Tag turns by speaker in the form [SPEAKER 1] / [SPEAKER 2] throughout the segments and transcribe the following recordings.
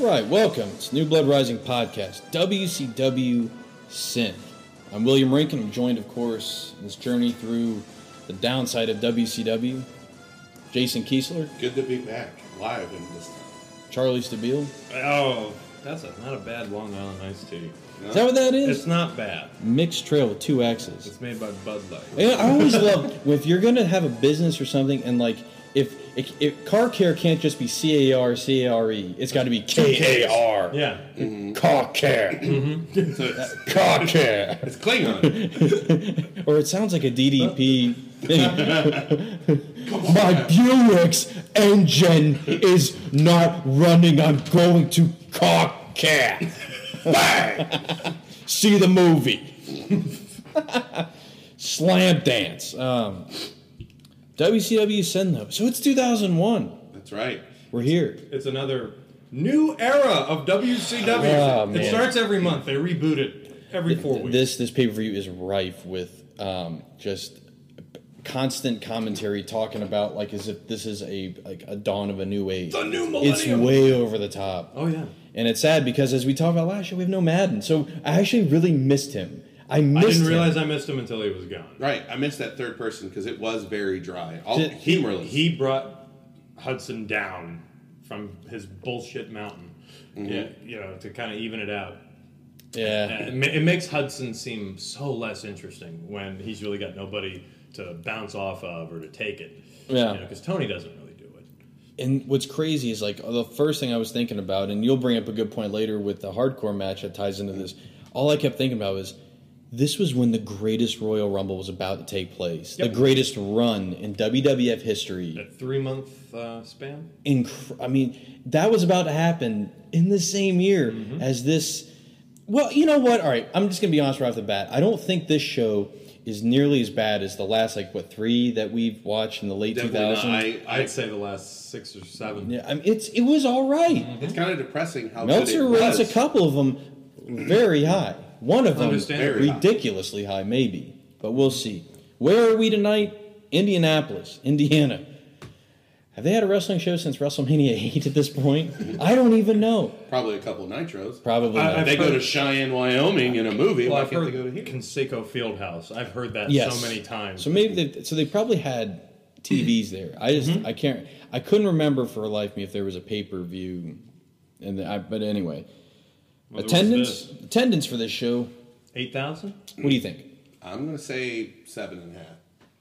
[SPEAKER 1] right, welcome to New Blood Rising podcast, WCW Sin. I'm William Rankin. I'm joined, of course, in this journey through the downside of WCW. Jason Kiesler,
[SPEAKER 2] Good to be back live in this.
[SPEAKER 1] Charlie Stabile.
[SPEAKER 3] Oh, that's a, not a bad Long Island iced tea.
[SPEAKER 1] Is that what that is?
[SPEAKER 3] It's not bad.
[SPEAKER 1] Mixed trail with two X's.
[SPEAKER 3] It's made by Bud Light.
[SPEAKER 1] Yeah, I always love if you're gonna have a business or something, and like if, if, if car care can't just be C A R C A R E, it's got to be K A R.
[SPEAKER 3] Yeah.
[SPEAKER 1] Car care,
[SPEAKER 2] So it's,
[SPEAKER 1] car care,
[SPEAKER 2] it's Klingon.
[SPEAKER 1] or it sounds like a DDP. My Buick's engine is not running. I'm going to car care. Bang! See the movie. Slam dance. Um, WCW Sin though. So it's 2001.
[SPEAKER 2] That's right.
[SPEAKER 1] We're here.
[SPEAKER 3] It's another new era of WCW.
[SPEAKER 1] Oh, man.
[SPEAKER 3] it starts every month. They reboot it every four weeks.
[SPEAKER 1] This this pay per view is rife with um, just constant commentary talking about like as if this is a like a dawn of a new age.
[SPEAKER 2] The new
[SPEAKER 1] It's
[SPEAKER 2] millennium.
[SPEAKER 1] way over the top.
[SPEAKER 3] oh, yeah.
[SPEAKER 1] And it's sad because as we talked about last year, we have no Madden. So I actually really missed him. I missed
[SPEAKER 3] I didn't
[SPEAKER 1] him.
[SPEAKER 3] realize I missed him until he was gone.
[SPEAKER 2] Right. I missed that third person because it was very dry. All
[SPEAKER 1] Did-
[SPEAKER 2] humorless.
[SPEAKER 3] He brought Hudson down from his bullshit mountain.
[SPEAKER 1] Mm-hmm.
[SPEAKER 3] Yeah, you know, to kind of even it out.
[SPEAKER 1] yeah.
[SPEAKER 3] Yeah, It, ma- it makes Hudson seem so less interesting when he's really got nobody to bounce off of or to take it.
[SPEAKER 1] Yeah.
[SPEAKER 3] Because Tony doesn't really do it.
[SPEAKER 1] And what's crazy is like the first thing I was thinking about, and you'll bring up a good point later with the hardcore match that ties into this. All I kept thinking about was this was when the greatest Royal Rumble was about to take place,
[SPEAKER 3] Yep.
[SPEAKER 1] the greatest run in WWF history.
[SPEAKER 3] That three month uh, span?
[SPEAKER 1] Incr- I mean, that was about to happen in the same year
[SPEAKER 2] Mm-hmm.
[SPEAKER 1] as this. Well, you know what? All right, I'm just gonna be honest right off the bat. I don't think this show is nearly as bad as the last like what three that we've watched in the late
[SPEAKER 2] Definitely
[SPEAKER 1] 2000s.
[SPEAKER 2] not. I, I,
[SPEAKER 3] I'd say the last six or seven.
[SPEAKER 1] yeah, I mean, it's it was all right.
[SPEAKER 2] it's kind of depressing how
[SPEAKER 1] Meltzer
[SPEAKER 2] good it
[SPEAKER 1] rates a
[SPEAKER 2] was.
[SPEAKER 1] couple of them very
[SPEAKER 3] Mm-hmm.
[SPEAKER 1] high. One of them
[SPEAKER 3] Understandable.
[SPEAKER 2] Very high.
[SPEAKER 1] ridiculously high, maybe, but we'll see. Where are we tonight? Indianapolis, Indiana. Have they had a wrestling show since WrestleMania 8 at this point? I don't even know.
[SPEAKER 2] Probably a couple of nitros.
[SPEAKER 1] Probably.
[SPEAKER 3] I-
[SPEAKER 1] not.
[SPEAKER 2] If they go to Cheyenne, Wyoming in a movie,
[SPEAKER 3] Well,
[SPEAKER 2] why
[SPEAKER 3] I've
[SPEAKER 2] can't
[SPEAKER 3] heard
[SPEAKER 2] they go to here?
[SPEAKER 3] Conseco Fieldhouse. I've heard that
[SPEAKER 1] yes.
[SPEAKER 3] so many times.
[SPEAKER 1] So maybe they, so they probably had TVs there. I just
[SPEAKER 3] Mm-hmm.
[SPEAKER 1] I can't I couldn't remember for life me if there was a pay per view, and I, but anyway,
[SPEAKER 3] Well, there was
[SPEAKER 1] attendance
[SPEAKER 3] this.
[SPEAKER 1] attendance for this show.
[SPEAKER 3] 8,000?
[SPEAKER 1] What do you think?
[SPEAKER 2] I'm going to say seven and a half.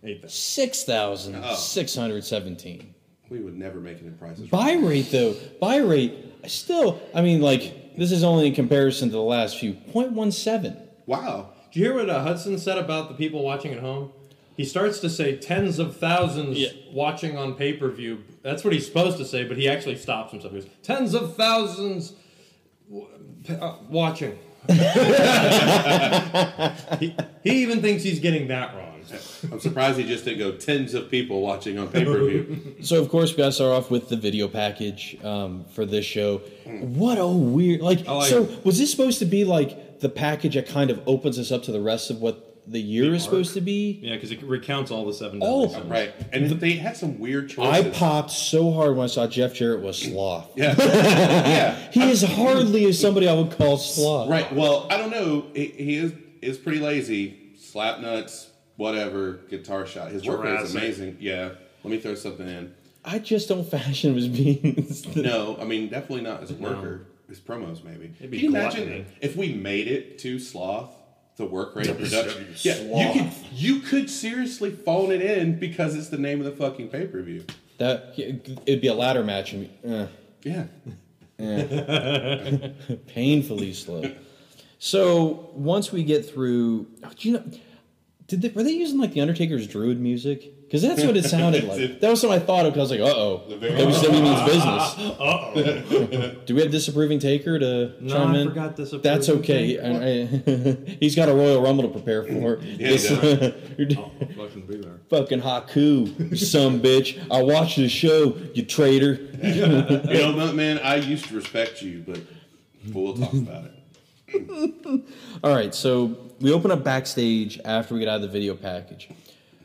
[SPEAKER 3] 8,000.
[SPEAKER 1] 6,617.
[SPEAKER 2] We would never make it in prices.
[SPEAKER 1] Buy rate, though, buy rate, still, I mean, like, this is only in comparison to the last few 0.17.
[SPEAKER 2] Wow.
[SPEAKER 3] Did you hear what uh, Hudson said about the people watching at home? He starts to say tens of thousands
[SPEAKER 1] Yeah.
[SPEAKER 3] watching on pay per view. That's what he's supposed to say, but he actually stops himself. He goes, tens of thousands w- uh, watching. he, he even thinks he's getting that wrong.
[SPEAKER 2] I'm surprised he just didn't go tens of people watching on pay per view.
[SPEAKER 1] So, of course, we got to start off with the video package um, for this show. What a weird, like,
[SPEAKER 3] like
[SPEAKER 1] so
[SPEAKER 3] it.
[SPEAKER 1] was this supposed to be like the package that kind of opens us up to the rest of what the year is supposed to be?
[SPEAKER 3] Yeah, because it recounts all the seven.
[SPEAKER 1] Oh.
[SPEAKER 3] dollars.
[SPEAKER 2] right. And they had some weird
[SPEAKER 1] I
[SPEAKER 2] choices.
[SPEAKER 1] popped so hard when I saw Jeff Jarrett was sloth.
[SPEAKER 2] Yeah. yeah.
[SPEAKER 1] He is hardly somebody I would call sloth.
[SPEAKER 2] Right. Well, I don't know. He, he is is pretty lazy. Slap nuts, whatever. Guitar shot. His work rate is
[SPEAKER 3] Jurassic.
[SPEAKER 2] amazing. Yeah. Let me throw something in.
[SPEAKER 1] I just don't fashion him as being
[SPEAKER 2] No, I mean definitely not as a worker. His promos maybe.
[SPEAKER 3] be
[SPEAKER 2] Can you imagine
[SPEAKER 3] gluttony.
[SPEAKER 2] if we made it to sloth? The work rate of production.
[SPEAKER 3] Sloth.
[SPEAKER 2] Yeah, you could you could seriously phone it in because it's the name of the fucking pay per view.
[SPEAKER 1] that. It'd be a ladder match. And, uh,
[SPEAKER 2] Yeah.
[SPEAKER 1] painfully slow. So once we get through, oh, do you know, did they were they using like the Undertaker's Druid music? Because that's what it sounded like. That was what I thought of. Because I was like, uh oh, WWE means business. Uh oh. Do we have disapproving taker to
[SPEAKER 3] No,
[SPEAKER 1] chime
[SPEAKER 3] I
[SPEAKER 1] in?
[SPEAKER 3] forgot disapproving
[SPEAKER 1] That's okay.
[SPEAKER 3] Taker.
[SPEAKER 1] And I- he's got a Royal Rumble to prepare for. This-
[SPEAKER 3] Oh, I'll fucking be there.
[SPEAKER 1] Fucking Haku, you some bitch. I watched the show, you traitor.
[SPEAKER 2] you know, what, man, I used to respect you, but we'll talk about it.
[SPEAKER 1] All right, so we open up backstage after we get out of the video package.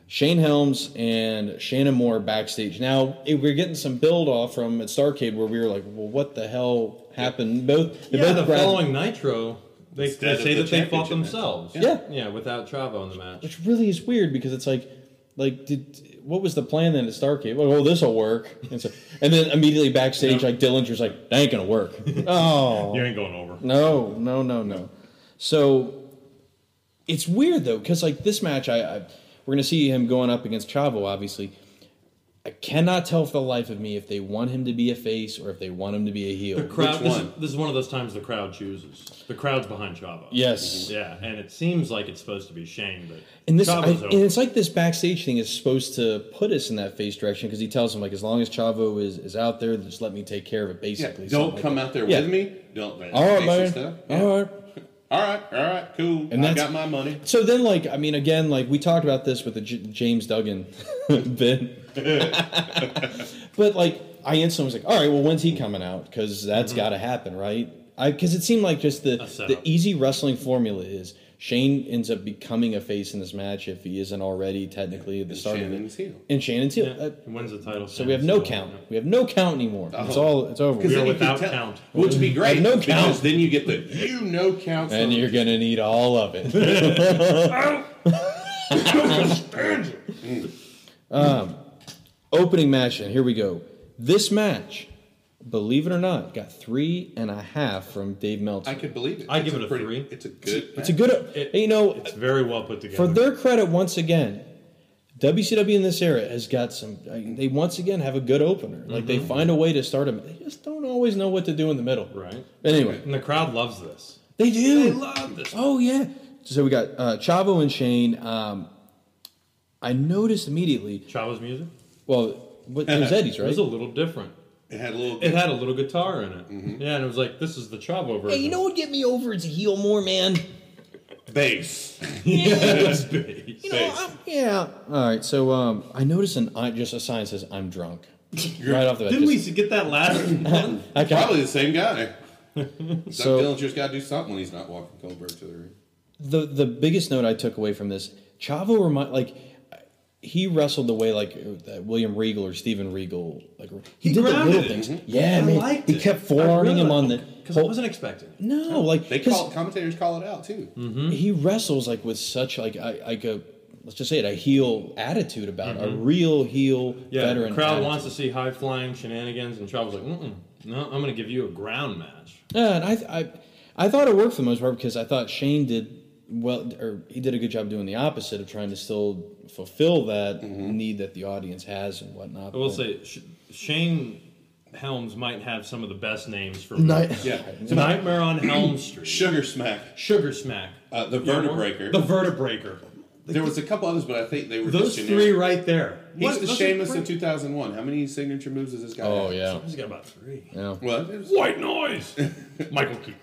[SPEAKER 1] Shane Helms and Shannon Moore backstage. Now it, we're getting some build off from at Starcade where we were like, "Well, what the hell happened?" Both they
[SPEAKER 3] yeah,
[SPEAKER 1] both
[SPEAKER 3] the
[SPEAKER 1] grabbed-
[SPEAKER 3] following Nitro, they,
[SPEAKER 2] Instead
[SPEAKER 3] they say
[SPEAKER 2] of the
[SPEAKER 3] that they fought
[SPEAKER 2] championship match.
[SPEAKER 3] themselves.
[SPEAKER 1] Yeah.
[SPEAKER 3] yeah, without Chavo in the match.
[SPEAKER 1] which really is weird because it's like, like did what was the plan then at Starcade? Well, this will work, and, so, and then immediately backstage, like Dillinger's like, "That ain't gonna work." oh,
[SPEAKER 3] You ain't going over.
[SPEAKER 1] No, no, no, no. So it's weird though, because like this match, I, I we're gonna see him going up against Chavo. Obviously, I cannot tell for the life of me if they want him to be a face or if they want him to be a heel.
[SPEAKER 3] The crowd.
[SPEAKER 2] Which
[SPEAKER 3] This, is,
[SPEAKER 2] one?
[SPEAKER 3] this is one of those times the crowd chooses. The crowd's behind Chavo.
[SPEAKER 1] Yes,
[SPEAKER 3] Yeah, and it seems like it's supposed to be Shane, but
[SPEAKER 1] and this, I,
[SPEAKER 3] Chavo's
[SPEAKER 1] and
[SPEAKER 3] over.
[SPEAKER 1] it's like this backstage thing is supposed to put us in that face direction because he tells him like, as long as Chavo is is out there, just let me take care of it.
[SPEAKER 2] Yeah,
[SPEAKER 1] Basically,
[SPEAKER 2] don't come out there
[SPEAKER 1] Yeah.
[SPEAKER 2] with me. Don't. All
[SPEAKER 1] All right,
[SPEAKER 2] right,
[SPEAKER 1] man.
[SPEAKER 2] stuff. Yeah.
[SPEAKER 1] All right.
[SPEAKER 2] all right, all right, cool.
[SPEAKER 1] And
[SPEAKER 2] I
[SPEAKER 1] that's-
[SPEAKER 2] got my money.
[SPEAKER 1] So then, like, I mean, again, like we talked about this with the J- James Duggan bit, but like, I instantly was like, all right, well, when's he coming out? Because that's got to happen, right? I because it seemed like just the
[SPEAKER 3] A Mm-hmm. setup.
[SPEAKER 1] the easy wrestling formula is Shane ends up becoming a face in this match if he isn't already technically at the
[SPEAKER 2] And
[SPEAKER 1] start of
[SPEAKER 2] Shannon's
[SPEAKER 1] it,
[SPEAKER 2] heel.
[SPEAKER 1] and Shannon's heel.
[SPEAKER 3] Yeah,
[SPEAKER 1] Uh,
[SPEAKER 3] he wins the title.
[SPEAKER 1] so we have no count. We have no count anymore. It's all it's over.
[SPEAKER 2] Oh. 'Cause
[SPEAKER 3] We
[SPEAKER 1] with.
[SPEAKER 3] are
[SPEAKER 2] then you could
[SPEAKER 3] without
[SPEAKER 2] tell-
[SPEAKER 3] count.
[SPEAKER 2] which would be great.
[SPEAKER 1] no count.
[SPEAKER 2] because then you get the you no count.
[SPEAKER 1] And you're gonna need all of it. Opening match, and here we go. This match, believe it or not, got three and a half from Dave Meltzer.
[SPEAKER 2] I could believe it.
[SPEAKER 3] I
[SPEAKER 2] It's
[SPEAKER 3] give it a
[SPEAKER 2] pretty-
[SPEAKER 3] three.
[SPEAKER 2] It's a good.
[SPEAKER 1] it's a good,
[SPEAKER 3] It-
[SPEAKER 1] you know,
[SPEAKER 3] It's very well put together.
[SPEAKER 1] for their credit once again. WCW in this era has got some. I- They once again have a good opener. Like
[SPEAKER 3] Mm-hmm.
[SPEAKER 1] they find a way to start them. They just don't always know what to do in the middle.
[SPEAKER 3] right,
[SPEAKER 1] Anyway,
[SPEAKER 3] and the crowd loves this.
[SPEAKER 1] they do.
[SPEAKER 3] They love this.
[SPEAKER 1] Oh yeah. So we got uh, Chavo and Shane. Um, I noticed immediately.
[SPEAKER 3] Chavo's music
[SPEAKER 1] Well, what, it was Eddie's,
[SPEAKER 3] it
[SPEAKER 1] right?
[SPEAKER 3] was a little different.
[SPEAKER 2] It had a little.
[SPEAKER 3] It had a little guitar in it.
[SPEAKER 1] Mm-hmm.
[SPEAKER 3] Yeah, and it was like this is the Chavo version.
[SPEAKER 1] Hey, you know what get me over? It's a heel more, man.
[SPEAKER 2] bass.
[SPEAKER 3] Yes, babe.
[SPEAKER 1] You know,
[SPEAKER 3] um,
[SPEAKER 1] I'm, yeah. All right. So um, I noticed an I just a sign says I'm drunk. right off the bat.
[SPEAKER 3] Didn't
[SPEAKER 1] just-
[SPEAKER 3] we get that last one?
[SPEAKER 1] I got-
[SPEAKER 2] Probably the same guy.
[SPEAKER 1] So-
[SPEAKER 2] so, Doug Dillinger's got to do something when he's not walking Goldberg to the ring.
[SPEAKER 1] the the biggest note I took away from this, Chavo remind like he wrestled the way like uh, William Regal or Steven Regal like he, did the
[SPEAKER 3] grounded
[SPEAKER 1] little
[SPEAKER 3] it.
[SPEAKER 1] things.
[SPEAKER 3] Mhm.
[SPEAKER 1] Yeah, man. he kept forearming him on the
[SPEAKER 3] because I wasn't expecting. it.
[SPEAKER 1] no, like
[SPEAKER 2] They
[SPEAKER 1] 'cause-
[SPEAKER 2] call commentators call it out too.
[SPEAKER 3] Mm. hmm?
[SPEAKER 1] he wrestles like with such like I like a let's just say it a heel attitude about it, a real heel
[SPEAKER 3] Mm-hmm. Yeah,
[SPEAKER 1] veteran.
[SPEAKER 3] the crowd
[SPEAKER 1] attitude.
[SPEAKER 3] wants to see high flying shenanigans, and Chavo's like, Mm-mm, "No, I'm going to give you a ground match."
[SPEAKER 1] Yeah, and I I I thought it worked for the most part because I thought Shane did well or he did a good job doing the opposite of trying to still fulfill that
[SPEAKER 2] Mm-hmm.
[SPEAKER 1] need that the audience has and whatnot.
[SPEAKER 3] I will
[SPEAKER 1] but-
[SPEAKER 3] say, Sh- Shane Helms might have some of the best names for
[SPEAKER 1] Night-
[SPEAKER 2] Yeah.
[SPEAKER 3] Nightmare on Helm Street,
[SPEAKER 2] Sugar Smack,
[SPEAKER 3] Sugar Smack,
[SPEAKER 2] uh, the
[SPEAKER 3] You know,
[SPEAKER 2] Vertebraker.
[SPEAKER 3] the Vertebraker.
[SPEAKER 2] there was a couple others, but I think they were
[SPEAKER 3] Those
[SPEAKER 2] just
[SPEAKER 3] three
[SPEAKER 2] generic.
[SPEAKER 3] right there.
[SPEAKER 2] He's
[SPEAKER 3] What-
[SPEAKER 2] the
[SPEAKER 3] those are
[SPEAKER 2] Sheamus
[SPEAKER 3] pretty-
[SPEAKER 2] of 2001. How many signature moves does this guy?
[SPEAKER 1] Oh
[SPEAKER 2] have?
[SPEAKER 1] yeah.
[SPEAKER 3] He's got about three.
[SPEAKER 1] Yeah.
[SPEAKER 2] Well, it was-
[SPEAKER 3] White noise. Michael Keaton.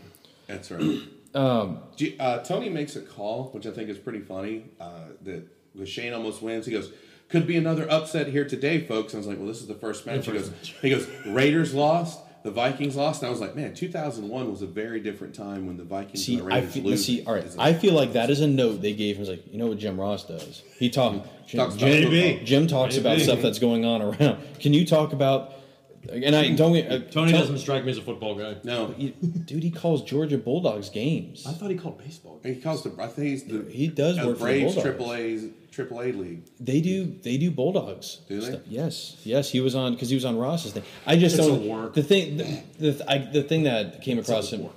[SPEAKER 2] That's right.
[SPEAKER 1] Um,
[SPEAKER 2] G- uh, Tony makes a call, which I think is pretty funny. Uh, that when Shane almost wins. He goes, "Could be another upset here today, folks." And I was like, "Well, this is the first match." he goes, "He goes, Raiders lost." The Vikings lost, and I was like, "Man, 2001 was a very different time when the Vikings
[SPEAKER 1] See,
[SPEAKER 2] and the
[SPEAKER 1] I
[SPEAKER 2] Raiders
[SPEAKER 1] feel,
[SPEAKER 2] lose."
[SPEAKER 1] see, all right.
[SPEAKER 2] It's
[SPEAKER 1] I
[SPEAKER 2] like,
[SPEAKER 1] feel like that is a note they gave him. It's like, you know what Jim Ross does? He talk, Jim,
[SPEAKER 2] Talks about
[SPEAKER 1] Jim,
[SPEAKER 2] football.
[SPEAKER 1] Jim talks about
[SPEAKER 3] Maybe.
[SPEAKER 1] stuff that's going on around. Can you talk about? And I don't. get- Uh,
[SPEAKER 3] Tony
[SPEAKER 1] tell-
[SPEAKER 3] doesn't strike me as a football guy.
[SPEAKER 2] no,
[SPEAKER 1] You- dude, he calls Georgia Bulldogs games.
[SPEAKER 3] I thought he called baseball.
[SPEAKER 2] he calls the. I think he's the.
[SPEAKER 1] He does
[SPEAKER 2] uh,
[SPEAKER 1] work for the
[SPEAKER 2] Braves
[SPEAKER 1] Bulldogs.
[SPEAKER 2] Triple A's Triple A league.
[SPEAKER 1] They do. They do Bulldogs.
[SPEAKER 2] Do they?
[SPEAKER 1] Yes. Yes. He was on because he was on Ross's thing. I just
[SPEAKER 3] It's
[SPEAKER 1] don't.
[SPEAKER 3] a work.
[SPEAKER 1] The thing. The, the, I, the thing that came across him.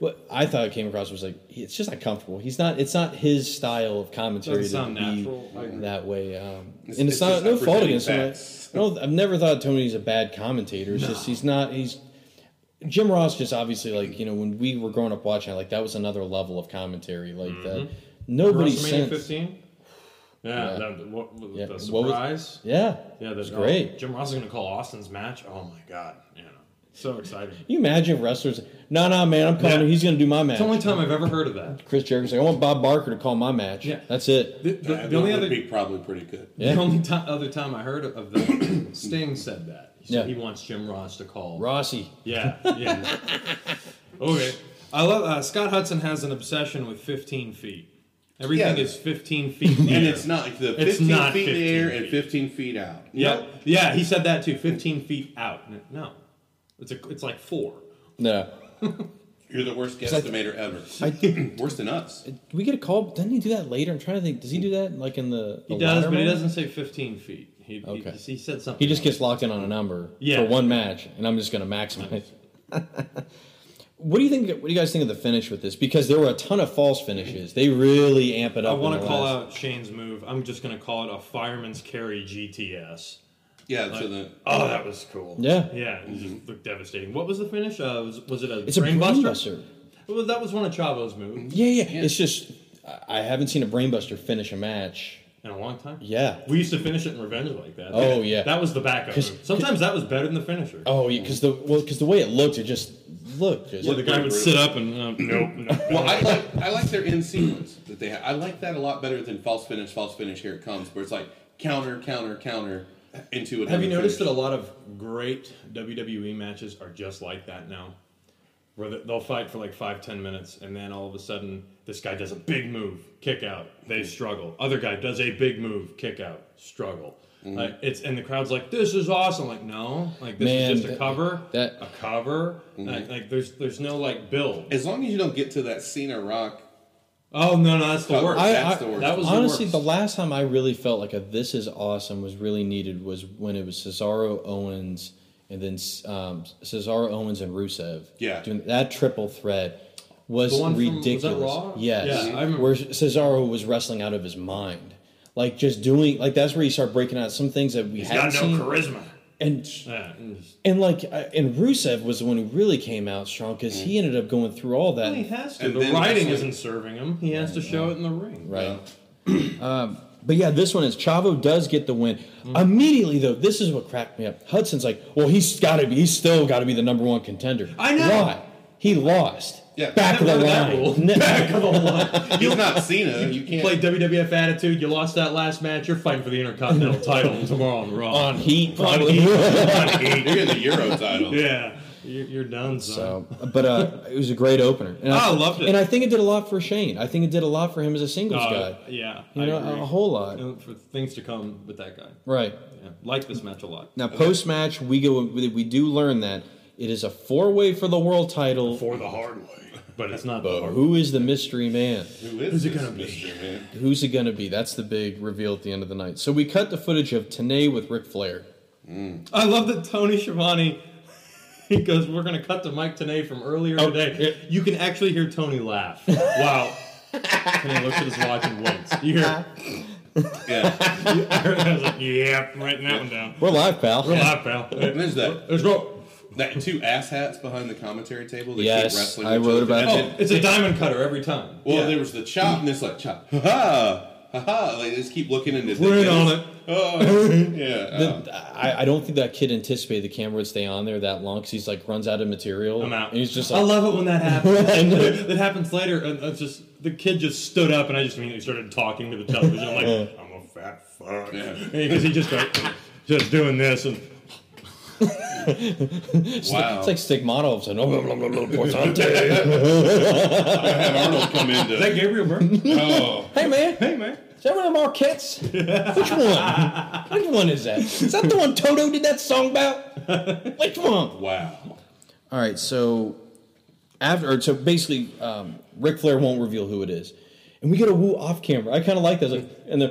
[SPEAKER 1] What I thought it came across was like he- it's just not comfortable. He's not. It's not his style of commentary
[SPEAKER 3] Doesn't sound
[SPEAKER 1] to be
[SPEAKER 3] natural. I agree.
[SPEAKER 1] that way. Um,
[SPEAKER 2] It's-
[SPEAKER 1] and it's,
[SPEAKER 2] it's
[SPEAKER 1] not
[SPEAKER 2] just
[SPEAKER 1] no
[SPEAKER 2] not
[SPEAKER 1] fault
[SPEAKER 2] presenting
[SPEAKER 1] against him.
[SPEAKER 2] facts.
[SPEAKER 1] No, I've never thought Tony's a bad commentator. It's just he's not. He's Jim Ross just obviously like you know when we were growing up watching it, like that was another level of commentary like that. Nobody
[SPEAKER 3] Mm-hmm. WrestleMania
[SPEAKER 1] since
[SPEAKER 3] 15. Yeah, That, what, what-
[SPEAKER 1] Yeah,
[SPEAKER 3] the
[SPEAKER 1] what was-
[SPEAKER 3] surprise.
[SPEAKER 1] yeah
[SPEAKER 3] yeah, that's
[SPEAKER 1] it's great.
[SPEAKER 3] Jim Ross is going to call Austin's match. Oh my god, you know, so exciting.
[SPEAKER 1] Can you imagine if wrestlers? No, no, man, I'm calling.
[SPEAKER 3] Yeah.
[SPEAKER 1] him. He's going to do my match.
[SPEAKER 3] It's the only time I've ever heard of that.
[SPEAKER 1] Chris Jericho's like, I want Bob Barker to call my match.
[SPEAKER 3] Yeah.
[SPEAKER 1] that's it.
[SPEAKER 3] The, the-
[SPEAKER 2] Uh,
[SPEAKER 3] the only
[SPEAKER 2] that would
[SPEAKER 3] other
[SPEAKER 2] be probably pretty good.
[SPEAKER 1] Yeah.
[SPEAKER 3] the only ti other time I heard of that, Sting said that. He, said
[SPEAKER 1] Yeah.
[SPEAKER 3] he wants Jim Ross to call.
[SPEAKER 1] Rossi.
[SPEAKER 3] Yeah, yeah. okay. I love uh, Scott Hudson has an obsession with 15 feet, Everything
[SPEAKER 2] Yeah.
[SPEAKER 3] is 15 feet in the
[SPEAKER 2] And
[SPEAKER 3] air.
[SPEAKER 2] it's not like the
[SPEAKER 3] It's
[SPEAKER 2] 15
[SPEAKER 3] not
[SPEAKER 2] feet in the
[SPEAKER 3] 15
[SPEAKER 2] air
[SPEAKER 3] feet.
[SPEAKER 2] and 15 feet out.
[SPEAKER 3] Yep.
[SPEAKER 2] Nope.
[SPEAKER 3] Yeah, he said that too. 15 feet out. N- No. It's a, it's like four.
[SPEAKER 1] No.
[SPEAKER 2] You're the worst guesstimator ever. worse than us.
[SPEAKER 1] Do we get a call? Doesn't he do that later? I'm trying to think. Does he do that like in the?
[SPEAKER 3] He
[SPEAKER 1] the
[SPEAKER 3] does,
[SPEAKER 1] ladder
[SPEAKER 3] but he
[SPEAKER 1] match?
[SPEAKER 3] doesn't say 15 feet. He, he-
[SPEAKER 1] Okay.
[SPEAKER 3] he, said something.
[SPEAKER 1] He just
[SPEAKER 3] else.
[SPEAKER 1] gets locked in on a number
[SPEAKER 3] Yeah.
[SPEAKER 1] for one match, and I'm just going to maximize. what do you think? What do you guys think of the finish with this? Because there were a ton of false finishes. They really amp it
[SPEAKER 3] I
[SPEAKER 1] up.
[SPEAKER 3] want to call
[SPEAKER 1] out.
[SPEAKER 3] out Shane's move. I'm just going to call it a fireman's carry GTS.
[SPEAKER 2] Yeah, so the
[SPEAKER 3] Oh, that was cool.
[SPEAKER 1] Yeah.
[SPEAKER 3] Yeah, it just looked devastating. What was the finish? Uh, was, was it a
[SPEAKER 1] It's a
[SPEAKER 3] brainbuster?
[SPEAKER 1] brainbuster.
[SPEAKER 3] Well, that was one of Chavo's moves
[SPEAKER 1] Yeah, yeah, It's just I- I haven't seen a brainbuster finish a match.
[SPEAKER 3] in a long time.
[SPEAKER 1] Yeah.
[SPEAKER 3] We used to finish it in Revenge like that.
[SPEAKER 1] Oh, yeah.
[SPEAKER 3] That was the backup
[SPEAKER 1] 'Cause-
[SPEAKER 3] move. Sometimes that was better than the finisher.
[SPEAKER 1] Oh, because the well, because the way it looked, it just looked. Just,
[SPEAKER 3] Where the guy would
[SPEAKER 2] Brutal.
[SPEAKER 3] sit up and, uh, nope, nope.
[SPEAKER 2] well, I like I like their in sequence that they have. I like that a lot better than false finish, false finish. Here it comes, where it's like counter, counter, counter into another.
[SPEAKER 3] Have you noticed that
[SPEAKER 2] finish.
[SPEAKER 3] a lot of great WWE matches are just like that now? Where they- they'll fight for like five, ten minutes, and then all of a sudden, this guy does a big move, kick out, they struggle. Other guy does a big move, kick out, struggle. Like it's and the crowd's like, "This is awesome!" Like, no, like this
[SPEAKER 1] Man,
[SPEAKER 3] is just a
[SPEAKER 1] that-
[SPEAKER 3] cover,
[SPEAKER 1] that-
[SPEAKER 3] a cover. Like, like there's there's no like build.
[SPEAKER 2] As long as you don't get to that Cena Rock,
[SPEAKER 3] Oh no, no, that's the
[SPEAKER 2] Oh,
[SPEAKER 3] worst.
[SPEAKER 2] I-
[SPEAKER 3] That's
[SPEAKER 2] I-
[SPEAKER 3] the worst. That was
[SPEAKER 1] honestly
[SPEAKER 3] the
[SPEAKER 1] the
[SPEAKER 3] worst.
[SPEAKER 1] last time I really felt like a "this is awesome" was really needed was when it was Cesaro Owens and then um, Cesaro Owens and Rusev.
[SPEAKER 2] Yeah.
[SPEAKER 1] doing that triple threat was
[SPEAKER 3] The one from- was that
[SPEAKER 1] ridiculous.
[SPEAKER 3] Raw?
[SPEAKER 1] Yes,
[SPEAKER 3] Yeah, I remember.
[SPEAKER 1] where Cesaro was wrestling out of his mind, like just doing like that's where you start breaking out some things that we
[SPEAKER 3] got no
[SPEAKER 1] hadn't seen.
[SPEAKER 3] charisma.
[SPEAKER 1] and
[SPEAKER 3] Yeah, and just-
[SPEAKER 1] and like I- and Rusev was the one who really came out strong because he
[SPEAKER 3] Mm-hmm.
[SPEAKER 1] ended up going through all that.
[SPEAKER 3] Well, he has to.
[SPEAKER 2] And
[SPEAKER 3] the
[SPEAKER 2] then
[SPEAKER 3] writing
[SPEAKER 2] it's like-
[SPEAKER 3] isn't serving him. He has to show it in the ring.
[SPEAKER 1] Right.
[SPEAKER 2] uh,
[SPEAKER 1] But yeah, this one is Chavo does get the win.
[SPEAKER 3] Mm-hmm.
[SPEAKER 1] Immediately though, this is what cracked me up. Hudson's like, well, he's got to be, he's still got to be the number one contender.
[SPEAKER 3] I know.
[SPEAKER 1] Why? He lost.
[SPEAKER 2] Yeah.
[SPEAKER 1] Back of the
[SPEAKER 3] Never heard that rule.
[SPEAKER 1] line. Ne-
[SPEAKER 3] Back of the line.
[SPEAKER 2] he's not Cena. You
[SPEAKER 3] You
[SPEAKER 2] can't.
[SPEAKER 3] played WWF Attitude. You lost that last match. You're fighting for the Intercontinental title tomorrow on Raw.
[SPEAKER 1] on heat,
[SPEAKER 3] On
[SPEAKER 1] probably.
[SPEAKER 3] heat. On
[SPEAKER 2] You're
[SPEAKER 3] heat.
[SPEAKER 2] getting the Euro title.
[SPEAKER 3] yeah, you're, you're done, son.
[SPEAKER 1] So, but uh, it was a great opener. And
[SPEAKER 3] Oh, I loved it.
[SPEAKER 1] And I think it did a lot for Shane. I think it did a lot for him as a singles
[SPEAKER 3] Uh,
[SPEAKER 1] guy.
[SPEAKER 3] yeah,
[SPEAKER 1] You
[SPEAKER 3] I
[SPEAKER 1] know,
[SPEAKER 3] agree.
[SPEAKER 1] a whole lot.
[SPEAKER 3] You know, for things to come with that guy.
[SPEAKER 1] Right.
[SPEAKER 3] Yeah. Like this match a lot.
[SPEAKER 1] Now, post match, we go. We do learn that it is a four way for the world title.
[SPEAKER 3] For the hard way, but it's not the hard.
[SPEAKER 1] Who is the mystery man?
[SPEAKER 2] Who is
[SPEAKER 3] Who's it
[SPEAKER 2] this
[SPEAKER 3] gonna be?
[SPEAKER 2] mister, man?
[SPEAKER 1] Who's it going to be? That's the big reveal at the end of the night. So we cut the footage of Tanay with Ric Flair.
[SPEAKER 3] I love that Tony Schiavone. He goes, "We're gonna cut to Mike Tanay from earlier
[SPEAKER 1] Oh,
[SPEAKER 3] today."
[SPEAKER 1] yeah.
[SPEAKER 3] You can actually hear Tony laugh. wow. Tanay looks at his watch and winks. You hear?
[SPEAKER 2] Yeah.
[SPEAKER 3] I was like, "Yep, writing that one down."
[SPEAKER 1] We're live, pal.
[SPEAKER 3] Real life, pal.
[SPEAKER 2] And there's that
[SPEAKER 3] There's no.
[SPEAKER 2] that two asshats behind the commentary table. That
[SPEAKER 1] Yes,
[SPEAKER 2] keep wrestling
[SPEAKER 1] I
[SPEAKER 2] each
[SPEAKER 1] wrote
[SPEAKER 2] other.
[SPEAKER 1] about
[SPEAKER 2] And
[SPEAKER 1] that.
[SPEAKER 2] then-
[SPEAKER 3] Oh, it's a diamond cutter every time.
[SPEAKER 2] Well,
[SPEAKER 3] Yeah.
[SPEAKER 2] there was the chop, and it's like chop, ha ha, ha ha. Like, they just keep looking into
[SPEAKER 3] We're in on it.
[SPEAKER 2] Oh, yeah. uh,
[SPEAKER 1] The- I, I don't think that kid anticipated the camera would stay on there that long because he's like runs out of material.
[SPEAKER 3] I'm out.
[SPEAKER 1] And he's just
[SPEAKER 3] I
[SPEAKER 1] like,
[SPEAKER 3] love it when that happens.
[SPEAKER 1] I know.
[SPEAKER 3] that happens later, and it's just the kid just stood up, and I just immediately started talking to the television. I'm like, I'm a fat fuck,
[SPEAKER 2] Yeah.
[SPEAKER 3] because he just like just doing this, and
[SPEAKER 2] wow.
[SPEAKER 1] it's like stigmatovs and oh, blah, blah, blah, blah, Portante.
[SPEAKER 2] I have Arnold come in to-
[SPEAKER 3] is that Gabriel Byrne?
[SPEAKER 2] oh,
[SPEAKER 1] Hey man,
[SPEAKER 3] hey man,
[SPEAKER 1] is that one of the Marquettes? Which one? Which one is that? Is that the one Toto did that song about? Which one?
[SPEAKER 2] wow.
[SPEAKER 1] All right, so after, or so basically, um, Ric Flair won't reveal who it is, and we get a woo off camera. I kind of like that. It's Like, and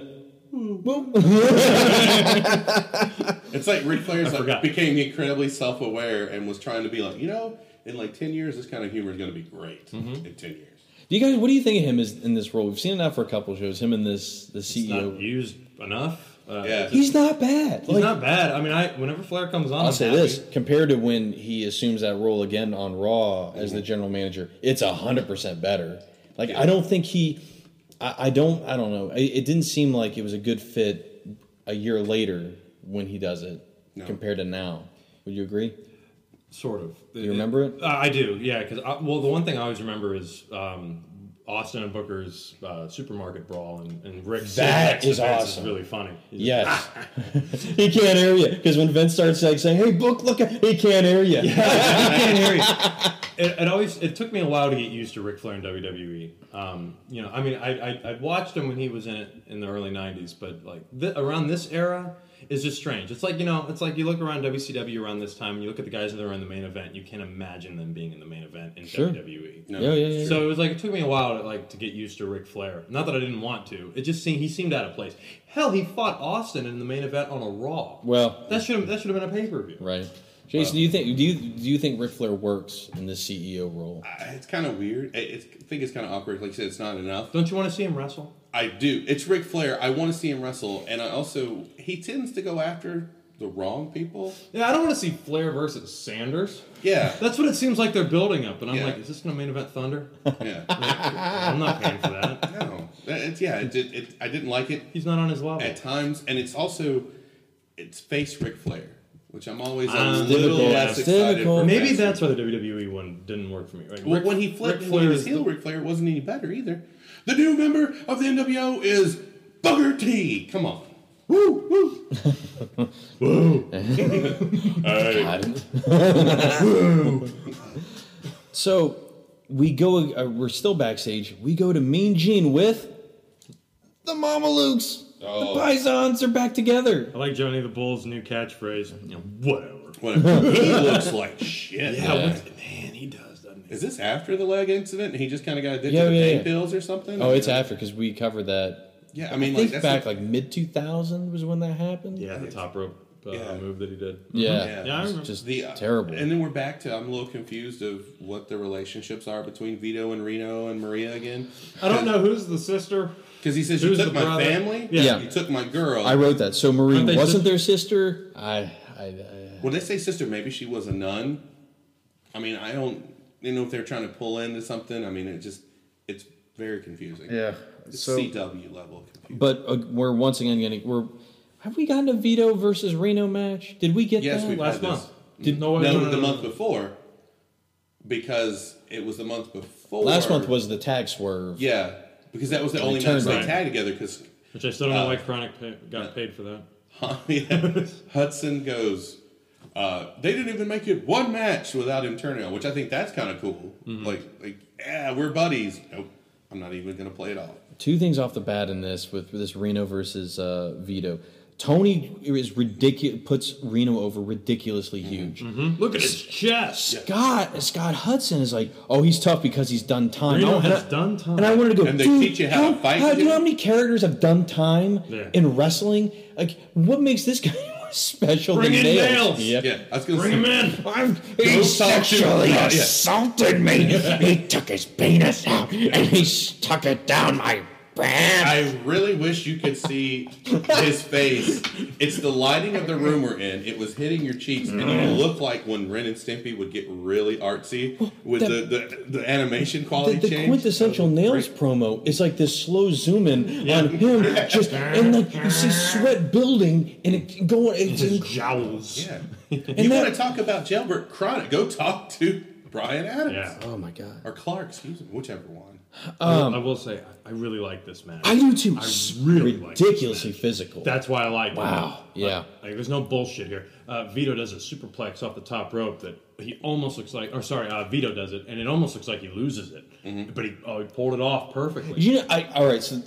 [SPEAKER 1] "Hmm, the
[SPEAKER 2] It's like Ric Flair's like
[SPEAKER 3] forgot.
[SPEAKER 2] became incredibly self-aware and was trying to be like, you know, in like ten years, this kind of humor is going to be great.
[SPEAKER 1] Mm-hmm.
[SPEAKER 2] In ten years,
[SPEAKER 1] do you guys? What do you think of him as in this role? We've seen it now for a couple shows. Him in this the
[SPEAKER 3] it's not
[SPEAKER 1] CEO.
[SPEAKER 3] used enough. Uh,
[SPEAKER 2] yeah.
[SPEAKER 1] He's not bad.
[SPEAKER 3] he's not bad. I mean, I whenever Flair comes on,
[SPEAKER 1] I'll
[SPEAKER 3] I'm
[SPEAKER 1] say
[SPEAKER 3] happy.
[SPEAKER 1] this compared to when he assumes that role again on Raw as the general manager, it's hundred percent better. Like I don't think he, I, I don't, I don't know. It, it didn't seem like it was a good fit a year later when he does it
[SPEAKER 2] No.
[SPEAKER 1] compared to now. Would you agree?
[SPEAKER 3] Sort of.
[SPEAKER 1] You remember it?
[SPEAKER 3] Uh, I do, yeah. Because well, the one thing I always remember is um, Austin and Booker's uh, supermarket brawl and, and Rick's
[SPEAKER 1] That
[SPEAKER 3] Sixx
[SPEAKER 1] is
[SPEAKER 3] defense
[SPEAKER 1] awesome.
[SPEAKER 3] really funny. He's like,
[SPEAKER 1] Yes. he can't hear you because when Vince starts like saying, "Hey, book, look," at-" he can't hear you.
[SPEAKER 3] I can't hear you. It, it always it took me a while to get used to Ric Flair in WWE. Um, you know, I mean, I, I I watched him when he was in it in the early '90s, but like th- around this era is just strange. It's like you know, it's like you look around WCW around this time, and you look at the guys that are in the main event. You can't imagine them being in the main event in E.
[SPEAKER 1] Sure.
[SPEAKER 3] WWE.
[SPEAKER 2] No,
[SPEAKER 1] Yeah, yeah, yeah.
[SPEAKER 3] So it was like it took me a while to like to get used to Ric Flair. Not that I didn't want to. It just seemed he seemed out of place. Hell, he fought Austin in the main event on a Raw.
[SPEAKER 1] Well,
[SPEAKER 3] that should have that should have been a pay per view.
[SPEAKER 1] right. Jason, do you think do you do you think Ric Flair works in the CEO role?
[SPEAKER 2] I- It's kind of weird. I, it's, I think it's kind of awkward. Like you said, it's not enough.
[SPEAKER 3] Don't you want to see him wrestle?
[SPEAKER 2] I do. It's Ric Flair. I want to see him wrestle, and I also he tends to go after the wrong people.
[SPEAKER 3] Yeah, I don't want to see Flair versus Sanders.
[SPEAKER 2] Yeah,
[SPEAKER 3] That's what it seems like they're building up, and I'm
[SPEAKER 2] Yeah.
[SPEAKER 3] like, is this gonna main event Thunder?
[SPEAKER 2] yeah.
[SPEAKER 3] I'm not paying for that.
[SPEAKER 2] No, it's yeah. It, did- it, I didn't like it
[SPEAKER 3] He's not on his level.
[SPEAKER 2] at times, and it's also it's face Ric Flair, which I'm always a
[SPEAKER 3] Ah,
[SPEAKER 2] little
[SPEAKER 3] difficult.
[SPEAKER 2] less excited
[SPEAKER 1] Difficult.
[SPEAKER 2] for.
[SPEAKER 3] Maybe
[SPEAKER 2] that's
[SPEAKER 3] that's why the WWE one didn't work for me. Right?
[SPEAKER 2] well,
[SPEAKER 3] Ric-
[SPEAKER 2] when he flipped
[SPEAKER 3] Ric
[SPEAKER 2] and when he was
[SPEAKER 3] is
[SPEAKER 2] heel Ric Flair, it wasn't any better either. The new member of the NWO is Booker T. Come on. Woo, woo.
[SPEAKER 1] God. so we go. Uh, we're still backstage. We go to Mean Gene with the Mamalukes.
[SPEAKER 2] Oh.
[SPEAKER 1] The Pisons are back together.
[SPEAKER 3] I like Johnny the Bull's new catchphrase. You know, whatever.
[SPEAKER 2] Whatever. he looks like shit.
[SPEAKER 3] Yeah, what's- man, he does, doesn't he?
[SPEAKER 2] Is this after the leg incident? And he just kind of got addicted
[SPEAKER 1] Yeah,
[SPEAKER 2] to
[SPEAKER 1] yeah,
[SPEAKER 2] pain
[SPEAKER 1] yeah.
[SPEAKER 2] pills or something?
[SPEAKER 1] Oh, it's after because we covered that.
[SPEAKER 2] Yeah, I mean,
[SPEAKER 1] I
[SPEAKER 2] like,
[SPEAKER 1] think
[SPEAKER 2] that's
[SPEAKER 1] back
[SPEAKER 2] the-
[SPEAKER 1] like mid two thousand was when that happened.
[SPEAKER 3] Yeah, the top rope uh,
[SPEAKER 2] Yeah.
[SPEAKER 3] move that he did.
[SPEAKER 1] Yeah.
[SPEAKER 2] Yeah.
[SPEAKER 3] Yeah, I remember.
[SPEAKER 1] Just
[SPEAKER 2] the uh,
[SPEAKER 1] terrible.
[SPEAKER 2] And then we're back to I'm a little confused of what the relationships are between Vito and Reno and Maria again.
[SPEAKER 3] I don't know who's the sister.
[SPEAKER 2] because he says you
[SPEAKER 3] Who's
[SPEAKER 2] took
[SPEAKER 3] the
[SPEAKER 2] my
[SPEAKER 3] brother?
[SPEAKER 2] family,
[SPEAKER 3] Yeah.
[SPEAKER 1] Yeah.
[SPEAKER 2] you took my girl.
[SPEAKER 1] I wrote that. So Marie
[SPEAKER 3] Aren't they
[SPEAKER 1] wasn't
[SPEAKER 3] sis-
[SPEAKER 1] their sister. I. I, uh, I
[SPEAKER 2] Well, they say sister. Maybe she was a nun. I mean, I don't. You know if they're trying to pull into something. I mean, it just it's very confusing.
[SPEAKER 1] yeah.
[SPEAKER 2] It's
[SPEAKER 1] So
[SPEAKER 2] CW level. Confusing.
[SPEAKER 1] But uh, we're once again getting we're. Have we gotten a Vito versus Reno match? Did we get
[SPEAKER 2] Yes,
[SPEAKER 1] that?
[SPEAKER 2] we've
[SPEAKER 3] last
[SPEAKER 2] had this.
[SPEAKER 3] month. Did- no, wait,
[SPEAKER 2] no,
[SPEAKER 3] no, no,
[SPEAKER 2] the
[SPEAKER 3] no,
[SPEAKER 2] month
[SPEAKER 3] no.
[SPEAKER 2] before, because it was the month before.
[SPEAKER 1] Last month was the tag swerve.
[SPEAKER 2] yeah, because that was the only
[SPEAKER 1] Return
[SPEAKER 2] match they
[SPEAKER 1] Right.
[SPEAKER 2] tagged together. Because
[SPEAKER 3] Which I still don't know
[SPEAKER 1] Uh,
[SPEAKER 3] why Chronic pay, got paid for that.
[SPEAKER 2] Hudson goes. Uh, they didn't even make it one match without him turning on, which I think that's kind of cool. Like, like, yeah, we're buddies. Nope, I'm not even gonna play it off.
[SPEAKER 1] Two things off the bat in this with this Reno versus uh, Vito. Tony is ridiculous. Puts Reno over ridiculously huge.
[SPEAKER 3] Look at his chest.
[SPEAKER 1] Scott Scott Hudson is like, oh, he's tough because he's done time.
[SPEAKER 3] Reno
[SPEAKER 1] Oh, and
[SPEAKER 3] has
[SPEAKER 1] I-
[SPEAKER 3] done time.
[SPEAKER 1] And I wanted to go.
[SPEAKER 2] And they
[SPEAKER 1] "Dude,
[SPEAKER 2] teach you how to fight,
[SPEAKER 1] How, do you
[SPEAKER 2] dude?"
[SPEAKER 1] know how many characters have done time
[SPEAKER 3] Yeah.
[SPEAKER 1] in wrestling? Like, what makes this guy more special
[SPEAKER 3] Bring
[SPEAKER 1] than
[SPEAKER 3] in
[SPEAKER 1] nails?
[SPEAKER 3] nails.
[SPEAKER 1] Yeah.
[SPEAKER 2] Yeah, I was gonna
[SPEAKER 3] Bring
[SPEAKER 2] say,
[SPEAKER 3] him in.
[SPEAKER 4] I'm, he
[SPEAKER 2] talk to
[SPEAKER 4] sexually
[SPEAKER 2] him. Yeah, yeah.
[SPEAKER 4] assaulted me. he took his penis out and he stuck it down my pants.
[SPEAKER 2] I really wish you could see his face. It's the lighting of the room we're in. It was hitting your cheeks, and it looked like when Ren and Stimpy would get really artsy with
[SPEAKER 1] that-
[SPEAKER 2] the, the, the animation
[SPEAKER 1] The,
[SPEAKER 2] quality
[SPEAKER 1] the
[SPEAKER 2] change.
[SPEAKER 1] quintessential nails promo is like this slow zoom in on him, just and like you see sweat building and it going. It's
[SPEAKER 3] His
[SPEAKER 1] inc-
[SPEAKER 3] jowls.
[SPEAKER 2] Yeah.
[SPEAKER 1] And
[SPEAKER 2] you
[SPEAKER 1] that-
[SPEAKER 2] want to talk about Jailbert Chronic? Go talk to Brian Adams
[SPEAKER 3] Yeah.
[SPEAKER 1] oh my god!
[SPEAKER 2] or Clark, excuse me, whichever one.
[SPEAKER 3] I will say, I- I really like this match.
[SPEAKER 1] I do too.
[SPEAKER 3] I really like this
[SPEAKER 1] ridiculously
[SPEAKER 3] match.
[SPEAKER 1] physical.
[SPEAKER 3] That's why I like it.
[SPEAKER 1] Wow,
[SPEAKER 3] Like-
[SPEAKER 1] yeah.
[SPEAKER 3] Like, there's no bullshit here. Uh, Vito does a superplex off the top rope that he almost looks like, or sorry, uh, Vito does it, and it almost looks like he loses it.
[SPEAKER 1] Mm-hmm.
[SPEAKER 3] But he, oh, he pulled it off perfectly.
[SPEAKER 1] You know, I all right. So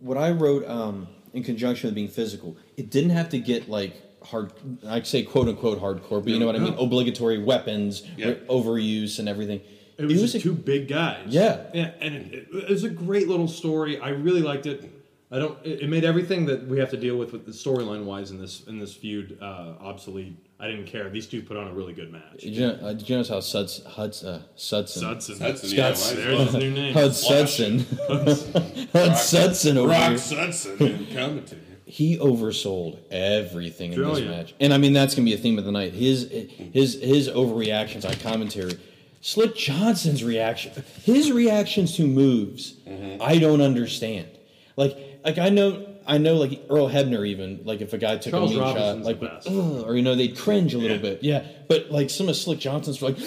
[SPEAKER 1] what I wrote um, in conjunction with being physical, it didn't have to get like hard. I say quote unquote hardcore, but you know what I mean.
[SPEAKER 3] no.
[SPEAKER 1] Obligatory weapons,
[SPEAKER 2] Yeah.
[SPEAKER 1] overuse, and everything.
[SPEAKER 3] It was, just
[SPEAKER 1] a-
[SPEAKER 3] two big guys.
[SPEAKER 1] Yeah.
[SPEAKER 3] Yeah, and it, it was a great little story. I really liked it. I don't. It, it made everything that we have to deal with with the storyline wise in this in this feud uh, obsolete. I didn't care. These two put on a really good match.
[SPEAKER 1] Did you, know, uh, did you notice how Suds, Huds, uh, Sudson,
[SPEAKER 3] Sudson.
[SPEAKER 2] Hudson,
[SPEAKER 1] Scott's-
[SPEAKER 2] yeah, might as
[SPEAKER 3] There's his new name.
[SPEAKER 1] Hud Sudson, Hud Sudson
[SPEAKER 2] well.
[SPEAKER 1] over
[SPEAKER 2] Rock
[SPEAKER 1] here.
[SPEAKER 2] Sudson and coming to you.
[SPEAKER 1] He oversold everything in this
[SPEAKER 3] Brilliant.
[SPEAKER 1] match, and I mean that's gonna be a theme of the night. His his his overreactions on commentary, Slick Johnson's reaction,
[SPEAKER 3] Mm-hmm.
[SPEAKER 1] his reactions to moves, I don't understand. Like like I know I know like Earl Hebner even like if a guy took
[SPEAKER 3] Charles
[SPEAKER 1] a mean shot
[SPEAKER 3] Robinson's
[SPEAKER 1] like
[SPEAKER 3] the best.
[SPEAKER 1] "Ugh," or you know they'd cringe a little
[SPEAKER 2] Yeah.
[SPEAKER 1] bit yeah but like some of Slick Johnson's were like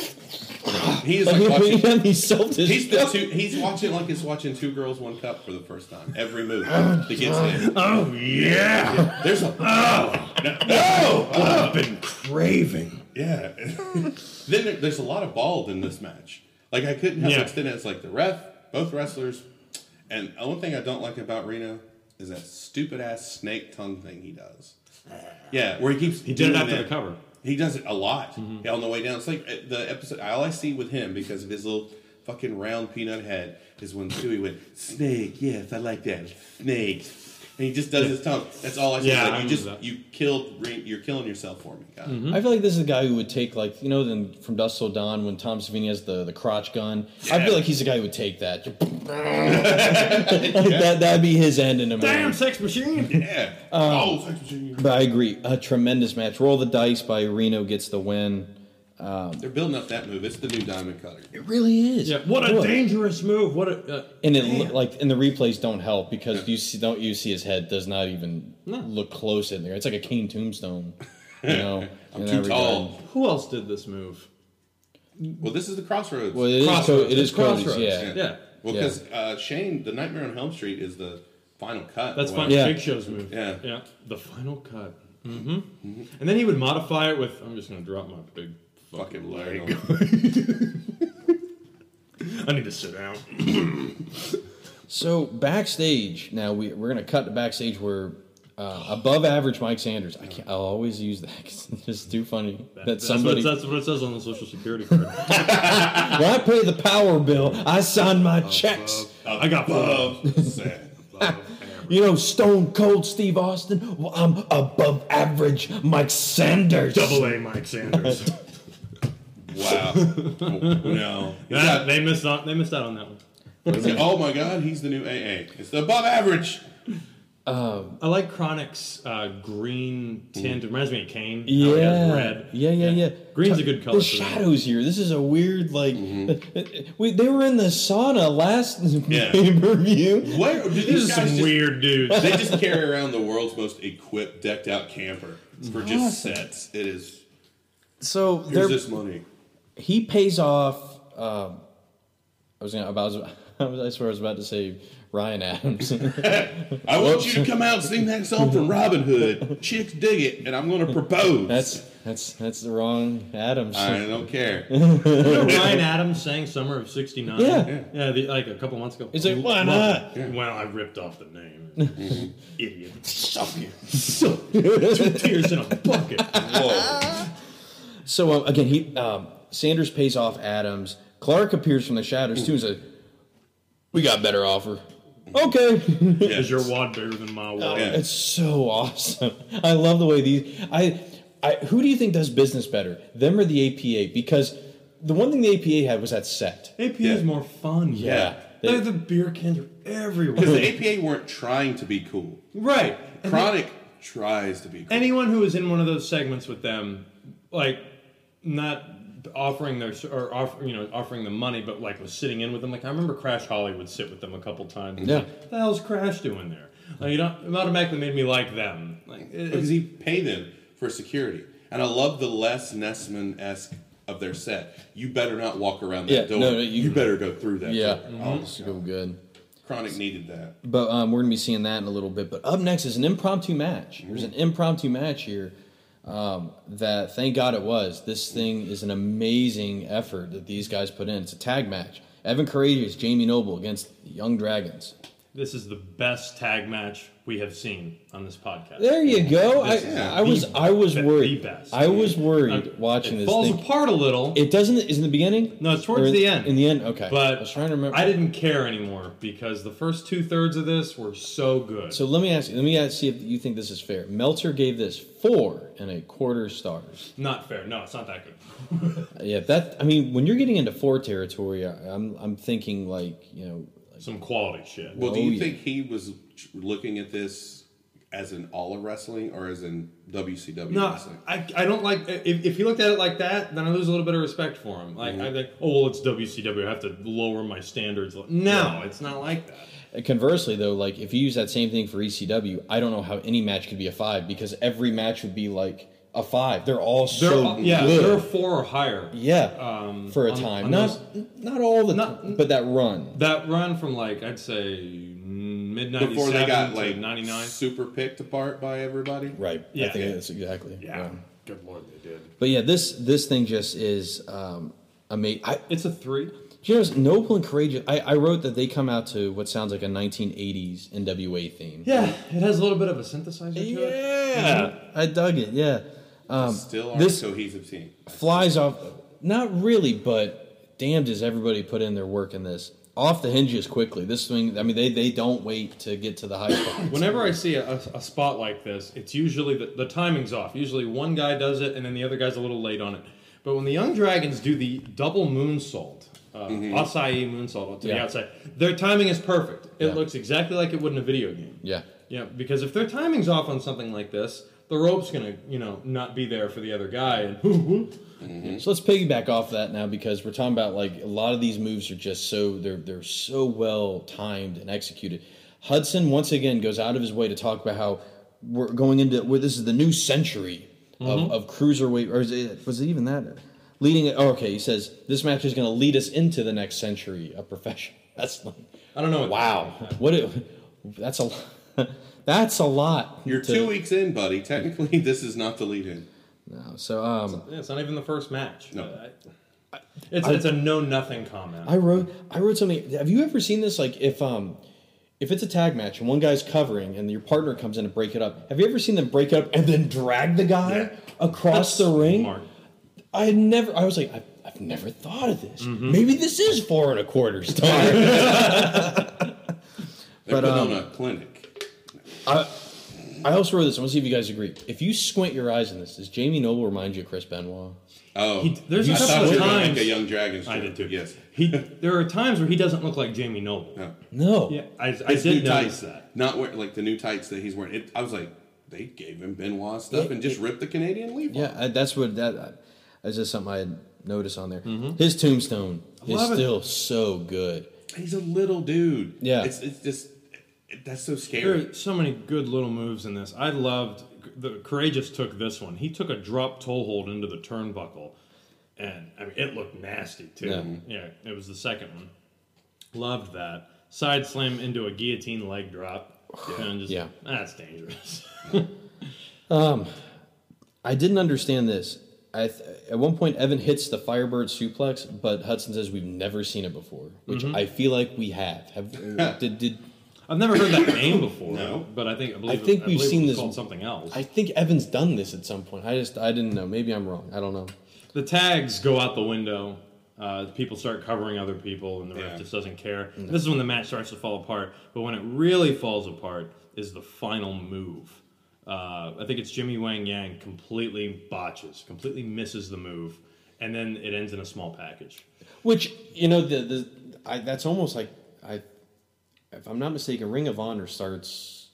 [SPEAKER 2] He's
[SPEAKER 1] like
[SPEAKER 2] like
[SPEAKER 1] we're
[SPEAKER 2] watching.
[SPEAKER 1] putting on these selfish
[SPEAKER 2] He's the two, he's watching like he's watching two girls one cup for the first time every move that gets in.
[SPEAKER 3] Oh yeah,
[SPEAKER 2] There's a
[SPEAKER 1] Ah!
[SPEAKER 3] I've been craving.
[SPEAKER 2] yeah. then there, there's a lot of bald in this match. Like I couldn't have
[SPEAKER 3] Yeah.
[SPEAKER 2] mixed in it. It's like the ref, both wrestlers, and the one thing I don't like about Reno is that stupid ass snake tongue thing he does. Yeah, where he keeps
[SPEAKER 3] He did it
[SPEAKER 2] doing
[SPEAKER 3] after the cover. Mm-hmm.
[SPEAKER 2] He does it a lot Yeah, on the way down. It's like uh, the episode. All I see with him because of his little fucking round peanut head is when Stewie went snake. Yes, I like that snake. And he just does his tongue. That's all I see.
[SPEAKER 3] Yeah,
[SPEAKER 2] Like,
[SPEAKER 3] I
[SPEAKER 2] you
[SPEAKER 3] remember
[SPEAKER 2] just
[SPEAKER 3] that. Mm-hmm.
[SPEAKER 2] you killed. Re- you're killing yourself for me, guy.
[SPEAKER 1] I feel like this is the guy who would take like you know then from Dust Till Dawn when Tom Savini has the the crotch gun. I feel like he's the guy who would take that. that that'd be his end in a
[SPEAKER 3] Damn
[SPEAKER 1] match.
[SPEAKER 3] sex machine.
[SPEAKER 2] Yeah.
[SPEAKER 1] Um,
[SPEAKER 2] oh, sex machine.
[SPEAKER 1] But I agree, a tremendous match. Roll the dice by Reno gets the win.
[SPEAKER 2] They're building up that move. It's the new diamond cutter.
[SPEAKER 1] It really is.
[SPEAKER 3] Yeah, what a
[SPEAKER 1] Look,
[SPEAKER 3] dangerous move. What a uh,
[SPEAKER 1] And it lo- like and the replays don't help because you see don't you see his head does not even look close in there. It's like a Kane tombstone. You know,
[SPEAKER 2] I'm
[SPEAKER 1] in
[SPEAKER 2] too
[SPEAKER 1] that
[SPEAKER 2] tall.
[SPEAKER 1] regard.
[SPEAKER 3] who else did this move?
[SPEAKER 2] Well, this is the crossroads.
[SPEAKER 1] Well, it is, Co-
[SPEAKER 3] Crossroads.
[SPEAKER 1] it is
[SPEAKER 3] It's
[SPEAKER 1] Cody's,
[SPEAKER 3] Crossroads.
[SPEAKER 1] yeah.
[SPEAKER 3] Yeah.
[SPEAKER 2] Well,
[SPEAKER 1] Yeah.
[SPEAKER 2] because uh, Shane, the Nightmare on Elm Street is the final cut.
[SPEAKER 3] That's
[SPEAKER 2] Or
[SPEAKER 3] fun.
[SPEAKER 2] whatever.
[SPEAKER 1] Yeah.
[SPEAKER 3] Big Show's move.
[SPEAKER 2] Yeah. Mm-hmm.
[SPEAKER 3] Yeah. The final cut. hmm And then he would modify it with, I'm just going to drop my big
[SPEAKER 2] Fucking
[SPEAKER 3] fucking leg.
[SPEAKER 2] leg.
[SPEAKER 3] I need to sit down.
[SPEAKER 1] So backstage, now we, we're going to cut to backstage where uh, above average Mike Sanders. I can't, I'll always use that 'cause it's just too funny that, somebody.
[SPEAKER 3] That's what, it- that's what it says on the social security card.
[SPEAKER 1] when I pay the power bill, I sign my checks.
[SPEAKER 3] I got uh,
[SPEAKER 2] Above Oh, sad.
[SPEAKER 1] You know, Stone Cold Steve Austin. Well, I'm above average Mike Sanders.
[SPEAKER 3] double A Mike Sanders.
[SPEAKER 2] Wow. Oh, no.
[SPEAKER 3] That- they missed out. They missed out on that one.
[SPEAKER 2] It's like, oh my god, he's the new AA. It's above average.
[SPEAKER 3] I like Chronic's uh, green tint. It reminds me of Kane.
[SPEAKER 1] Yeah.
[SPEAKER 3] How he has Oh, red.
[SPEAKER 1] yeah, yeah, yeah.
[SPEAKER 3] Green's
[SPEAKER 1] T-
[SPEAKER 3] a good color Mm-hmm.
[SPEAKER 1] The
[SPEAKER 3] for that.
[SPEAKER 1] shadows here. This is a weird like. We, they were in the sauna last
[SPEAKER 2] Yeah.
[SPEAKER 1] pay per view.
[SPEAKER 2] Where do
[SPEAKER 3] These
[SPEAKER 2] these
[SPEAKER 3] are
[SPEAKER 2] guys
[SPEAKER 3] some
[SPEAKER 2] just,
[SPEAKER 3] weird dudes.
[SPEAKER 2] They just carry around the world's most equipped, decked out camper for just sets. It is.
[SPEAKER 1] So they're
[SPEAKER 2] Here's this money.
[SPEAKER 1] he pays off. Um, I was gonna about. I, was, I swear I was about to say Ryan Adams.
[SPEAKER 2] I want you to come out and sing that song from Robin Hood. Chicks dig it, and I'm going to propose.
[SPEAKER 1] that's that's that's the wrong Adams.
[SPEAKER 2] I don't care.
[SPEAKER 3] Ryan Adams sang Summer of 69.
[SPEAKER 1] Yeah.
[SPEAKER 3] Yeah, the, like a couple months ago.
[SPEAKER 1] He's like, why
[SPEAKER 3] Love
[SPEAKER 1] not?
[SPEAKER 3] it. Well, I ripped off the name. Idiot. Suck you. Two tears in a bucket.
[SPEAKER 2] Whoa.
[SPEAKER 1] So um, again, he um, Sanders pays off Adams. Clark appears from the shadows too and says, "We got better offer." Okay,
[SPEAKER 2] Yeah.
[SPEAKER 3] Is your wad bigger than my wad?
[SPEAKER 2] Yeah.
[SPEAKER 1] it's so awesome. I love the way these. I, I, who do you think does business better, them or the APA? Because the one thing the APA had was that set.
[SPEAKER 3] APA
[SPEAKER 2] Yeah.
[SPEAKER 3] is more fun.
[SPEAKER 1] Yeah.
[SPEAKER 3] They, the beer cans are
[SPEAKER 2] Because
[SPEAKER 3] everywhere.
[SPEAKER 2] the APA weren't trying to be cool.
[SPEAKER 3] right. And
[SPEAKER 2] Chronic tries to be cool.
[SPEAKER 3] anyone who was in one of those segments with them, like not offering their or offer, you know offering them money, but like was sitting in with them. Like I remember Crash Holly would sit with them a couple times.
[SPEAKER 1] Yeah.
[SPEAKER 3] what the hell's Crash doing there? Like you don't it automatically made me like them. Like it-
[SPEAKER 2] because
[SPEAKER 3] it's,
[SPEAKER 2] he paid them for security. And I love the Les Nessman esque of their set. You better not walk around that
[SPEAKER 1] Yeah,
[SPEAKER 2] door.
[SPEAKER 1] no, no,
[SPEAKER 2] you,
[SPEAKER 1] you-
[SPEAKER 2] better go through that
[SPEAKER 1] Yeah,
[SPEAKER 2] door.
[SPEAKER 3] Mm-hmm.
[SPEAKER 2] Oh,
[SPEAKER 1] so good.
[SPEAKER 2] Chronic needed that.
[SPEAKER 1] But um, we're gonna be seeing that in a little bit. But up next is an impromptu match. There's an impromptu match here. Um, that thank God it was. This thing is an amazing effort that these guys put in. It's a tag match. Evan Courageous, Jamie Noble against the Young Dragons.
[SPEAKER 3] this is the best tag match we have seen on this podcast.
[SPEAKER 1] There you go. I,
[SPEAKER 2] Yeah.
[SPEAKER 1] I was I was
[SPEAKER 3] The
[SPEAKER 1] worried.
[SPEAKER 3] best.
[SPEAKER 1] I was worried
[SPEAKER 3] Um,
[SPEAKER 1] watching
[SPEAKER 3] it
[SPEAKER 1] this
[SPEAKER 3] falls
[SPEAKER 1] thing.
[SPEAKER 3] apart a little.
[SPEAKER 1] It doesn't. Is in the beginning?
[SPEAKER 3] No, it's towards
[SPEAKER 1] Or in-
[SPEAKER 3] the end.
[SPEAKER 1] In the end, okay.
[SPEAKER 3] but
[SPEAKER 1] I was trying to remember.
[SPEAKER 3] I didn't care anymore because the first two thirds of this were so good.
[SPEAKER 1] So let me ask you. Let me ask, see if you think this is fair. Meltzer gave this four and a quarter stars.
[SPEAKER 3] not fair. No, it's not that good.
[SPEAKER 1] Yeah, that I mean, when you're getting into four territory, I, I'm I'm thinking like you know, like,
[SPEAKER 3] Some quality shit.
[SPEAKER 2] Well, do
[SPEAKER 1] Oh,
[SPEAKER 2] you
[SPEAKER 1] yeah.
[SPEAKER 2] think he was ch- looking at this as in all of wrestling or as in WCW
[SPEAKER 3] No,
[SPEAKER 2] wrestling?
[SPEAKER 3] I, I don't like if, if he looked at it like that, then I lose a little bit of respect for him. Like I think, oh well, it's WCW. I have to lower my standards. No, it's not like that.
[SPEAKER 1] And Conversely, though, like if you use that same thing for ECW, I don't know how any match could be a five because every match would be like a five. They're all
[SPEAKER 3] They're
[SPEAKER 1] so
[SPEAKER 3] all- yeah,
[SPEAKER 1] good.
[SPEAKER 3] they're four or higher.
[SPEAKER 1] yeah,
[SPEAKER 3] um,
[SPEAKER 1] for a
[SPEAKER 3] on-
[SPEAKER 1] time,
[SPEAKER 3] on
[SPEAKER 1] not
[SPEAKER 3] those-
[SPEAKER 1] not all the
[SPEAKER 3] Not-
[SPEAKER 1] time, but that run.
[SPEAKER 3] That run from like I'd say mid ninety
[SPEAKER 2] Before
[SPEAKER 3] seven
[SPEAKER 2] they got
[SPEAKER 3] to
[SPEAKER 2] like
[SPEAKER 3] ninety nine.
[SPEAKER 2] super picked apart by everybody.
[SPEAKER 1] Right. I
[SPEAKER 3] Yeah.
[SPEAKER 1] think
[SPEAKER 3] Yeah.
[SPEAKER 1] that's exactly.
[SPEAKER 3] Yeah, good lord, they did.
[SPEAKER 1] But yeah, this this thing just is um, amazing. I,
[SPEAKER 3] It's a three.
[SPEAKER 1] you know, it's noble and courageous. I, I wrote that they come out to what sounds like a 1980s NWA theme.
[SPEAKER 3] Yeah, it has a little bit of a synthesizer to it. Mm-hmm.
[SPEAKER 1] Yeah. Mm-hmm. I dug it. Yeah.
[SPEAKER 2] Still are
[SPEAKER 1] This-
[SPEAKER 2] a cohesive team.
[SPEAKER 1] flies off. Not really, but damn, does everybody put in their work in this? Off the hinges quickly. This thing, I mean, they, they don't wait to get to the high spots.
[SPEAKER 3] Whenever I see a, a spot like this, it's usually the, the timing's off. Usually one guy does it and then the other guy's a little late on it. But when the Young Dragons do the double moonsault, uh, acai moonsault to the
[SPEAKER 1] Yeah.
[SPEAKER 3] outside, their timing is perfect. It
[SPEAKER 1] Yeah.
[SPEAKER 3] looks exactly like it would in a video game.
[SPEAKER 1] yeah.
[SPEAKER 3] Yeah, because if their timing's off on something like this, the rope's gonna, you know, not be there for the other guy. And
[SPEAKER 1] So let's piggyback off that now because we're talking about like a lot of these moves are just so they're they're so well timed and executed. Hudson once again goes out of his way to talk about how we're going into where this is the new century of, of cruiserweight or is it, was it even that leading? Oh, okay, he says this match is going to lead us into the next century of professional wrestling.
[SPEAKER 3] I don't know. What
[SPEAKER 1] Wow, what it, that's a lo- that's a lot.
[SPEAKER 2] You're
[SPEAKER 1] to-
[SPEAKER 2] two weeks in, buddy. Technically, this is not the lead in.
[SPEAKER 1] No, so um,
[SPEAKER 3] Yeah, it's not even the first match.
[SPEAKER 2] No.
[SPEAKER 3] Uh, I- it's, it's a no nothing comment.
[SPEAKER 1] I wrote I wrote something. Have you ever seen this? Like if um if it's a tag match and one guy's covering and your partner comes in to break it up, have you ever seen them break it up and then drag the guy
[SPEAKER 2] Yeah.
[SPEAKER 1] across the ring?
[SPEAKER 3] Mark.
[SPEAKER 1] I had never. I was like, I've, I've never thought of this.
[SPEAKER 3] Mm-hmm.
[SPEAKER 1] Maybe this is four and a quarter star.
[SPEAKER 2] They're
[SPEAKER 1] But, um,
[SPEAKER 2] putting on a clinic.
[SPEAKER 1] I also wrote this. I want to see if you guys agree. If you squint your eyes in this, does Jamie Noble remind you of Chris Benoit?
[SPEAKER 2] Oh,
[SPEAKER 3] He- there's a
[SPEAKER 2] I
[SPEAKER 3] couple
[SPEAKER 2] thought
[SPEAKER 3] of
[SPEAKER 2] you were gonna
[SPEAKER 3] times-
[SPEAKER 2] make a Young Dragons.
[SPEAKER 3] I
[SPEAKER 2] joke.
[SPEAKER 3] did too.
[SPEAKER 2] Yes.
[SPEAKER 3] He there are times where he doesn't look like Jamie Noble.
[SPEAKER 2] No.
[SPEAKER 1] No.
[SPEAKER 3] Yeah, I, I
[SPEAKER 2] His
[SPEAKER 3] did
[SPEAKER 2] new tights,
[SPEAKER 3] notice that.
[SPEAKER 2] Not wear, like the new tights that he's wearing. It, I was like, they gave him Benoit stuff
[SPEAKER 1] Yeah,
[SPEAKER 2] and just ripped the Canadian leaf off.
[SPEAKER 1] Yeah, I, that's what that. I, that's just something I had noticed on there. His tombstone is
[SPEAKER 3] Mm-hmm. love it.
[SPEAKER 1] still so good.
[SPEAKER 2] He's a little dude.
[SPEAKER 1] Yeah.
[SPEAKER 2] It's it's just it, that's so
[SPEAKER 3] There
[SPEAKER 2] scary.
[SPEAKER 3] are so many good little moves in this. I loved the courageous took this one. He took a drop toe hold into the turnbuckle, and I mean it looked nasty too.
[SPEAKER 1] Yeah.
[SPEAKER 3] Yeah, it was the second one. Loved that side slam into a guillotine leg drop. And just,
[SPEAKER 1] Yeah.
[SPEAKER 3] that's dangerous.
[SPEAKER 1] I didn't understand this. I th- at one point, Evan hits the Firebird suplex, but Hudson says we've never seen it before, which I feel like we have. Have did, did
[SPEAKER 3] I've never heard that name before.
[SPEAKER 2] No.
[SPEAKER 3] but I think I, believe
[SPEAKER 1] think
[SPEAKER 3] it,
[SPEAKER 1] we've
[SPEAKER 3] believe it
[SPEAKER 1] seen
[SPEAKER 3] was
[SPEAKER 1] this-
[SPEAKER 3] called something else.
[SPEAKER 1] I think Evan's done this at some point? I just I didn't know. Maybe I'm wrong. I don't know.
[SPEAKER 3] The tags go out the window. Uh, people start covering other people, and the
[SPEAKER 2] Yeah.
[SPEAKER 3] ref just doesn't care. This is when the match starts to fall apart. But when it really falls apart is the final move. Uh, I think it's Jimmy Wang Yang completely botches, completely misses the move, and then it ends in a small package.
[SPEAKER 1] Which you know the the I, that's almost like I if I'm not mistaken, Ring of Honor starts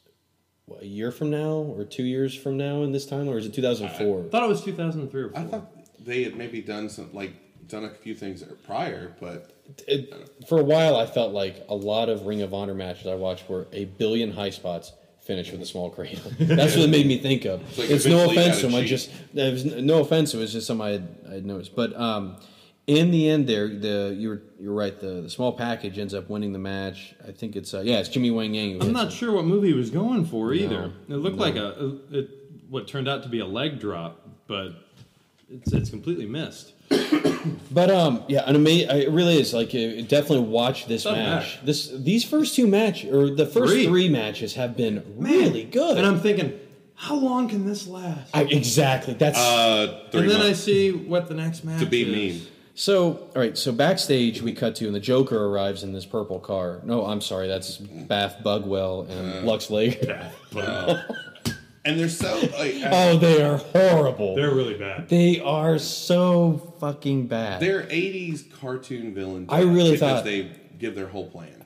[SPEAKER 1] what, a year from now or two years from now in this time, or is it 2004?
[SPEAKER 3] I thought it was 2003 or 4.
[SPEAKER 2] I thought they had maybe done some like done a few things prior, but
[SPEAKER 1] it, for a while, I felt like a lot of Ring of Honor matches I watched were a billion high spots finished with a small cradle. That's what it made me think of. It's,
[SPEAKER 2] like
[SPEAKER 1] no
[SPEAKER 2] eventually you
[SPEAKER 1] offense
[SPEAKER 2] gotta
[SPEAKER 1] to him. I
[SPEAKER 2] cheat.
[SPEAKER 1] just it was n- no offense. It was just something I had, I had noticed. But um, in the end, there the you're you're right. The, the small package ends up winning the match. I think it's uh, yeah, it's Jimmy Wang Yang. who
[SPEAKER 3] I'm
[SPEAKER 1] hits
[SPEAKER 3] not
[SPEAKER 1] it.
[SPEAKER 3] sure what movie he was going for either. It looked like a, a it, what turned out to be a leg drop, but it's, it's completely missed.
[SPEAKER 1] But um, yeah, an amazing. It really is like uh definitely watch this
[SPEAKER 3] Doesn't
[SPEAKER 1] match.
[SPEAKER 3] matter.
[SPEAKER 1] This these first two match or the first
[SPEAKER 3] Three.
[SPEAKER 1] three, matches have been
[SPEAKER 3] Man.
[SPEAKER 1] really good.
[SPEAKER 3] And I'm thinking, how long can this last?
[SPEAKER 1] I, exactly that's
[SPEAKER 2] uh, three
[SPEAKER 3] and then I
[SPEAKER 2] months
[SPEAKER 3] see what the next match
[SPEAKER 2] to be
[SPEAKER 3] is.
[SPEAKER 2] mean.
[SPEAKER 1] So, all right. So backstage, we cut to, and the Joker arrives in this purple car. No, I'm sorry, that's Bath Bugwell and Lux Lager.
[SPEAKER 2] And they're so like uh,
[SPEAKER 1] Oh, they are horrible. They're,
[SPEAKER 3] They're really bad.
[SPEAKER 1] so fucking bad.
[SPEAKER 2] they're '80s cartoon villains.
[SPEAKER 1] I really
[SPEAKER 2] because
[SPEAKER 1] thought-
[SPEAKER 2] they give their whole plan.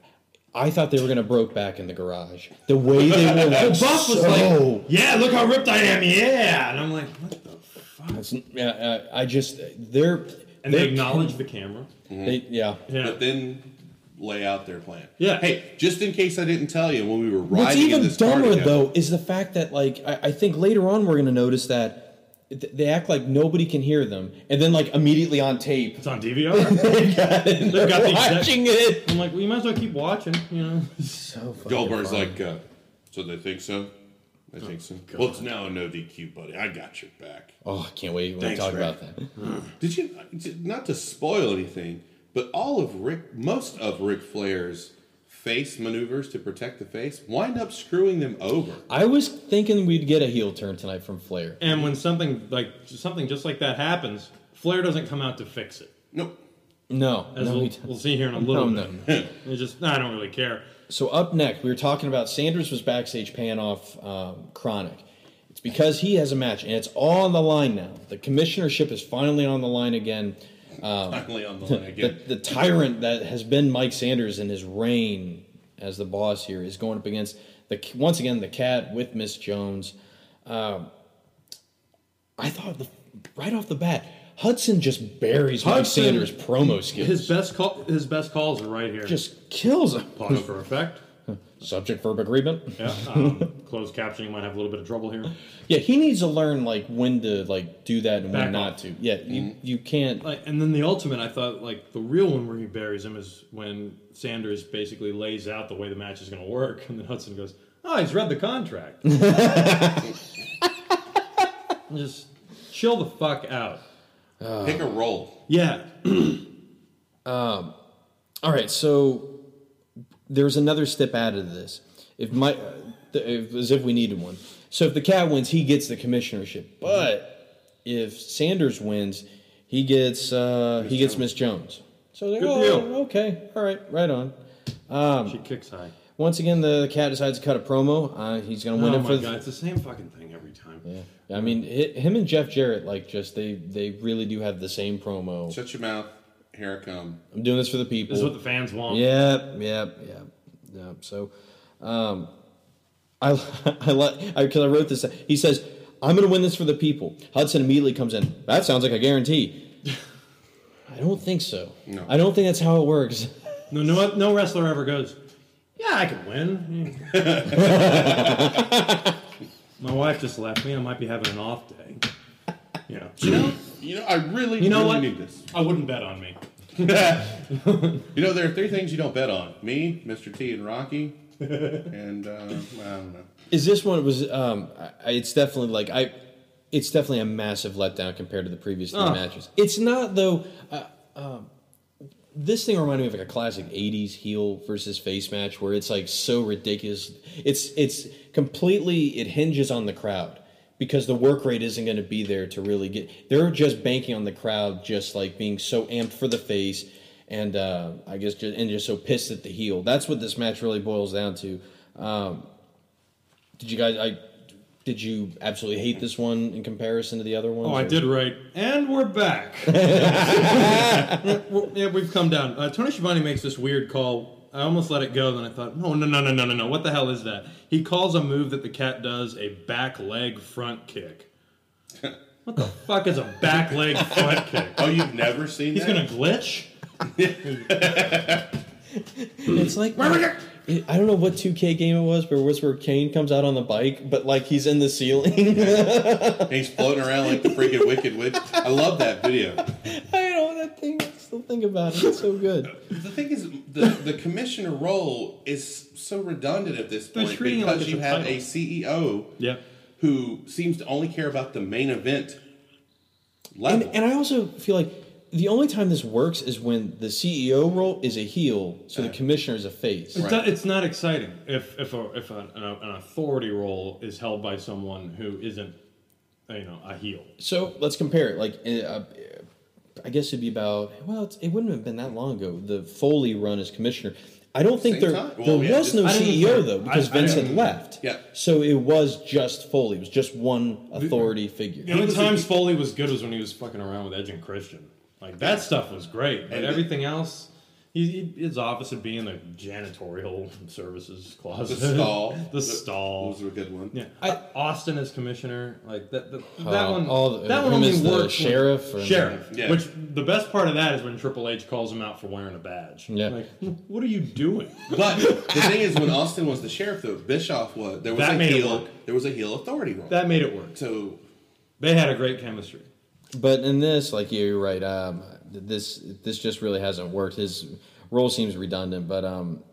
[SPEAKER 1] I thought they were gonna broke back in the garage. The way they were, like,
[SPEAKER 3] Buff was
[SPEAKER 1] so-
[SPEAKER 3] like, "Yeah, look how ripped I am, yeah," and I'm like, "What the?" F-?
[SPEAKER 1] It's- yeah, uh, I just they're
[SPEAKER 3] And they acknowledge the camera.
[SPEAKER 1] they, yeah.
[SPEAKER 3] Yeah,
[SPEAKER 2] But then lay out their plan.
[SPEAKER 3] Yeah.
[SPEAKER 2] Hey, just in case I didn't tell you when we were riding
[SPEAKER 1] What's
[SPEAKER 2] in
[SPEAKER 1] even
[SPEAKER 2] this
[SPEAKER 1] dumber
[SPEAKER 2] car together-
[SPEAKER 1] though is the fact that like I, I think later on we're gonna notice that th- they act like nobody can hear them, and then like immediately on tape
[SPEAKER 3] it's on DVR.
[SPEAKER 1] they're
[SPEAKER 3] got the exact-
[SPEAKER 1] watching it.
[SPEAKER 3] I'm like, well, you might as well keep watching. You know,
[SPEAKER 1] So fucking
[SPEAKER 2] Goldberg's
[SPEAKER 1] funny.
[SPEAKER 2] like, uh, so they think so. I think so. Well, it's now an ODQ, buddy. I got your back.
[SPEAKER 1] oh, I can't wait when we
[SPEAKER 2] Thanks,
[SPEAKER 1] talk
[SPEAKER 2] Rick.
[SPEAKER 1] about that.
[SPEAKER 2] Did you not to spoil anything, but all of Rick, most of Ric Flair's face maneuvers to protect the face wind up screwing them over.
[SPEAKER 1] I was thinking we'd get a heel turn tonight from Flair.
[SPEAKER 3] and when something like something just like that happens, Flair doesn't come out to fix it.
[SPEAKER 2] Nope.
[SPEAKER 1] No,
[SPEAKER 3] As
[SPEAKER 1] no,
[SPEAKER 3] we'll,
[SPEAKER 1] he doesn't.
[SPEAKER 3] we'll see here in a little
[SPEAKER 1] No,
[SPEAKER 3] bit. It's just I don't really care.
[SPEAKER 1] So up next, we were talking about Sanders was backstage paying off um, Chronic. It's because he has a match, and it's all on the line now. The commissionership is finally on the line again.
[SPEAKER 2] Finally on the line
[SPEAKER 1] The,
[SPEAKER 2] again.
[SPEAKER 1] the tyrant that has been Mike Sanders in his reign as the boss here is going up against the once again the cat with Miss Jones. Um, I thought the, right off the bat, Hudson just buries Mike
[SPEAKER 3] Hudson-
[SPEAKER 1] Sanders' promo skills.
[SPEAKER 3] His best call, his best calls are right here.
[SPEAKER 1] just kills him.
[SPEAKER 3] pause for effect.
[SPEAKER 1] Subject verb agreement.
[SPEAKER 3] Yeah, um, closed captioning might have a little bit of trouble here.
[SPEAKER 1] Yeah, he needs to learn like when to like do that and
[SPEAKER 3] Back
[SPEAKER 1] when not
[SPEAKER 3] off.
[SPEAKER 1] to. Yeah, you you can't.
[SPEAKER 3] Like, and then the ultimate, I thought, like the real one where he buries him is when Sanders basically lays out the way the match is going to work, and then Hudson goes, "Oh, he's read the contract." Just chill the fuck out.
[SPEAKER 2] Pick a roll.
[SPEAKER 3] Yeah,
[SPEAKER 1] All right, so there's another step added to this. If my, if, as if we needed one. So if the cat wins, he gets the commissionership. But if Sanders wins, he gets uh, he gets Miss Jones. So they're
[SPEAKER 3] Good
[SPEAKER 1] oh,
[SPEAKER 3] deal.
[SPEAKER 1] okay, all right, right on. Um,
[SPEAKER 3] she kicks high.
[SPEAKER 1] Once again, the cat decides to cut a promo. Uh, he's gonna win
[SPEAKER 3] Oh
[SPEAKER 1] it for
[SPEAKER 3] my
[SPEAKER 1] the,
[SPEAKER 3] god, it's the same fucking thing every time.
[SPEAKER 1] Yeah. I mean, hi him and Jeff Jarrett, like, just they they really do have the same promo.
[SPEAKER 2] Shut your mouth. Here I come.
[SPEAKER 1] I'm doing this for the people.
[SPEAKER 3] This is what the fans want.
[SPEAKER 1] Yep, yep, yep, yep. So, um, I I like because I wrote this. He says, "I'm going to win this for the people." Hudson immediately comes in. That sounds like a guarantee. I don't think so.
[SPEAKER 2] No.
[SPEAKER 1] I don't think that's how it works.
[SPEAKER 3] No, no, no wrestler ever goes. Yeah, I could win. my wife just left me. I might be having an off day. Yeah.
[SPEAKER 2] You know, you know I really,
[SPEAKER 3] You know
[SPEAKER 2] really
[SPEAKER 3] what?
[SPEAKER 2] need this.
[SPEAKER 3] I wouldn't bet on me.
[SPEAKER 2] You know, there are three things you don't bet on: me, Mr. T, and Rocky. and uh, I don't know.
[SPEAKER 1] Is this one was? Um, I, it's definitely like I. It's definitely a massive letdown compared to the previous three
[SPEAKER 3] Oh.
[SPEAKER 1] matches. It's not though. Uh, um, this thing reminded me of like a classic '80s heel versus face match where it's like so ridiculous. It's it's completely it hinges on the crowd because the work rate isn't going to be there to really get. They're just banking on the crowd, just like being so amped for the face, and uh, I guess just, and just so pissed at the heel. That's what this match really boils down to. Um, did you guys? I did you absolutely hate this one in comparison to the other ones?
[SPEAKER 3] Oh, I
[SPEAKER 1] or-
[SPEAKER 3] did right. And we're back. We're- yeah, we've come down. Uh, Tony Schiavone makes this weird call. I almost let it go, then I thought, no, no, no, no, no, no, no. What the hell is that? He calls a move that the cat does a back leg front kick. What the fuck is a back leg front kick?
[SPEAKER 2] Oh, you've never seen
[SPEAKER 3] He's
[SPEAKER 2] that?
[SPEAKER 3] gonna glitch?
[SPEAKER 1] It's like It- I don't know what 2K game it was, but it was where Kane comes out on the bike, but like he's in the ceiling.
[SPEAKER 2] And he's floating around like the freaking Wicked Witch. I love that video.
[SPEAKER 1] I don't know that thing. I still think about it. It's so good.
[SPEAKER 2] The thing is, the, the commissioner role is so redundant at this
[SPEAKER 3] They're
[SPEAKER 2] point
[SPEAKER 3] treating it like
[SPEAKER 2] because
[SPEAKER 3] it's
[SPEAKER 2] you
[SPEAKER 3] a
[SPEAKER 2] have
[SPEAKER 3] title.
[SPEAKER 2] a CEO
[SPEAKER 3] Yeah.
[SPEAKER 2] who seems to only care about the main event
[SPEAKER 1] And,
[SPEAKER 2] level.
[SPEAKER 1] and I also feel like the only time this works is when the CEO role is a heel, so the commissioner is a face.
[SPEAKER 3] It's, not, it's not exciting if if a, if an, an, an authority role is held by someone who isn't, you know, a heel.
[SPEAKER 1] So let's compare it. Like, uh, uh, I guess it'd be about well, it's, it wouldn't have been that long ago. The Foley run as commissioner. I don't think
[SPEAKER 2] Same
[SPEAKER 1] there
[SPEAKER 2] time?
[SPEAKER 1] there
[SPEAKER 2] Well, yeah,
[SPEAKER 1] was
[SPEAKER 2] just-
[SPEAKER 1] no
[SPEAKER 3] I didn't care.
[SPEAKER 1] CEO though
[SPEAKER 3] I-
[SPEAKER 1] because
[SPEAKER 3] I
[SPEAKER 1] Vincent
[SPEAKER 3] didn't-
[SPEAKER 1] left.
[SPEAKER 2] Yeah.
[SPEAKER 1] So it was just Foley. It was just one authority figure.
[SPEAKER 3] The only times Foley was good was when he was fucking around with Edge and Christian. Like that stuff was great, but
[SPEAKER 2] And-
[SPEAKER 3] everything else, He, he, his office would be in the janitorial services
[SPEAKER 2] The
[SPEAKER 3] closet.
[SPEAKER 2] stall.
[SPEAKER 3] the stall.
[SPEAKER 2] Those were a good one.
[SPEAKER 3] Yeah, Uh, Austin as commissioner, like that. The, that
[SPEAKER 1] Oh,
[SPEAKER 3] one,
[SPEAKER 1] all the-
[SPEAKER 3] that one
[SPEAKER 1] him
[SPEAKER 3] only
[SPEAKER 1] as the
[SPEAKER 3] works when-
[SPEAKER 1] sheriff or-
[SPEAKER 3] sheriff.
[SPEAKER 2] Yeah.
[SPEAKER 3] Which the best part of that is when Triple H calls him out for wearing a badge.
[SPEAKER 1] Yeah.
[SPEAKER 3] Like, what are you doing?
[SPEAKER 2] But the thing is, when Austin was the sheriff, though Bischoff was there was
[SPEAKER 3] That
[SPEAKER 2] a
[SPEAKER 3] made it
[SPEAKER 2] heel.
[SPEAKER 3] work.
[SPEAKER 2] There was a heel authority role.
[SPEAKER 3] That made it work.
[SPEAKER 2] so
[SPEAKER 3] They had a great chemistry.
[SPEAKER 1] But in this, like you're right, um, this this just really hasn't worked. His role seems redundant, but um,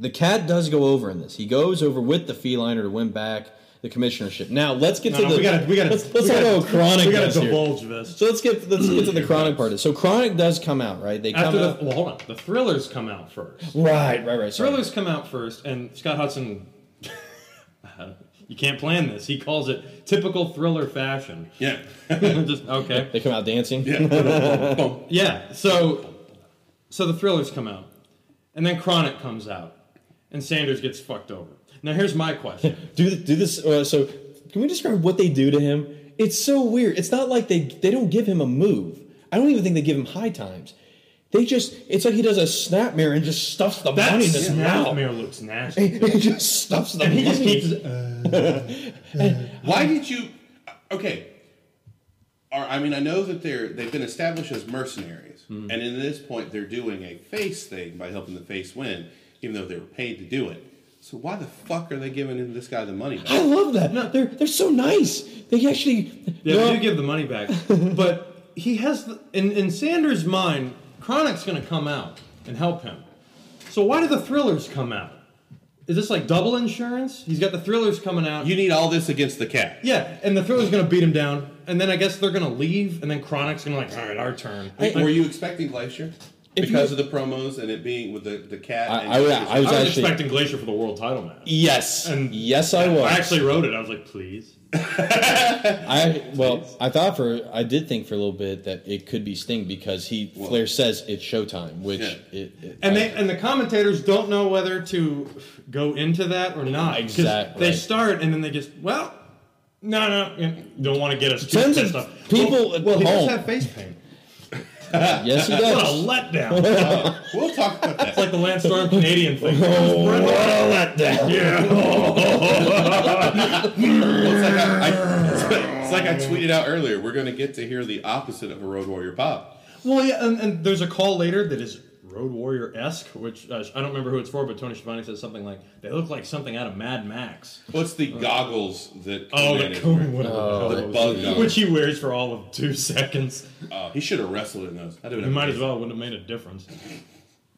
[SPEAKER 1] the cat does go over in this. He goes over with the feliner to win back the commissionership. Now let's get
[SPEAKER 3] No,
[SPEAKER 1] to
[SPEAKER 3] no,
[SPEAKER 1] the
[SPEAKER 3] we gotta- we gotta-
[SPEAKER 1] let's, let's
[SPEAKER 3] we
[SPEAKER 1] not
[SPEAKER 3] gotta-
[SPEAKER 1] go chronic.
[SPEAKER 3] we got
[SPEAKER 1] goes
[SPEAKER 3] to
[SPEAKER 1] here.
[SPEAKER 3] divulge this.
[SPEAKER 1] So let's get let's get to the chronic part. So chronic does come out, right? They come
[SPEAKER 3] After the,
[SPEAKER 1] out.
[SPEAKER 3] well, hold on. The thrillers come out first.
[SPEAKER 1] Right, right, right. Sorry.
[SPEAKER 3] Thrillers come out first, and Scott Hudson. you can't plan this. He calls it typical thriller fashion.
[SPEAKER 2] yeah,
[SPEAKER 3] Just okay.
[SPEAKER 1] They come out dancing.
[SPEAKER 2] yeah.
[SPEAKER 3] Yeah. So, so the thrillers come out, and then Chronic comes out, and Sanders gets fucked over. Now here's my question.
[SPEAKER 1] do th- do this. Uh, so, can we describe what they do to him? It's so weird. It's not like they they don't give him a move. I don't even think they give him high times. They just it's like he does a snap mirror and just stuffs the
[SPEAKER 3] That
[SPEAKER 1] money in his
[SPEAKER 3] snap
[SPEAKER 1] mouth.
[SPEAKER 3] mirror looks nasty.
[SPEAKER 1] He just stuffs the
[SPEAKER 3] And
[SPEAKER 1] money.
[SPEAKER 3] he just keeps.
[SPEAKER 2] Why did you? Okay. Or, I mean, I know that they're they've been established as mercenaries,
[SPEAKER 3] Hmm.
[SPEAKER 2] and in this point, they're doing a face thing by helping the face win, even though they were paid to do it. So why the fuck are they giving him this guy the money?
[SPEAKER 1] I
[SPEAKER 2] back?
[SPEAKER 1] love that. they're they're so nice. They actually
[SPEAKER 3] Yeah,
[SPEAKER 1] No,
[SPEAKER 3] we do give the money back, but he has the, in in Sanders' mind, Chronic's going to come out and help him. So why do the thrillers come out? Is this like double insurance? He's got the thrillers coming out.
[SPEAKER 2] You need all this against the cat.
[SPEAKER 3] yeah, and the thriller's going to beat him down, and then I guess they're going to leave, and then Chronic's going to like, all right, our turn.
[SPEAKER 1] I-
[SPEAKER 2] Were you expecting Glacier?
[SPEAKER 1] If
[SPEAKER 2] Because
[SPEAKER 1] you-
[SPEAKER 2] of the promos and it being with the, the cat.
[SPEAKER 1] I-
[SPEAKER 2] and
[SPEAKER 1] I would- I would-
[SPEAKER 3] I was
[SPEAKER 1] actually-
[SPEAKER 3] expecting Glacier for the world title match.
[SPEAKER 1] yes,
[SPEAKER 3] And-
[SPEAKER 1] yes, I was.
[SPEAKER 3] I actually wrote it. I was like, please.
[SPEAKER 1] I well, I thought for I did think for a little bit that it could be Sting because he Flair says it's showtime, which
[SPEAKER 2] Yeah.
[SPEAKER 1] it, it-
[SPEAKER 3] And they and the commentators don't know whether to go into that or not. 'Cause
[SPEAKER 1] Exactly.
[SPEAKER 3] They start and then they just well, no, no, you know, don't want to get us too
[SPEAKER 1] Tons of
[SPEAKER 3] pissed off.
[SPEAKER 1] people
[SPEAKER 3] Well,
[SPEAKER 1] at
[SPEAKER 3] well, he
[SPEAKER 1] home.
[SPEAKER 3] does have face paint.
[SPEAKER 1] yes, he
[SPEAKER 3] What a
[SPEAKER 1] does.
[SPEAKER 3] letdown!
[SPEAKER 2] We'll talk about that.
[SPEAKER 3] it's like the Lance Storm Canadian thing.
[SPEAKER 1] Oh,
[SPEAKER 3] Yeah.
[SPEAKER 2] It's like I, I- it's like- it's like I tweeted out earlier. We're going to get to hear the opposite of a Road Warrior pop.
[SPEAKER 3] Well, yeah, and, and there's a call later that is Road Warrior esque, which uh, I don't remember who it's for, but Tony Schiavone says something like, "They look like something out of Mad Max."
[SPEAKER 2] What's the goggles that?
[SPEAKER 3] Oh,
[SPEAKER 2] Conan
[SPEAKER 3] the
[SPEAKER 2] is
[SPEAKER 3] Conan,
[SPEAKER 2] wearing?
[SPEAKER 3] whatever the
[SPEAKER 1] Oh,
[SPEAKER 3] hell
[SPEAKER 2] The
[SPEAKER 3] it was.
[SPEAKER 2] bug goggles.
[SPEAKER 3] which he wears for all of two seconds.
[SPEAKER 2] Uh, he should have wrestled in those. I don't
[SPEAKER 3] It might as well wouldn't have made a difference.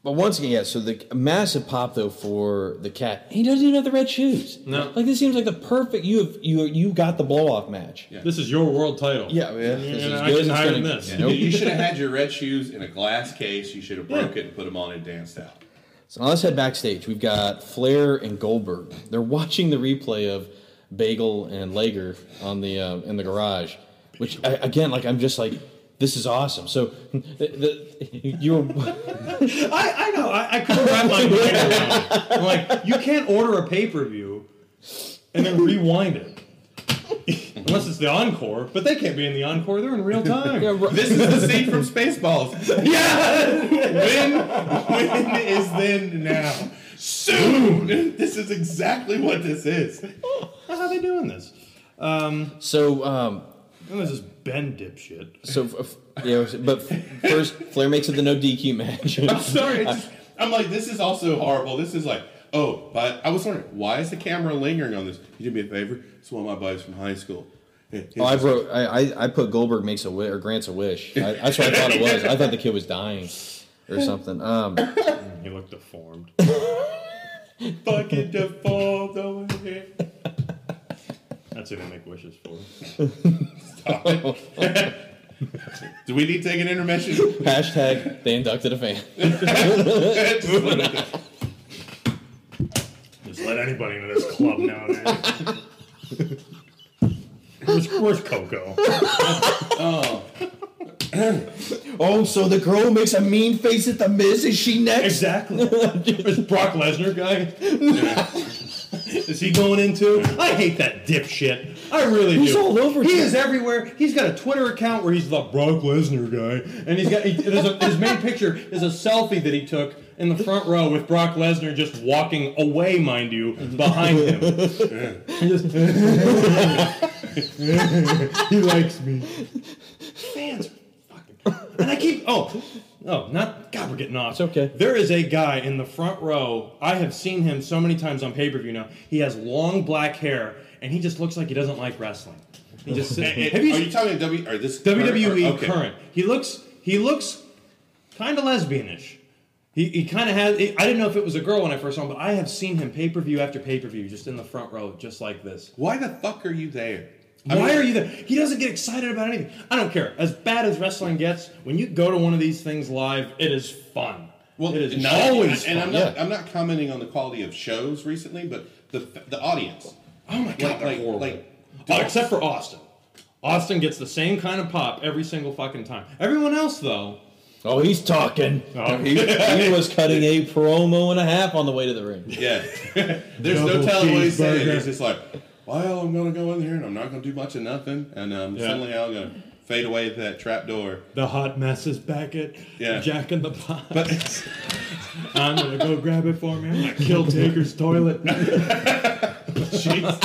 [SPEAKER 1] But once again, yeah. So the massive pop though for the cat, he doesn't even have the red shoes.
[SPEAKER 3] No.
[SPEAKER 1] like this seems like the perfect. You have you you got the blow off match.
[SPEAKER 2] Yeah.
[SPEAKER 3] This is your world title.
[SPEAKER 1] yeah. yeah.
[SPEAKER 3] You
[SPEAKER 1] This
[SPEAKER 3] know,
[SPEAKER 1] is good
[SPEAKER 3] I couldn't
[SPEAKER 1] as it's
[SPEAKER 3] hire
[SPEAKER 1] gonna-
[SPEAKER 3] this.
[SPEAKER 1] Nope.
[SPEAKER 2] You should have had your red shoes in a glass case. You should have broke it and put them on and danced out.
[SPEAKER 1] So now let's head backstage. We've got Flair and Goldberg. They're watching the replay of Bagel and Lager on the uh, in the garage, which I, again, like I'm just like, this is awesome. So the, the, you were
[SPEAKER 3] I, I know. I, I couldn't wrap my brain around it. I'm like, you can't order a pay per view and then rewind it. Unless it's the encore, but they can't be in the encore. They're in real time.
[SPEAKER 2] This is the scene from Spaceballs. Yeah. When when is then now? Soon. This is exactly what this is.
[SPEAKER 3] How are they doing this?
[SPEAKER 1] so um,
[SPEAKER 3] And this is Ben dipshit.
[SPEAKER 1] so f- yeah, but first Flair makes it the no DQ
[SPEAKER 2] I'm
[SPEAKER 1] match.
[SPEAKER 2] sorry. it's just- I'm like, this is also horrible. This is like, oh, but I was wondering, why is the camera lingering on this? You do me a favor. It's one of my buddies from high school.
[SPEAKER 1] Oh, I wrote. I, I, I put Goldberg makes a wish or grants a wish. I, that's what I thought it was. I thought the kid was dying or something. Um,
[SPEAKER 3] He looked deformed.
[SPEAKER 2] fucking default over here.
[SPEAKER 3] That's who they make wishes for.
[SPEAKER 2] Do we need to take an intermission?
[SPEAKER 1] hashtag they inducted a fan.
[SPEAKER 3] Just let anybody into this club nowadays. Where's, where's Coco?
[SPEAKER 1] Oh, so the girl who makes a mean face at the Miz is she next?
[SPEAKER 3] Exactly. Is Brock Lesnar guy? Is he going into? I hate that dipshit. I really
[SPEAKER 1] He's
[SPEAKER 3] do.
[SPEAKER 1] all over
[SPEAKER 3] He
[SPEAKER 1] you.
[SPEAKER 3] is everywhere. He's got a Twitter account where he's the Brock Lesnar guy, and he's got he, there's a, his main picture is a selfie that he took in the front row with Brock Lesnar just walking away, mind you, behind him. He just- he likes me. Fans, are fucking. And I keep oh. Oh, not God! We're getting off. It's
[SPEAKER 1] okay.
[SPEAKER 3] there is a guy in the front row. I have seen him so many times on pay per view now. He has long black hair, and he just looks like he doesn't like wrestling. He just
[SPEAKER 2] Eh, eh,
[SPEAKER 3] have you,
[SPEAKER 2] are you talking W? E Or this
[SPEAKER 3] WWE
[SPEAKER 2] okay.
[SPEAKER 3] current? He looks he looks kind of lesbianish. He, he kind of has. I didn't know if it was a girl when I first saw him, but I have seen him pay per view after pay per view, just in the front row, just like this.
[SPEAKER 2] Why the fuck are you there? I
[SPEAKER 3] Why
[SPEAKER 2] mean,
[SPEAKER 3] are you there? He doesn't get excited about anything. I don't care. As bad as wrestling gets, when you go to one of these things live, it is fun.
[SPEAKER 2] Well,
[SPEAKER 3] it is
[SPEAKER 2] not-
[SPEAKER 3] always
[SPEAKER 2] and
[SPEAKER 3] fun.
[SPEAKER 2] I'm not I'm not commenting on the quality of shows recently, but the the audience.
[SPEAKER 3] Oh my god,
[SPEAKER 2] Like-
[SPEAKER 3] they're
[SPEAKER 2] like-
[SPEAKER 3] horrible.
[SPEAKER 2] like-
[SPEAKER 3] Oh, except for Austin. Austin gets the same kind of pop every single fucking time. Everyone else though,
[SPEAKER 1] Oh, he's talking. He, he was cutting a promo and a half on the way to the ring.
[SPEAKER 2] Yeah. There's no
[SPEAKER 3] Double
[SPEAKER 2] telling what he's saying.
[SPEAKER 3] cheeseburger.
[SPEAKER 2] He's just like, well, I'm going to go in here and I'm not going to do much of nothing. And um,
[SPEAKER 3] Yeah.
[SPEAKER 2] suddenly I'm going to fade away at that trap door.
[SPEAKER 3] the hot mess is back at
[SPEAKER 2] Yeah.
[SPEAKER 3] Jack in the Box.
[SPEAKER 2] But
[SPEAKER 3] I'm gonna go grab it for me. I'm gonna kill Taker's toilet. Jeez.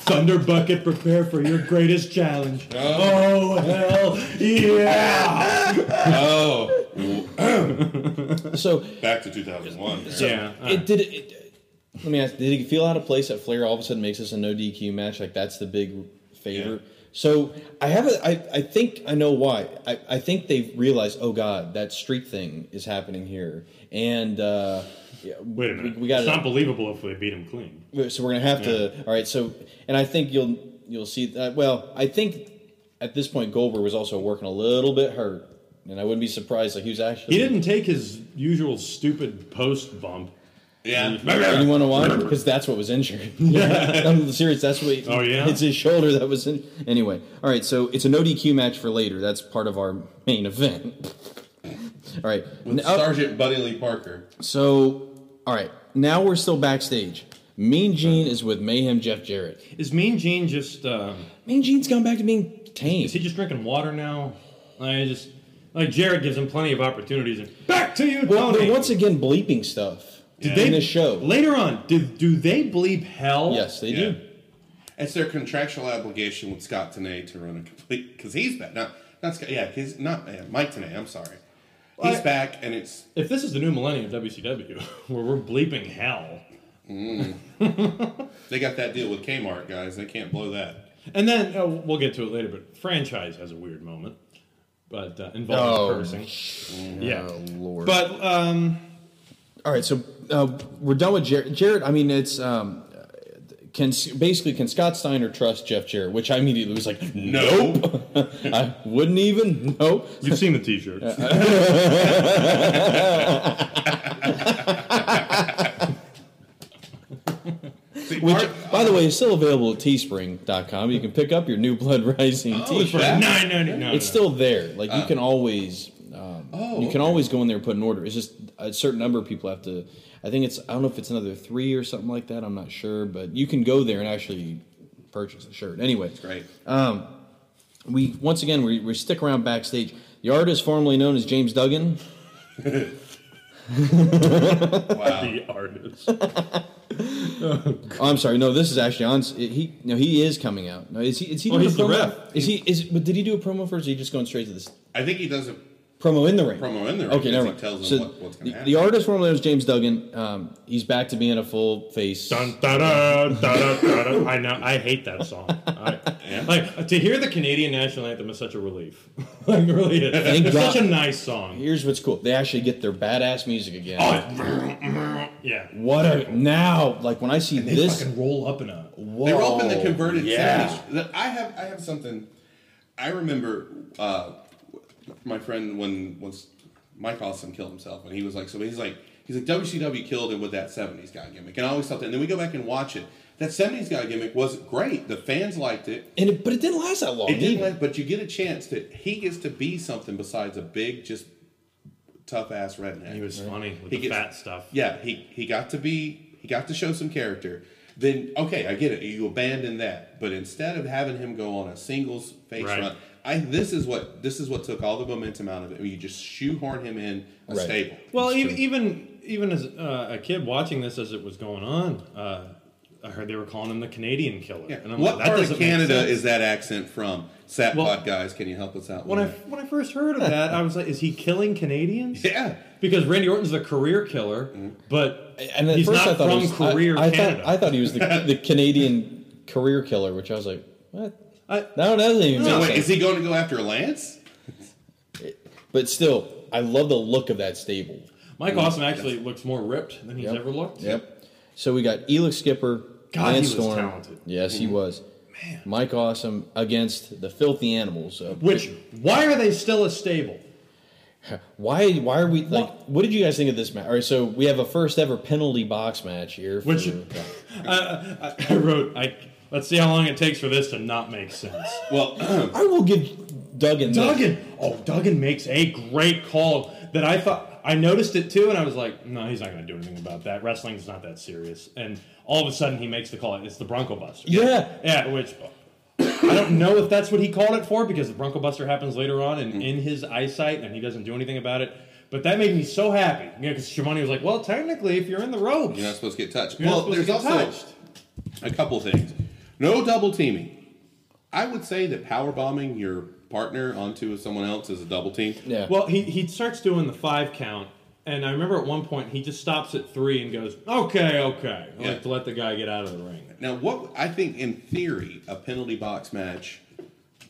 [SPEAKER 3] Thunder Bucket, prepare for your greatest challenge. Oh, hell yeah!
[SPEAKER 2] oh,
[SPEAKER 1] So
[SPEAKER 2] back to 2001.
[SPEAKER 3] Yeah.
[SPEAKER 1] it did. It, let me ask: Did it feel out of place that Flair all of a sudden makes this a no DQ match? Like that's the big favorite. So I have a. I I think I know why. I I think they realized. Oh God, that streak thing is happening here, and. uh yeah,
[SPEAKER 3] Wait a minute.
[SPEAKER 1] We, we got
[SPEAKER 3] it's not believable if they beat him clean.
[SPEAKER 1] so we're gonna have to. All right. So, and I think you'll you'll see that. Well, I think at this point Goldberg was also working a little bit hurt, and I wouldn't be surprised. Like he was actually.
[SPEAKER 3] He didn't take his usual stupid post bump.
[SPEAKER 2] Yeah.
[SPEAKER 1] You want to why? Because that's what was injured. I'm serious. That's what.
[SPEAKER 3] Oh, yeah?
[SPEAKER 1] It's his shoulder that was in. Anyway. All right. So it's a no DQ match for later. That's part of our main event. all right.
[SPEAKER 2] With
[SPEAKER 1] n- up-
[SPEAKER 2] Sergeant Buddy Lee Parker.
[SPEAKER 1] so, all right. Now we're still backstage. Mean Gene is with Mayhem Jeff Jarrett.
[SPEAKER 3] Is Mean Gene just? Uh,
[SPEAKER 1] Mean Gene's gone back to being tame.
[SPEAKER 3] is he just drinking water now? I just like Jared gives him plenty of opportunities. And back to you,
[SPEAKER 1] Well,
[SPEAKER 3] Tony.
[SPEAKER 1] they're once again bleeping stuff
[SPEAKER 3] Did
[SPEAKER 1] in
[SPEAKER 3] they-
[SPEAKER 1] this show.
[SPEAKER 3] Later on, do, do they bleep hell?
[SPEAKER 1] Yes, they
[SPEAKER 2] Yeah.
[SPEAKER 1] do.
[SPEAKER 2] It's their contractual obligation with Scott Tanay to run a complete. Because he's back. Not, not Scott. Yeah, because not yeah, Mike Tanay. I'm sorry. He's
[SPEAKER 3] I-
[SPEAKER 2] back and it's.
[SPEAKER 3] If this is the new millennium of WCW, where we're bleeping hell,
[SPEAKER 2] They got that deal with Kmart, guys. They can't blow that.
[SPEAKER 3] and then uh, we'll get to it later. But franchise has a weird moment, but uh,
[SPEAKER 1] Oh,
[SPEAKER 3] involving cursing. Yeah,
[SPEAKER 1] Lord.
[SPEAKER 3] but um,
[SPEAKER 1] All right, so uh, we're done with Jarrett. Jarrett, I mean, it's um, can basically can Scott Steiner trust Jeff Jarrett? Which I immediately was like,
[SPEAKER 2] Nope.
[SPEAKER 1] I wouldn't even. Nope.
[SPEAKER 3] you've seen the T-shirts.
[SPEAKER 2] See,
[SPEAKER 1] Which,
[SPEAKER 2] Park-
[SPEAKER 1] by the way, is still available at teespring.com. You can pick up your New Blood Rising
[SPEAKER 2] Oh, it's
[SPEAKER 1] T-shirt.
[SPEAKER 2] back.
[SPEAKER 3] Nine ninety nine.
[SPEAKER 1] It's still there. Like you can always, um,
[SPEAKER 2] Oh,
[SPEAKER 1] you can
[SPEAKER 2] okay.
[SPEAKER 1] always go in there and put an order. It's just a certain number of people have to. I think it's I don't know if it's another three or something like that. I'm not sure, but you can go there and actually purchase the shirt. Anyway,
[SPEAKER 2] Great.
[SPEAKER 1] we once again we, we stick around backstage. The artist formerly known as James Duggan.
[SPEAKER 2] Wow.
[SPEAKER 3] the artist.
[SPEAKER 1] Oh, I'm sorry, no, this is actually on. He no, he is coming out. No, is he? Is he?
[SPEAKER 3] Oh,
[SPEAKER 1] doing
[SPEAKER 3] he's
[SPEAKER 1] a
[SPEAKER 3] the
[SPEAKER 1] promo?
[SPEAKER 3] ref.
[SPEAKER 1] Is he? Is but did he do a promo first? Or is he just going straight to this
[SPEAKER 2] I think he does a
[SPEAKER 1] promo in the ring?
[SPEAKER 2] promo in there.
[SPEAKER 1] Okay, never mind.
[SPEAKER 2] He tells
[SPEAKER 1] so
[SPEAKER 2] them what, what's going
[SPEAKER 1] the,
[SPEAKER 2] to happen.
[SPEAKER 1] the artist formerly known as James Duggan. Um, he's back to being a full face.
[SPEAKER 3] Dun, da-da, da-da, da-da. I know. I hate that song. I, Like to hear the Canadian national anthem is such a relief. like really, is. it's
[SPEAKER 1] God.
[SPEAKER 3] such a nice song.
[SPEAKER 1] Here's what's cool. They actually get their badass music again.
[SPEAKER 2] Oh,
[SPEAKER 3] Yeah.
[SPEAKER 1] what a now! Like when I see
[SPEAKER 3] They
[SPEAKER 1] this,
[SPEAKER 3] fucking roll up in a.
[SPEAKER 2] They were up in the converted
[SPEAKER 1] yeah.
[SPEAKER 2] 70s. The- I have I have something. I remember uh, my friend when once Mike Austin killed himself, and he was like, so he's like he's like WCW killed him with that '70s guy gimmick, and I always thought that. And then we go back and watch it. That '70s guy gimmick was great. The fans liked it.
[SPEAKER 1] and it, but it didn't last that long.
[SPEAKER 2] It didn't,
[SPEAKER 1] either.
[SPEAKER 2] like- but you get a chance that he gets to be something besides a big, just tough ass redneck.
[SPEAKER 3] He was funny with
[SPEAKER 2] He
[SPEAKER 3] the
[SPEAKER 2] gets-
[SPEAKER 3] fat stuff.
[SPEAKER 2] Yeah, he he got to be he got to show some character. then okay, I get it. You abandon that, but instead of having him go on a singles face
[SPEAKER 3] Right.
[SPEAKER 2] run, I this is what this is what took all the momentum out of it. You just shoehorn him in a
[SPEAKER 1] Right.
[SPEAKER 2] stable.
[SPEAKER 3] Well,
[SPEAKER 1] It's
[SPEAKER 3] even
[SPEAKER 1] true.
[SPEAKER 3] even even as uh, a kid watching this as it was going on, uh, I heard they were calling him the Canadian killer.
[SPEAKER 2] Yeah.
[SPEAKER 3] And I'm
[SPEAKER 2] What
[SPEAKER 3] like, that
[SPEAKER 2] part of
[SPEAKER 3] doesn't make
[SPEAKER 2] Canada
[SPEAKER 3] sense.
[SPEAKER 2] is that accent from? Sapod
[SPEAKER 3] Well-
[SPEAKER 2] guys, can you help us out?
[SPEAKER 3] When I
[SPEAKER 2] with
[SPEAKER 3] when I first heard of that, I was like, is he killing Canadians?
[SPEAKER 2] that? yeah,
[SPEAKER 3] Because Randy Orton's a career killer, but
[SPEAKER 1] And at
[SPEAKER 3] he's
[SPEAKER 1] first I
[SPEAKER 3] not
[SPEAKER 1] thought
[SPEAKER 3] from
[SPEAKER 1] it was, I-
[SPEAKER 3] career
[SPEAKER 1] I,
[SPEAKER 3] Canada.
[SPEAKER 1] thought I thought he was the, the Canadian career killer, which I was like, what?
[SPEAKER 3] I-
[SPEAKER 1] no, that doesn't even
[SPEAKER 2] So
[SPEAKER 1] make
[SPEAKER 2] wait,
[SPEAKER 1] sense.
[SPEAKER 2] is he going to go after Lance?
[SPEAKER 1] but still, I love the look of that stable.
[SPEAKER 3] Mike Awesome actually looks more ripped than he's
[SPEAKER 1] Yep.
[SPEAKER 3] ever looked.
[SPEAKER 1] Yep. So we got Elix Skipper,
[SPEAKER 3] God, he
[SPEAKER 1] Lance
[SPEAKER 3] was
[SPEAKER 1] Storm.
[SPEAKER 3] talented.
[SPEAKER 1] Yes, he was. Man. Mike Awesome against the Filthy Animals. Uh,
[SPEAKER 3] Which why are they still a stable?
[SPEAKER 1] why? Why are we like? What? did you guys think of this match? All right, so we have a first ever penalty box match here. For,
[SPEAKER 3] Which- I, I wrote, I let's see how long it takes for this to not make sense.
[SPEAKER 2] Well,
[SPEAKER 1] I will give Duggan. this.
[SPEAKER 3] Duggan, oh Duggan makes a great call that I thought I noticed it too, and I was like, no, he's not going to do anything about that. Wrestling's not that serious, and all of a sudden he makes the call. It's the Bronco Buster.
[SPEAKER 1] Yeah.
[SPEAKER 3] yeah, which. I don't know if that's what he called it for because the Bronco Buster happens later on and in his eyesight and he doesn't do anything about it. But that made me so happy because you know, 'cause Shivani was like, "Well, technically, if you're in the ropes,
[SPEAKER 2] you're not supposed to get touched.
[SPEAKER 3] You're not
[SPEAKER 2] well,
[SPEAKER 3] supposed
[SPEAKER 2] there's
[SPEAKER 3] to
[SPEAKER 2] also
[SPEAKER 3] get touched.
[SPEAKER 2] a couple things. No double teaming. I would say that power bombing your partner onto someone else is a double team.
[SPEAKER 1] Yeah.
[SPEAKER 3] Well, he, he starts doing the five count, and I remember at one point he just stops at three and goes, "Okay, okay," I
[SPEAKER 2] Yeah.
[SPEAKER 3] like to let the guy get out of the ring.
[SPEAKER 2] Now, what I think in theory, a penalty box match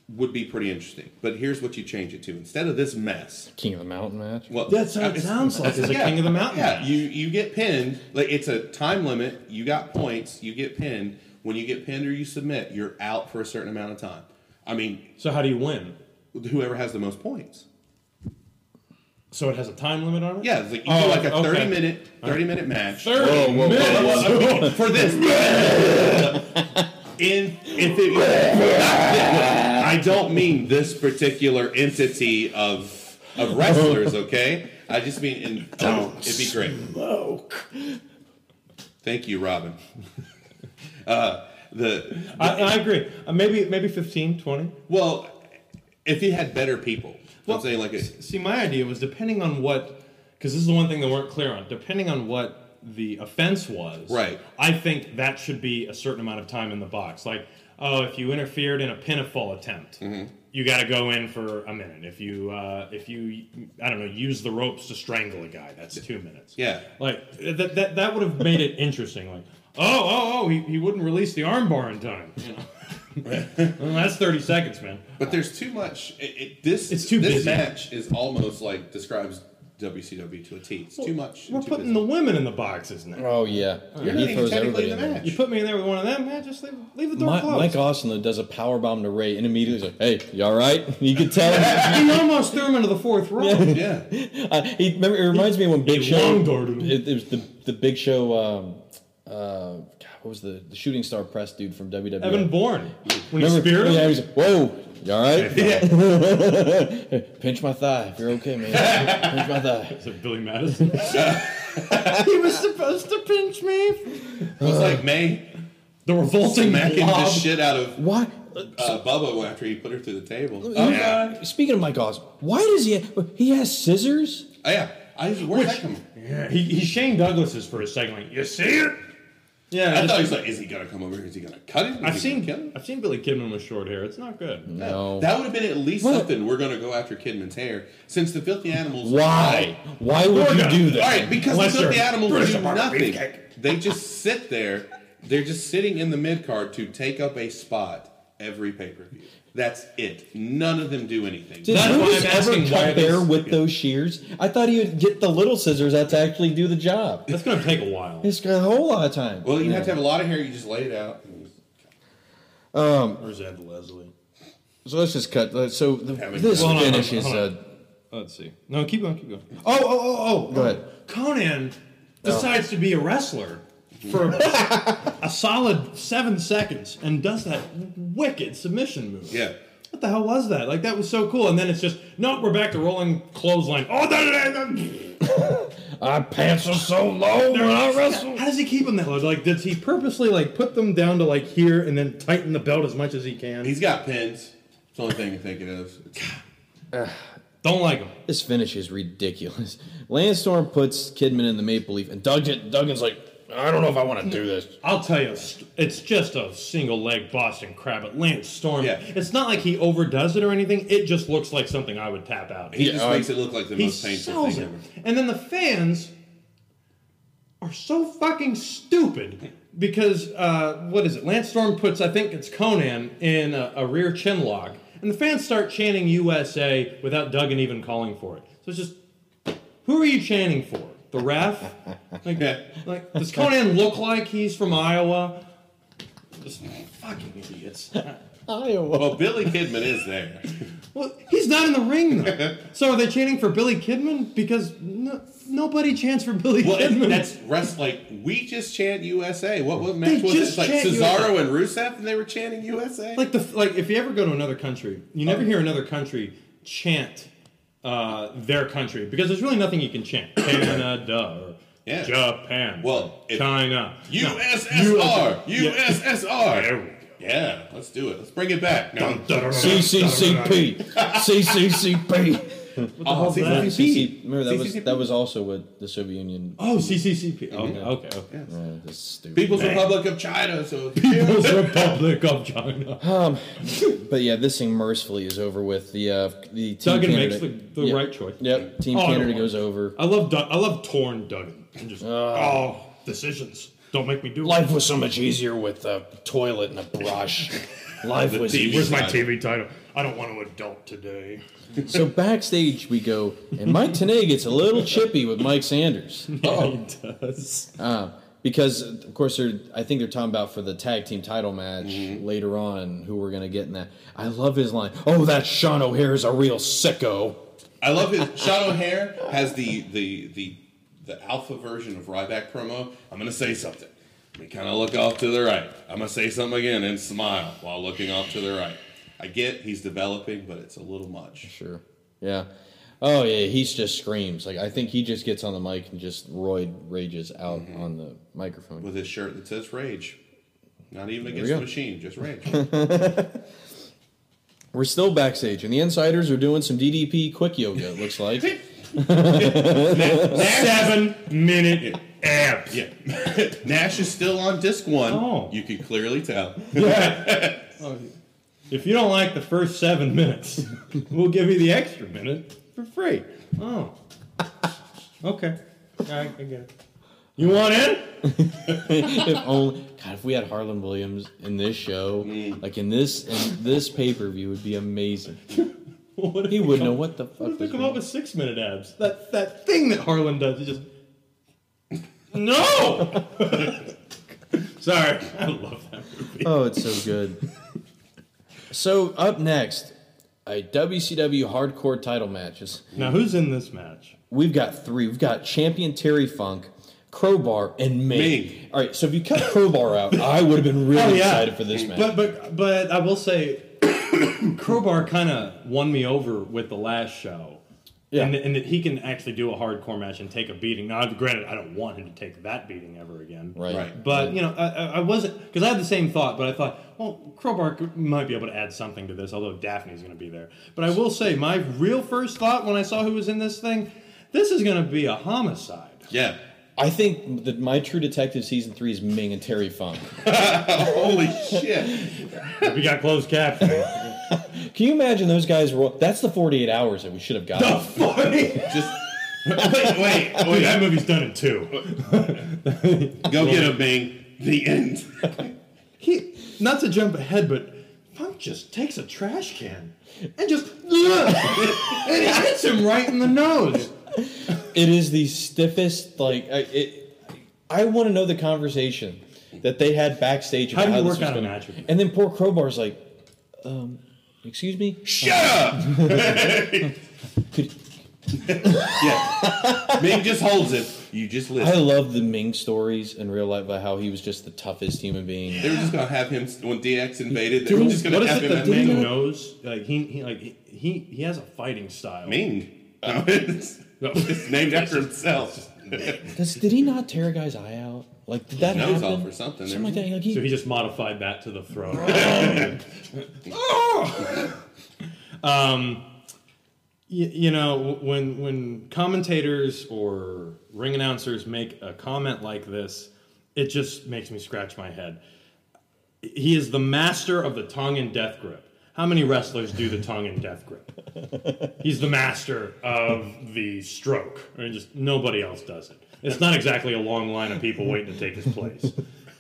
[SPEAKER 2] would be pretty interesting. But here's what you change it to instead of this mess.
[SPEAKER 1] King of the Mountain match.
[SPEAKER 2] Well,
[SPEAKER 3] That's what it
[SPEAKER 2] it's-
[SPEAKER 3] sounds like, is a
[SPEAKER 2] yeah,
[SPEAKER 3] King of the Mountain
[SPEAKER 2] Yeah,
[SPEAKER 3] match.
[SPEAKER 2] you you get pinned. Like it's a time limit. You got points. You get pinned. When you get pinned or you submit, you're out for a certain amount of time. I mean,
[SPEAKER 3] So how do you win?
[SPEAKER 2] whoever has the most points.
[SPEAKER 3] So it has a time limit on it.
[SPEAKER 2] Yeah, it's like you
[SPEAKER 3] Oh,
[SPEAKER 2] do like a
[SPEAKER 3] okay.
[SPEAKER 2] thirty minute thirty minute match.
[SPEAKER 3] Thirty
[SPEAKER 1] whoa, whoa,
[SPEAKER 3] minutes.
[SPEAKER 2] for this. In if it, not thi- I don't mean this particular entity of of wrestlers. Okay, I just mean in. oh, it'd be great. Thank you, Robin. Uh, the
[SPEAKER 3] I, I agree. Uh, maybe maybe 15, 20.
[SPEAKER 2] well, if he had better people, I'm saying like a,
[SPEAKER 3] See, my idea was depending on what, because this is the one thing they weren't clear on. Depending on what the offense was,
[SPEAKER 2] Right.
[SPEAKER 3] I think that should be a certain amount of time in the box. Like, oh, if you interfered in a pinfall attempt,
[SPEAKER 2] Mm-hmm.
[SPEAKER 3] you got to go in for a minute. If you, uh, if you, I don't know, use the ropes to strangle a guy, that's two minutes.
[SPEAKER 2] Yeah.
[SPEAKER 3] Like that that that would have made it interesting. Like, oh, oh, oh, he, he wouldn't release the armbar in time. You know? well, that's thirty seconds, man.
[SPEAKER 2] But there's too much. It, it, this
[SPEAKER 3] It's too
[SPEAKER 2] this
[SPEAKER 3] busy.
[SPEAKER 2] match is almost like describes WCW to a T. It's too much. and
[SPEAKER 3] We're
[SPEAKER 2] too
[SPEAKER 3] putting
[SPEAKER 2] busy.
[SPEAKER 3] the women in the boxes now.
[SPEAKER 1] Oh yeah,
[SPEAKER 2] You're not even technically in the
[SPEAKER 1] there.
[SPEAKER 2] match.
[SPEAKER 3] You put me in there with one of them, man. Just leave, leave the door
[SPEAKER 1] Mi-
[SPEAKER 3] closed.
[SPEAKER 1] Mike Austin does a power bomb to Ray and immediately is like, "Hey, you all right?" You could tell. him.
[SPEAKER 3] he almost threw him into the fourth row.
[SPEAKER 2] yeah.
[SPEAKER 1] Uh, he, remember, it reminds me of when Big
[SPEAKER 3] He
[SPEAKER 1] Show.
[SPEAKER 3] long guarded him.
[SPEAKER 1] It, it was the the Big Show. Um, uh, God, what was the, the shooting star press dude from WWE?
[SPEAKER 3] Evan Bourne. When
[SPEAKER 1] Remember-
[SPEAKER 3] he speared him.
[SPEAKER 1] yeah, he was like, "Whoa, you all right?" Pinch my thigh. If you're okay, man. Pinch my thigh.
[SPEAKER 3] Is it Billy Madison? he was supposed to pinch me.
[SPEAKER 2] It was like May
[SPEAKER 3] The revolting
[SPEAKER 2] smacking
[SPEAKER 3] blob.
[SPEAKER 2] the shit out of
[SPEAKER 1] Why?
[SPEAKER 2] uh, Bubba after he put her through the table. Oh,
[SPEAKER 1] Who-
[SPEAKER 2] yeah.
[SPEAKER 1] Speaking of Mike Austin, why does he? He has scissors.
[SPEAKER 2] Oh, yeah. I just, where'd that come from?
[SPEAKER 3] Yeah, he, he Shane Douglas's for a second. Like, you see it? Yeah.
[SPEAKER 2] I
[SPEAKER 3] just-
[SPEAKER 2] thought he was like, is he going to come over here? Is he going to cut it? Is
[SPEAKER 3] I've
[SPEAKER 2] he gonna
[SPEAKER 3] seen
[SPEAKER 2] kill him?
[SPEAKER 3] I've seen Billy Kidman with short hair. It's not good.
[SPEAKER 1] No.
[SPEAKER 2] That would have been at least
[SPEAKER 1] What?
[SPEAKER 2] something. We're going to go after Kidman's hair. Since the Filthy Animals.
[SPEAKER 1] Why? Why would you
[SPEAKER 3] Gorgon.
[SPEAKER 1] do
[SPEAKER 2] All
[SPEAKER 1] that?
[SPEAKER 2] right, because
[SPEAKER 3] Unless
[SPEAKER 2] the Filthy
[SPEAKER 3] they're
[SPEAKER 2] Animals
[SPEAKER 3] British
[SPEAKER 2] do
[SPEAKER 3] apartment
[SPEAKER 2] nothing.
[SPEAKER 3] beefcake.
[SPEAKER 2] They just sit there. They're just sitting in the mid card to take up a spot every pay per view. That's it. None of them do anything.
[SPEAKER 1] Did
[SPEAKER 3] That's why
[SPEAKER 1] Bruce
[SPEAKER 3] I'm asking
[SPEAKER 1] ever
[SPEAKER 3] why
[SPEAKER 1] cut there
[SPEAKER 3] this-
[SPEAKER 1] with those shears? I thought he would get the little scissors out to actually do the job.
[SPEAKER 3] That's gonna take a while.
[SPEAKER 1] It's got a whole lot of time.
[SPEAKER 2] Well, you have to have a lot of hair. You just lay it out. And just
[SPEAKER 3] Where's Ed Leslie?
[SPEAKER 1] So let's just cut. let's- So the,
[SPEAKER 2] Yeah, we-
[SPEAKER 1] this
[SPEAKER 3] Well, no, no,
[SPEAKER 1] finish
[SPEAKER 3] no,
[SPEAKER 1] is.
[SPEAKER 3] hold on.
[SPEAKER 1] Uh,
[SPEAKER 3] Let's see. No, keep going, keep going. Oh, oh, oh, oh.
[SPEAKER 1] Go ahead. Oh.
[SPEAKER 3] Conan decides to be a wrestler for a, a solid seven seconds and does that wicked submission move.
[SPEAKER 2] Yeah.
[SPEAKER 3] What the hell was that? Like that was so cool, and then it's just nope. We're back to rolling clothesline. Oh, da, da, da, da.
[SPEAKER 4] Our pants are so low when I wrestle.
[SPEAKER 3] How does he keep them that low? Like, does he purposely like put them down to like here and then tighten the belt as much as he can?
[SPEAKER 2] He's got pins. It's the only thing I think it is. It's-
[SPEAKER 3] Don't like him.
[SPEAKER 1] This finish is ridiculous. Landstorm puts Kidman in the maple leaf, and Duggan, Duggan's like, I don't know if I want to do this.
[SPEAKER 3] I'll tell you, st- it's just a single leg Boston crab at Lance Storm.
[SPEAKER 2] Yeah.
[SPEAKER 3] It's not like he overdoes it or anything. It just looks like something I would tap out.
[SPEAKER 2] He
[SPEAKER 1] Yeah,
[SPEAKER 2] just
[SPEAKER 1] I-
[SPEAKER 2] makes it look like the
[SPEAKER 3] he
[SPEAKER 2] most painful
[SPEAKER 3] uh, sells
[SPEAKER 2] thing
[SPEAKER 3] it.
[SPEAKER 2] ever.
[SPEAKER 3] And then the fans are so fucking stupid because uh, what is it? Lance Storm puts I think it's Conan in a, a rear chin lock, and the fans start chanting USA without Duggan even calling for it. So it's just who are you chanting for? The ref? Like, like does Conan look like he's from Iowa? Just fucking idiots.
[SPEAKER 1] Iowa.
[SPEAKER 2] Well, Billy Kidman is there.
[SPEAKER 3] Well, he's not in the ring though. So are they chanting for Billy Kidman? Because no, nobody chants for Billy
[SPEAKER 2] Well,
[SPEAKER 3] Kidman.
[SPEAKER 2] it, that's rest like we just chant USA. What what match
[SPEAKER 3] They
[SPEAKER 2] was
[SPEAKER 3] just
[SPEAKER 2] this? Like
[SPEAKER 3] chant
[SPEAKER 2] Cesaro and Rusev, and they were chanting USA.
[SPEAKER 3] like the like if you ever go to another country, you
[SPEAKER 2] Oh.
[SPEAKER 3] never hear another country chant uh, their country because there's really nothing you can chant. Canada or
[SPEAKER 2] Yeah.
[SPEAKER 3] Japan.
[SPEAKER 2] Well, if-
[SPEAKER 3] China. No.
[SPEAKER 2] USSR,
[SPEAKER 3] Yeah. There
[SPEAKER 2] USSR.
[SPEAKER 3] we go.
[SPEAKER 2] Yeah, let's do it. Let's bring it back. No,
[SPEAKER 1] CCCP. CCCP.
[SPEAKER 2] oh, see, see,
[SPEAKER 3] that?
[SPEAKER 2] see.
[SPEAKER 1] CC, remember that was
[SPEAKER 2] CCCP.
[SPEAKER 1] that was also what the Soviet Union.
[SPEAKER 3] Oh, CCCP. Okay,
[SPEAKER 2] Mm-hmm.
[SPEAKER 3] okay, okay.
[SPEAKER 1] Yeah, this is stupid.
[SPEAKER 2] People's Republic of China. So
[SPEAKER 3] People's Republic of China.
[SPEAKER 1] But yeah, this thing mercifully is over with. The uh, the team
[SPEAKER 3] Duggan makes
[SPEAKER 1] Canada,
[SPEAKER 3] the, the
[SPEAKER 1] Yep.
[SPEAKER 3] right choice.
[SPEAKER 1] Yep, Team
[SPEAKER 3] Oh, I don't
[SPEAKER 1] Canada
[SPEAKER 3] want
[SPEAKER 1] goes
[SPEAKER 3] it.
[SPEAKER 1] over.
[SPEAKER 3] I love Dug- I love torn Duggan. And just oh decisions. Don't make me do it.
[SPEAKER 4] Life was so much easier with a toilet and a brush.
[SPEAKER 1] Life was
[SPEAKER 2] team
[SPEAKER 1] easy.
[SPEAKER 3] Where's my TV title? I don't want to adult today.
[SPEAKER 1] So backstage we go, and Mike Tanay gets a little chippy with Mike Sanders.
[SPEAKER 3] Oh, he does.
[SPEAKER 1] Uh, because of course they're I think they're talking about for the tag team title match later on who we're gonna get in that. I love his line. Oh, that Sean O'Hare's a real sicko.
[SPEAKER 2] I love his Sean O'Hare has the the the the alpha version of Ryback promo. I'm gonna say something. We kind of look off to the right. I'm gonna say something again and smile while looking off to the right. I get he's developing, but it's a little much.
[SPEAKER 1] Sure. Yeah. Oh yeah, he's just screams. Like I think he just gets on the mic and just roid rages out on the microphone.
[SPEAKER 2] With his shirt that says Rage. Not even
[SPEAKER 1] we
[SPEAKER 2] against the
[SPEAKER 1] go.
[SPEAKER 2] machine, just Rage.
[SPEAKER 1] We're still backstage, and the insiders are doing some DDP quick yoga. It looks like.
[SPEAKER 3] seven minute abs.
[SPEAKER 2] yeah. Nash is still on disc one.
[SPEAKER 3] Oh.
[SPEAKER 2] You can clearly tell.
[SPEAKER 3] If you don't like the first seven minutes, we'll give you the extra minute for free. Oh. Okay. I, I get it. You want in?
[SPEAKER 1] if only God, if we had Harlan Williams in this show, like in this in this pay per view, would be amazing.
[SPEAKER 3] What if
[SPEAKER 1] He
[SPEAKER 3] they
[SPEAKER 1] wouldn't know
[SPEAKER 3] come-
[SPEAKER 1] what the
[SPEAKER 3] What
[SPEAKER 1] fuck.
[SPEAKER 3] if they
[SPEAKER 1] Was
[SPEAKER 3] come up
[SPEAKER 1] wrong.
[SPEAKER 3] with six minute abs? That that thing that Harlan does is just no. Sorry, I love that movie.
[SPEAKER 1] Oh, it's so good. so up next, a WCW Hardcore title matches.
[SPEAKER 3] Now who's in this match?
[SPEAKER 1] We've got three. We've got champion Terry Funk. Crowbar and Ming.
[SPEAKER 2] Ming.
[SPEAKER 1] All right, so if you cut Crowbar out, I would have been really
[SPEAKER 3] Oh, yeah.
[SPEAKER 1] excited for this match.
[SPEAKER 3] But but but I will say, Crowbar kind of won me over with the last show.
[SPEAKER 1] Yeah.
[SPEAKER 3] And, that- and that he can actually do a hardcore match and take a beating. Now, granted, I don't want him to take that beating ever again.
[SPEAKER 1] right.
[SPEAKER 2] Right.
[SPEAKER 3] But you know, I, I- I wasn't because I had the same thought, but I thought, well, Crowbar could- might be able to add something to this, although Daphne's going to be there. But I will say, my real first thought when I saw who was in this thing, this is going to be a homicide.
[SPEAKER 2] Yeah.
[SPEAKER 1] I think that my True Detective season three is Ming and Terry Funk.
[SPEAKER 2] Holy shit.
[SPEAKER 3] we got closed captioning.
[SPEAKER 1] Can you imagine those guys? Were, that's the 48 hours that we should have gotten.
[SPEAKER 3] Oh, funny.
[SPEAKER 2] Just wait, wait,
[SPEAKER 3] Wait,
[SPEAKER 2] wait.
[SPEAKER 3] that movie's done in two.
[SPEAKER 2] Go get him, Bing. The end.
[SPEAKER 3] he not to jump ahead, but Funk just takes a trash can and just and it hits him right in the nose.
[SPEAKER 1] It is the stiffest. Like I, it, I want to know the conversation that they had backstage.
[SPEAKER 3] How do you
[SPEAKER 1] this
[SPEAKER 3] work
[SPEAKER 1] was
[SPEAKER 3] out a
[SPEAKER 1] gonna-
[SPEAKER 3] match with him?
[SPEAKER 1] And then poor Crowbar's like, um, "Excuse me,
[SPEAKER 2] Shut up.
[SPEAKER 1] Could-
[SPEAKER 2] Yeah. Ming just holds it. You just
[SPEAKER 1] I
[SPEAKER 2] listen.
[SPEAKER 1] love the Ming stories in real life about how he was just the toughest human being.
[SPEAKER 2] they were just gonna have him when DX invaded. They were just gonna
[SPEAKER 3] What is
[SPEAKER 2] have
[SPEAKER 3] it
[SPEAKER 2] him
[SPEAKER 3] that
[SPEAKER 2] at
[SPEAKER 3] Ming
[SPEAKER 2] Ming.
[SPEAKER 3] knows? Like he, he like he he has a fighting style.
[SPEAKER 2] Ming. No, it's, it's named Uh, after himself.
[SPEAKER 1] Does did he not tear a guy's eye out? Like did that
[SPEAKER 2] Nose
[SPEAKER 1] happen?
[SPEAKER 2] off or something.
[SPEAKER 1] Something like that. Like he,
[SPEAKER 3] So he just modified that to the throw. um, y- you know, w- when when commentators or ring announcers make a comment like this, it just makes me scratch my head. He is the master of the tongue and death grip. How many wrestlers do the tongue and death grip? He's the master of the stroke. I mean, just nobody else does it. It's not exactly a long line of people waiting to take his place.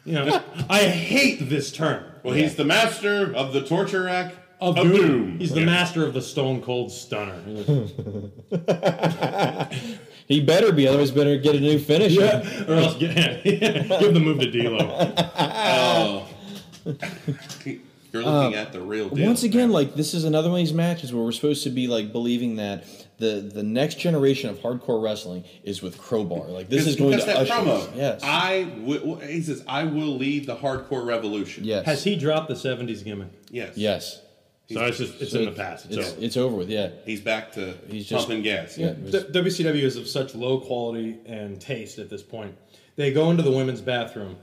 [SPEAKER 3] You know, I hate this term
[SPEAKER 2] Well, he's the master of the torture rack
[SPEAKER 3] of
[SPEAKER 2] of,
[SPEAKER 3] doom.
[SPEAKER 2] doom.
[SPEAKER 3] He's the master of the Stone Cold Stunner.
[SPEAKER 1] he better be, otherwise better get a new finish.
[SPEAKER 3] or else get, give the move to D'Lo.
[SPEAKER 2] Uh, You're looking at the real deal.
[SPEAKER 1] Uh, Once again, like this is another one of these matches where we're supposed to be like believing that the the next generation of hardcore wrestling is with crowbar. Like this is going
[SPEAKER 2] Because
[SPEAKER 1] to
[SPEAKER 2] that
[SPEAKER 1] usher.
[SPEAKER 2] promo.
[SPEAKER 1] Yes.
[SPEAKER 2] I wi- he says, I will lead the hardcore revolution.
[SPEAKER 1] yes.
[SPEAKER 3] Has he dropped the '70s gimmick?
[SPEAKER 2] Yes.
[SPEAKER 1] Yes.
[SPEAKER 3] So it's just it's in the past. It's,
[SPEAKER 1] It's
[SPEAKER 3] over.
[SPEAKER 1] it's over with. Yeah.
[SPEAKER 2] He's back to
[SPEAKER 1] He's just-
[SPEAKER 2] pumping gas.
[SPEAKER 1] Yeah.
[SPEAKER 3] D- WCW is of such low quality and taste at this point. They go into the women's bathroom.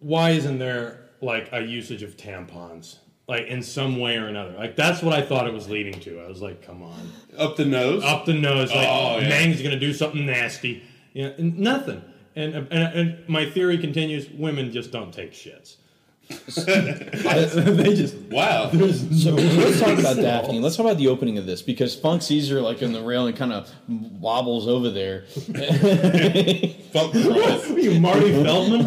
[SPEAKER 3] Why isn't there like a usage of tampons? Like in some way or another. Like that's what I thought it was leading to. I was like, come on.
[SPEAKER 2] Up the nose.
[SPEAKER 3] up the nose, like
[SPEAKER 2] Oh, yeah.
[SPEAKER 3] Mang's gonna do something nasty. Yeah, and nothing. And, uh, and and my theory continues: women just don't take shits. they just
[SPEAKER 2] Wow.
[SPEAKER 1] So let's talk about Daphne. Let's talk about the opening of this because Funk sees her like in the rail and kind of wobbles over there.
[SPEAKER 2] Funk crawls.
[SPEAKER 3] What are you Marty Feldman.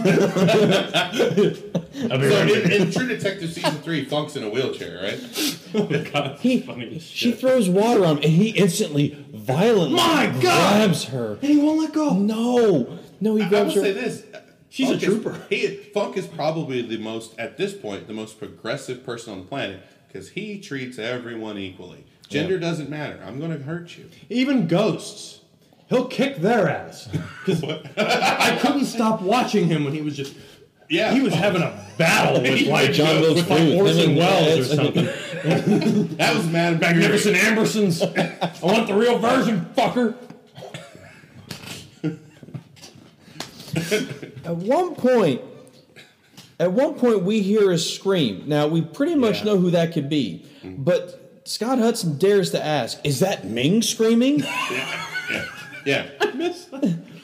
[SPEAKER 3] I mean,
[SPEAKER 2] So in, in True Detective season three, Funk's in a wheelchair, right?
[SPEAKER 3] God,
[SPEAKER 1] He-
[SPEAKER 3] funny as
[SPEAKER 1] She
[SPEAKER 3] shit.
[SPEAKER 1] throws water on him and he instantly violently
[SPEAKER 3] My God!
[SPEAKER 1] grabs her.
[SPEAKER 3] and he won't let go.
[SPEAKER 1] No. No, he
[SPEAKER 2] I
[SPEAKER 1] grabs
[SPEAKER 2] will
[SPEAKER 1] her.
[SPEAKER 2] say this.
[SPEAKER 3] She's a
[SPEAKER 2] Funk is-
[SPEAKER 3] trooper.
[SPEAKER 2] he, Funk is probably the most, at this point, the most progressive person on the planet because he treats everyone equally. Gender doesn't matter. I'm going to hurt you.
[SPEAKER 3] Even ghosts. He'll kick their ass. 'Cause I, I couldn't stop watching him when he was just.
[SPEAKER 2] Yeah.
[SPEAKER 3] He was having a battle with like,
[SPEAKER 1] John Wilkes
[SPEAKER 3] with like
[SPEAKER 1] Booth. I
[SPEAKER 3] Orson
[SPEAKER 1] mean,
[SPEAKER 3] Welles or
[SPEAKER 1] it's-
[SPEAKER 3] something.
[SPEAKER 2] That was Mad Magnificent.
[SPEAKER 3] Magnificent Ambersons. I want the real version, fucker.
[SPEAKER 1] At one point, at one point, we hear a scream. Now we pretty much
[SPEAKER 3] Yeah. Mm-hmm.
[SPEAKER 1] know who that could be, but Scott Hudson dares to ask, "Is that Ming screaming?"
[SPEAKER 2] Yeah.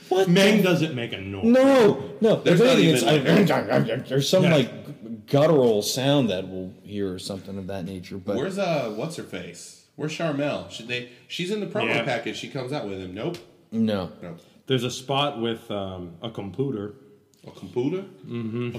[SPEAKER 1] what?
[SPEAKER 3] Meng doesn't make a noise.
[SPEAKER 1] No, no.
[SPEAKER 2] There's
[SPEAKER 1] if
[SPEAKER 2] not
[SPEAKER 1] anything,
[SPEAKER 2] even
[SPEAKER 1] it's
[SPEAKER 2] like-
[SPEAKER 1] like, there's some
[SPEAKER 3] Yeah.
[SPEAKER 1] like guttural sound that we'll hear or something of that nature. But
[SPEAKER 2] Where's uh what's her face? Where's Charmel? Should they she's in the promo
[SPEAKER 3] Yeah.
[SPEAKER 2] package, she comes out with him. Nope.
[SPEAKER 1] no,
[SPEAKER 2] No.
[SPEAKER 3] There's a spot with um, a computer.
[SPEAKER 2] A computer? Mm-hmm.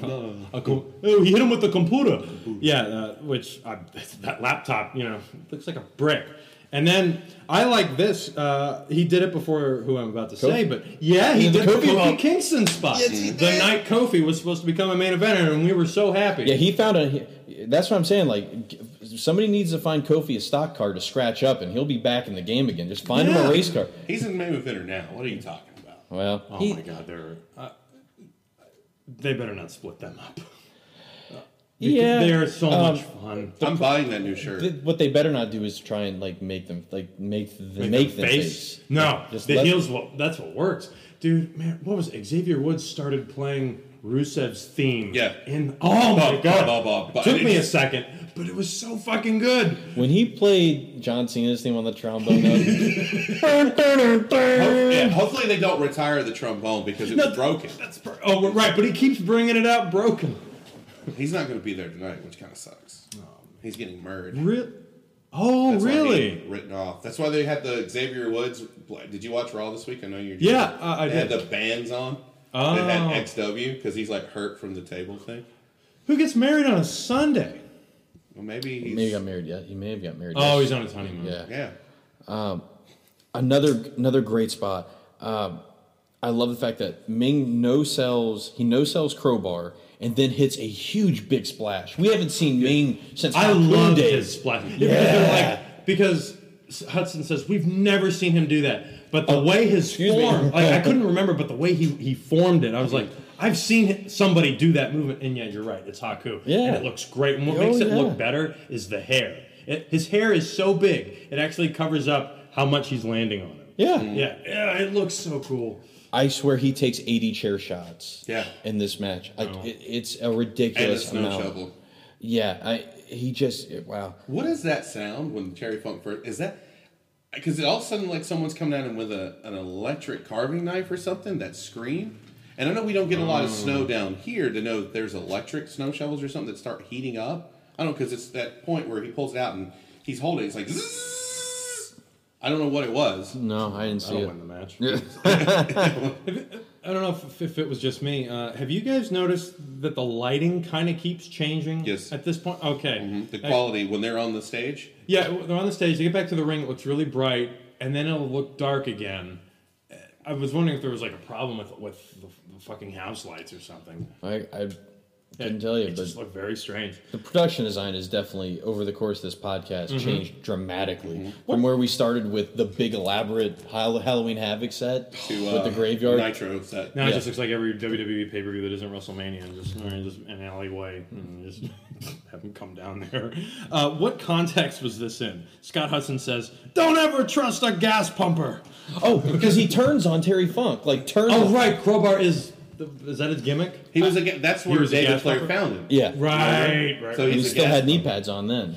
[SPEAKER 3] A com- oh, he hit him with the computer. Yeah, uh, which I, that laptop, you know, looks like a brick. And then I like this. Uh, he did it before who I'm about to say, but yeah, he
[SPEAKER 1] Yeah, the
[SPEAKER 3] did the
[SPEAKER 1] Kofi
[SPEAKER 3] Kofi
[SPEAKER 1] bump.
[SPEAKER 3] Kingston spot.
[SPEAKER 2] Yes, he
[SPEAKER 3] The
[SPEAKER 2] did.
[SPEAKER 3] night Kofi was supposed to become a main eventer, and we were so happy.
[SPEAKER 1] yeah, he found a. he- That's what I'm saying. Like, g- somebody needs to find Kofi a stock car to scratch up, and he'll be back in the game again. Just find him
[SPEAKER 3] Yeah.
[SPEAKER 1] a race car.
[SPEAKER 2] He's in Main Eventer now. What are you talking about?
[SPEAKER 1] Well,
[SPEAKER 3] oh
[SPEAKER 1] he-
[SPEAKER 3] my God, they're uh, they better not split them up.
[SPEAKER 1] yeah,
[SPEAKER 3] they are so
[SPEAKER 1] um,
[SPEAKER 3] much fun.
[SPEAKER 2] I'm buying that new shirt.
[SPEAKER 1] Th- what they better not do is try and like make them like make the make, them face.
[SPEAKER 3] No,
[SPEAKER 1] Just
[SPEAKER 3] the
[SPEAKER 1] let-
[SPEAKER 3] heels. What that's what works, dude. Man, what was it? Xavier Woods started playing Rusev's theme?
[SPEAKER 2] Yeah.
[SPEAKER 3] In oh my
[SPEAKER 2] Ba-
[SPEAKER 3] god,
[SPEAKER 2] ba- ba- ba-
[SPEAKER 3] took me a
[SPEAKER 2] it's-
[SPEAKER 3] second, but it was so fucking good.
[SPEAKER 1] When he played John Cena's theme on the trombone, note,
[SPEAKER 2] Ho- yeah, hopefully they don't retire the trombone because it was broken.
[SPEAKER 3] That's per- oh right, but he keeps bringing it out broken.
[SPEAKER 2] He's not going to be there tonight, which kind of sucks. He's getting murdered.
[SPEAKER 3] Real. Oh
[SPEAKER 2] That's why he
[SPEAKER 3] really?
[SPEAKER 2] ain't Written off. That's why they had the Xavier Woods. bla- Did you watch Raw this week? I know you.
[SPEAKER 3] Yeah, uh, I
[SPEAKER 2] they
[SPEAKER 3] did.
[SPEAKER 2] had the bands on. Oh. They
[SPEAKER 3] Oh.
[SPEAKER 2] had XW because he's like hurt from the table thing.
[SPEAKER 3] Who gets married on a Sunday?
[SPEAKER 2] Well, maybe he's.
[SPEAKER 1] maybe he got married yet. He may have got married.
[SPEAKER 3] Oh,
[SPEAKER 1] yet.
[SPEAKER 3] he's on his honeymoon.
[SPEAKER 1] yeah.
[SPEAKER 2] yeah.
[SPEAKER 1] Another another great spot. Um, I love the fact that Ming no sells. He no sells crowbar and then hits a huge big splash. We haven't seen Ming since
[SPEAKER 3] I
[SPEAKER 1] Cocoon
[SPEAKER 3] love
[SPEAKER 1] days.
[SPEAKER 3] his splash. Yeah. Because, Hudson says we've never seen him do that, but the way his
[SPEAKER 1] Oh, me.
[SPEAKER 3] form, like I couldn't remember, but the way he he formed it, I was like, I've seen somebody do that movement, and yeah, you're right, it's Haku.
[SPEAKER 1] Yeah.
[SPEAKER 3] and it looks great. And what
[SPEAKER 1] Oh,
[SPEAKER 3] makes it
[SPEAKER 1] yeah.
[SPEAKER 3] look better is the hair. It, his hair is so big, it actually covers up how much he's landing on him.
[SPEAKER 1] Yeah.
[SPEAKER 3] yeah, yeah. It looks so cool.
[SPEAKER 1] I swear he takes 80 chair shots.
[SPEAKER 2] Yeah.
[SPEAKER 1] In this match, like
[SPEAKER 3] Wow.
[SPEAKER 1] it, it's a
[SPEAKER 2] And a
[SPEAKER 1] ridiculous
[SPEAKER 2] snow
[SPEAKER 1] amount.
[SPEAKER 2] shovel.
[SPEAKER 1] Yeah, I he just wow.
[SPEAKER 2] What is that sound when Terry Funk first? Is that because it all of a sudden like someone's coming at him with a, an electric carving knife or something? That scream. And I know we don't get a lot of
[SPEAKER 1] Oh.
[SPEAKER 2] snow down here to know that there's electric snow shovels or something that start heating up. I don't know because it's that point where he pulls it out and he's holding. it. It's like "Zzzz." I don't know what it was.
[SPEAKER 1] No, I didn't
[SPEAKER 3] I
[SPEAKER 1] see
[SPEAKER 3] don't
[SPEAKER 1] it.
[SPEAKER 3] win the match. I don't know if, if it was just me. Uh, have you guys noticed that the lighting kind of keeps changing?
[SPEAKER 2] Yes. Mm-hmm.
[SPEAKER 3] At this point, okay.
[SPEAKER 2] The
[SPEAKER 3] Uh,
[SPEAKER 2] quality when they're on the stage.
[SPEAKER 3] yeah, w- they're on the stage. They get back to the ring. It looks really bright, and then it'll look dark again. Uh, I was wondering if there was like a problem with with the, the fucking house lights or something.
[SPEAKER 1] I, I couldn't tell you,
[SPEAKER 3] It
[SPEAKER 1] but
[SPEAKER 3] just looked very strange.
[SPEAKER 1] the production design has definitely over the course of this podcast changed dramatically from where we started with the big elaborate Hall- Halloween Havoc set
[SPEAKER 2] To,
[SPEAKER 1] with
[SPEAKER 2] uh,
[SPEAKER 1] the graveyard.
[SPEAKER 2] Nitro set.
[SPEAKER 3] Now
[SPEAKER 1] Yeah.
[SPEAKER 3] it just looks like every WWE pay per view that isn't WrestleMania, and just, or just an alleyway, and just have them come down there. Uh, what context was this in? Scott Hudson says, "Don't ever trust a gas pumper."
[SPEAKER 1] Oh, because he turns on Terry Funk, like turns.
[SPEAKER 3] Oh right, crowbar is the, is that his gimmick?
[SPEAKER 2] He was again. That's where
[SPEAKER 3] was a
[SPEAKER 2] David
[SPEAKER 3] gas
[SPEAKER 2] Flair
[SPEAKER 3] pumper?
[SPEAKER 2] found him.
[SPEAKER 1] Yeah.
[SPEAKER 3] Right, right.
[SPEAKER 2] So
[SPEAKER 3] right.
[SPEAKER 1] He
[SPEAKER 2] he's a
[SPEAKER 1] still
[SPEAKER 2] gas
[SPEAKER 1] had knee
[SPEAKER 2] pump.
[SPEAKER 1] pads on then.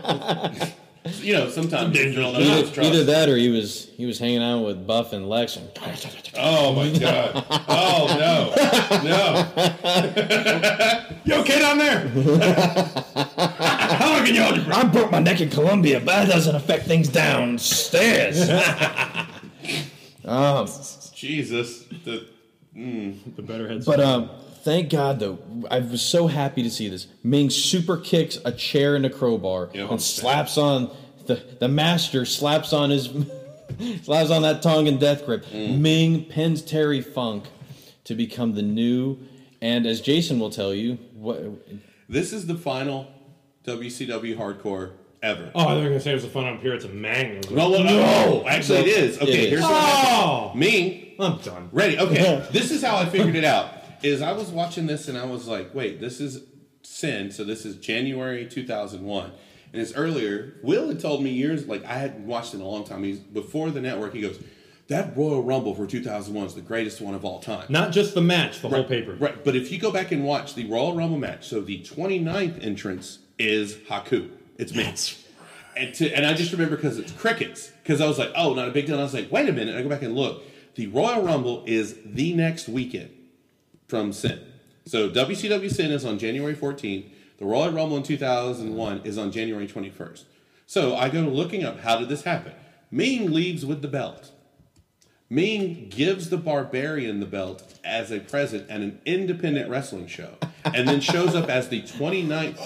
[SPEAKER 2] You know, sometimes
[SPEAKER 3] Dangerous.
[SPEAKER 2] you don't know
[SPEAKER 3] Either-
[SPEAKER 2] how to
[SPEAKER 1] Either,
[SPEAKER 2] trust.
[SPEAKER 1] either that or he was he was hanging out with Buff and Lex. And,
[SPEAKER 2] Oh my god! Oh no! No!
[SPEAKER 3] Yo, okay down there? How long can you hold your breath?
[SPEAKER 4] I broke my neck in Colombia, but that doesn't affect things downstairs.
[SPEAKER 1] um,
[SPEAKER 2] Jesus! The
[SPEAKER 3] The better heads.
[SPEAKER 1] but um, thank God though, I was so happy to see this. Ming super kicks a chair and a crowbar
[SPEAKER 2] Yeah.
[SPEAKER 1] and slaps on the the master slaps on his slaps on that tongue and death grip. Ming pins Terry Funk to become the new and as Jason will tell you, what
[SPEAKER 2] this is the final WCW hardcore ever.
[SPEAKER 3] oh, they're gonna say it was a fun up here. It's a mang.
[SPEAKER 2] No, well, no, actually, it is. Okay,
[SPEAKER 1] It is.
[SPEAKER 2] here's what
[SPEAKER 3] Oh,
[SPEAKER 2] me
[SPEAKER 3] I'm done.
[SPEAKER 2] ready. Okay, this is how I figured it out. Is I was watching this and I was like, wait, this is Sin. So this is January 2001. And it's earlier. Will had told me years like I hadn't watched it in a long time. He's before the network. He goes, that Royal Rumble for 2001 is the greatest one of all time.
[SPEAKER 3] Not just the match, the whole
[SPEAKER 2] Right,
[SPEAKER 3] paper.
[SPEAKER 2] Right, but if you go back and watch the Royal Rumble match, so the 29th entrance is Haku. It's me. And, to, and I just remember because it's crickets. Because I was like, oh, not a big deal. And I was like, wait a minute. I go back and look. The Royal Rumble is the next weekend from Sin. So WCW Sin is on January 14th. The Royal Rumble in 2001 is on January 21st. So I go looking up how did this happen? Ming leaves with the belt. Ming gives the Barbarian the belt as a present at an independent wrestling show, and then shows up as the 29th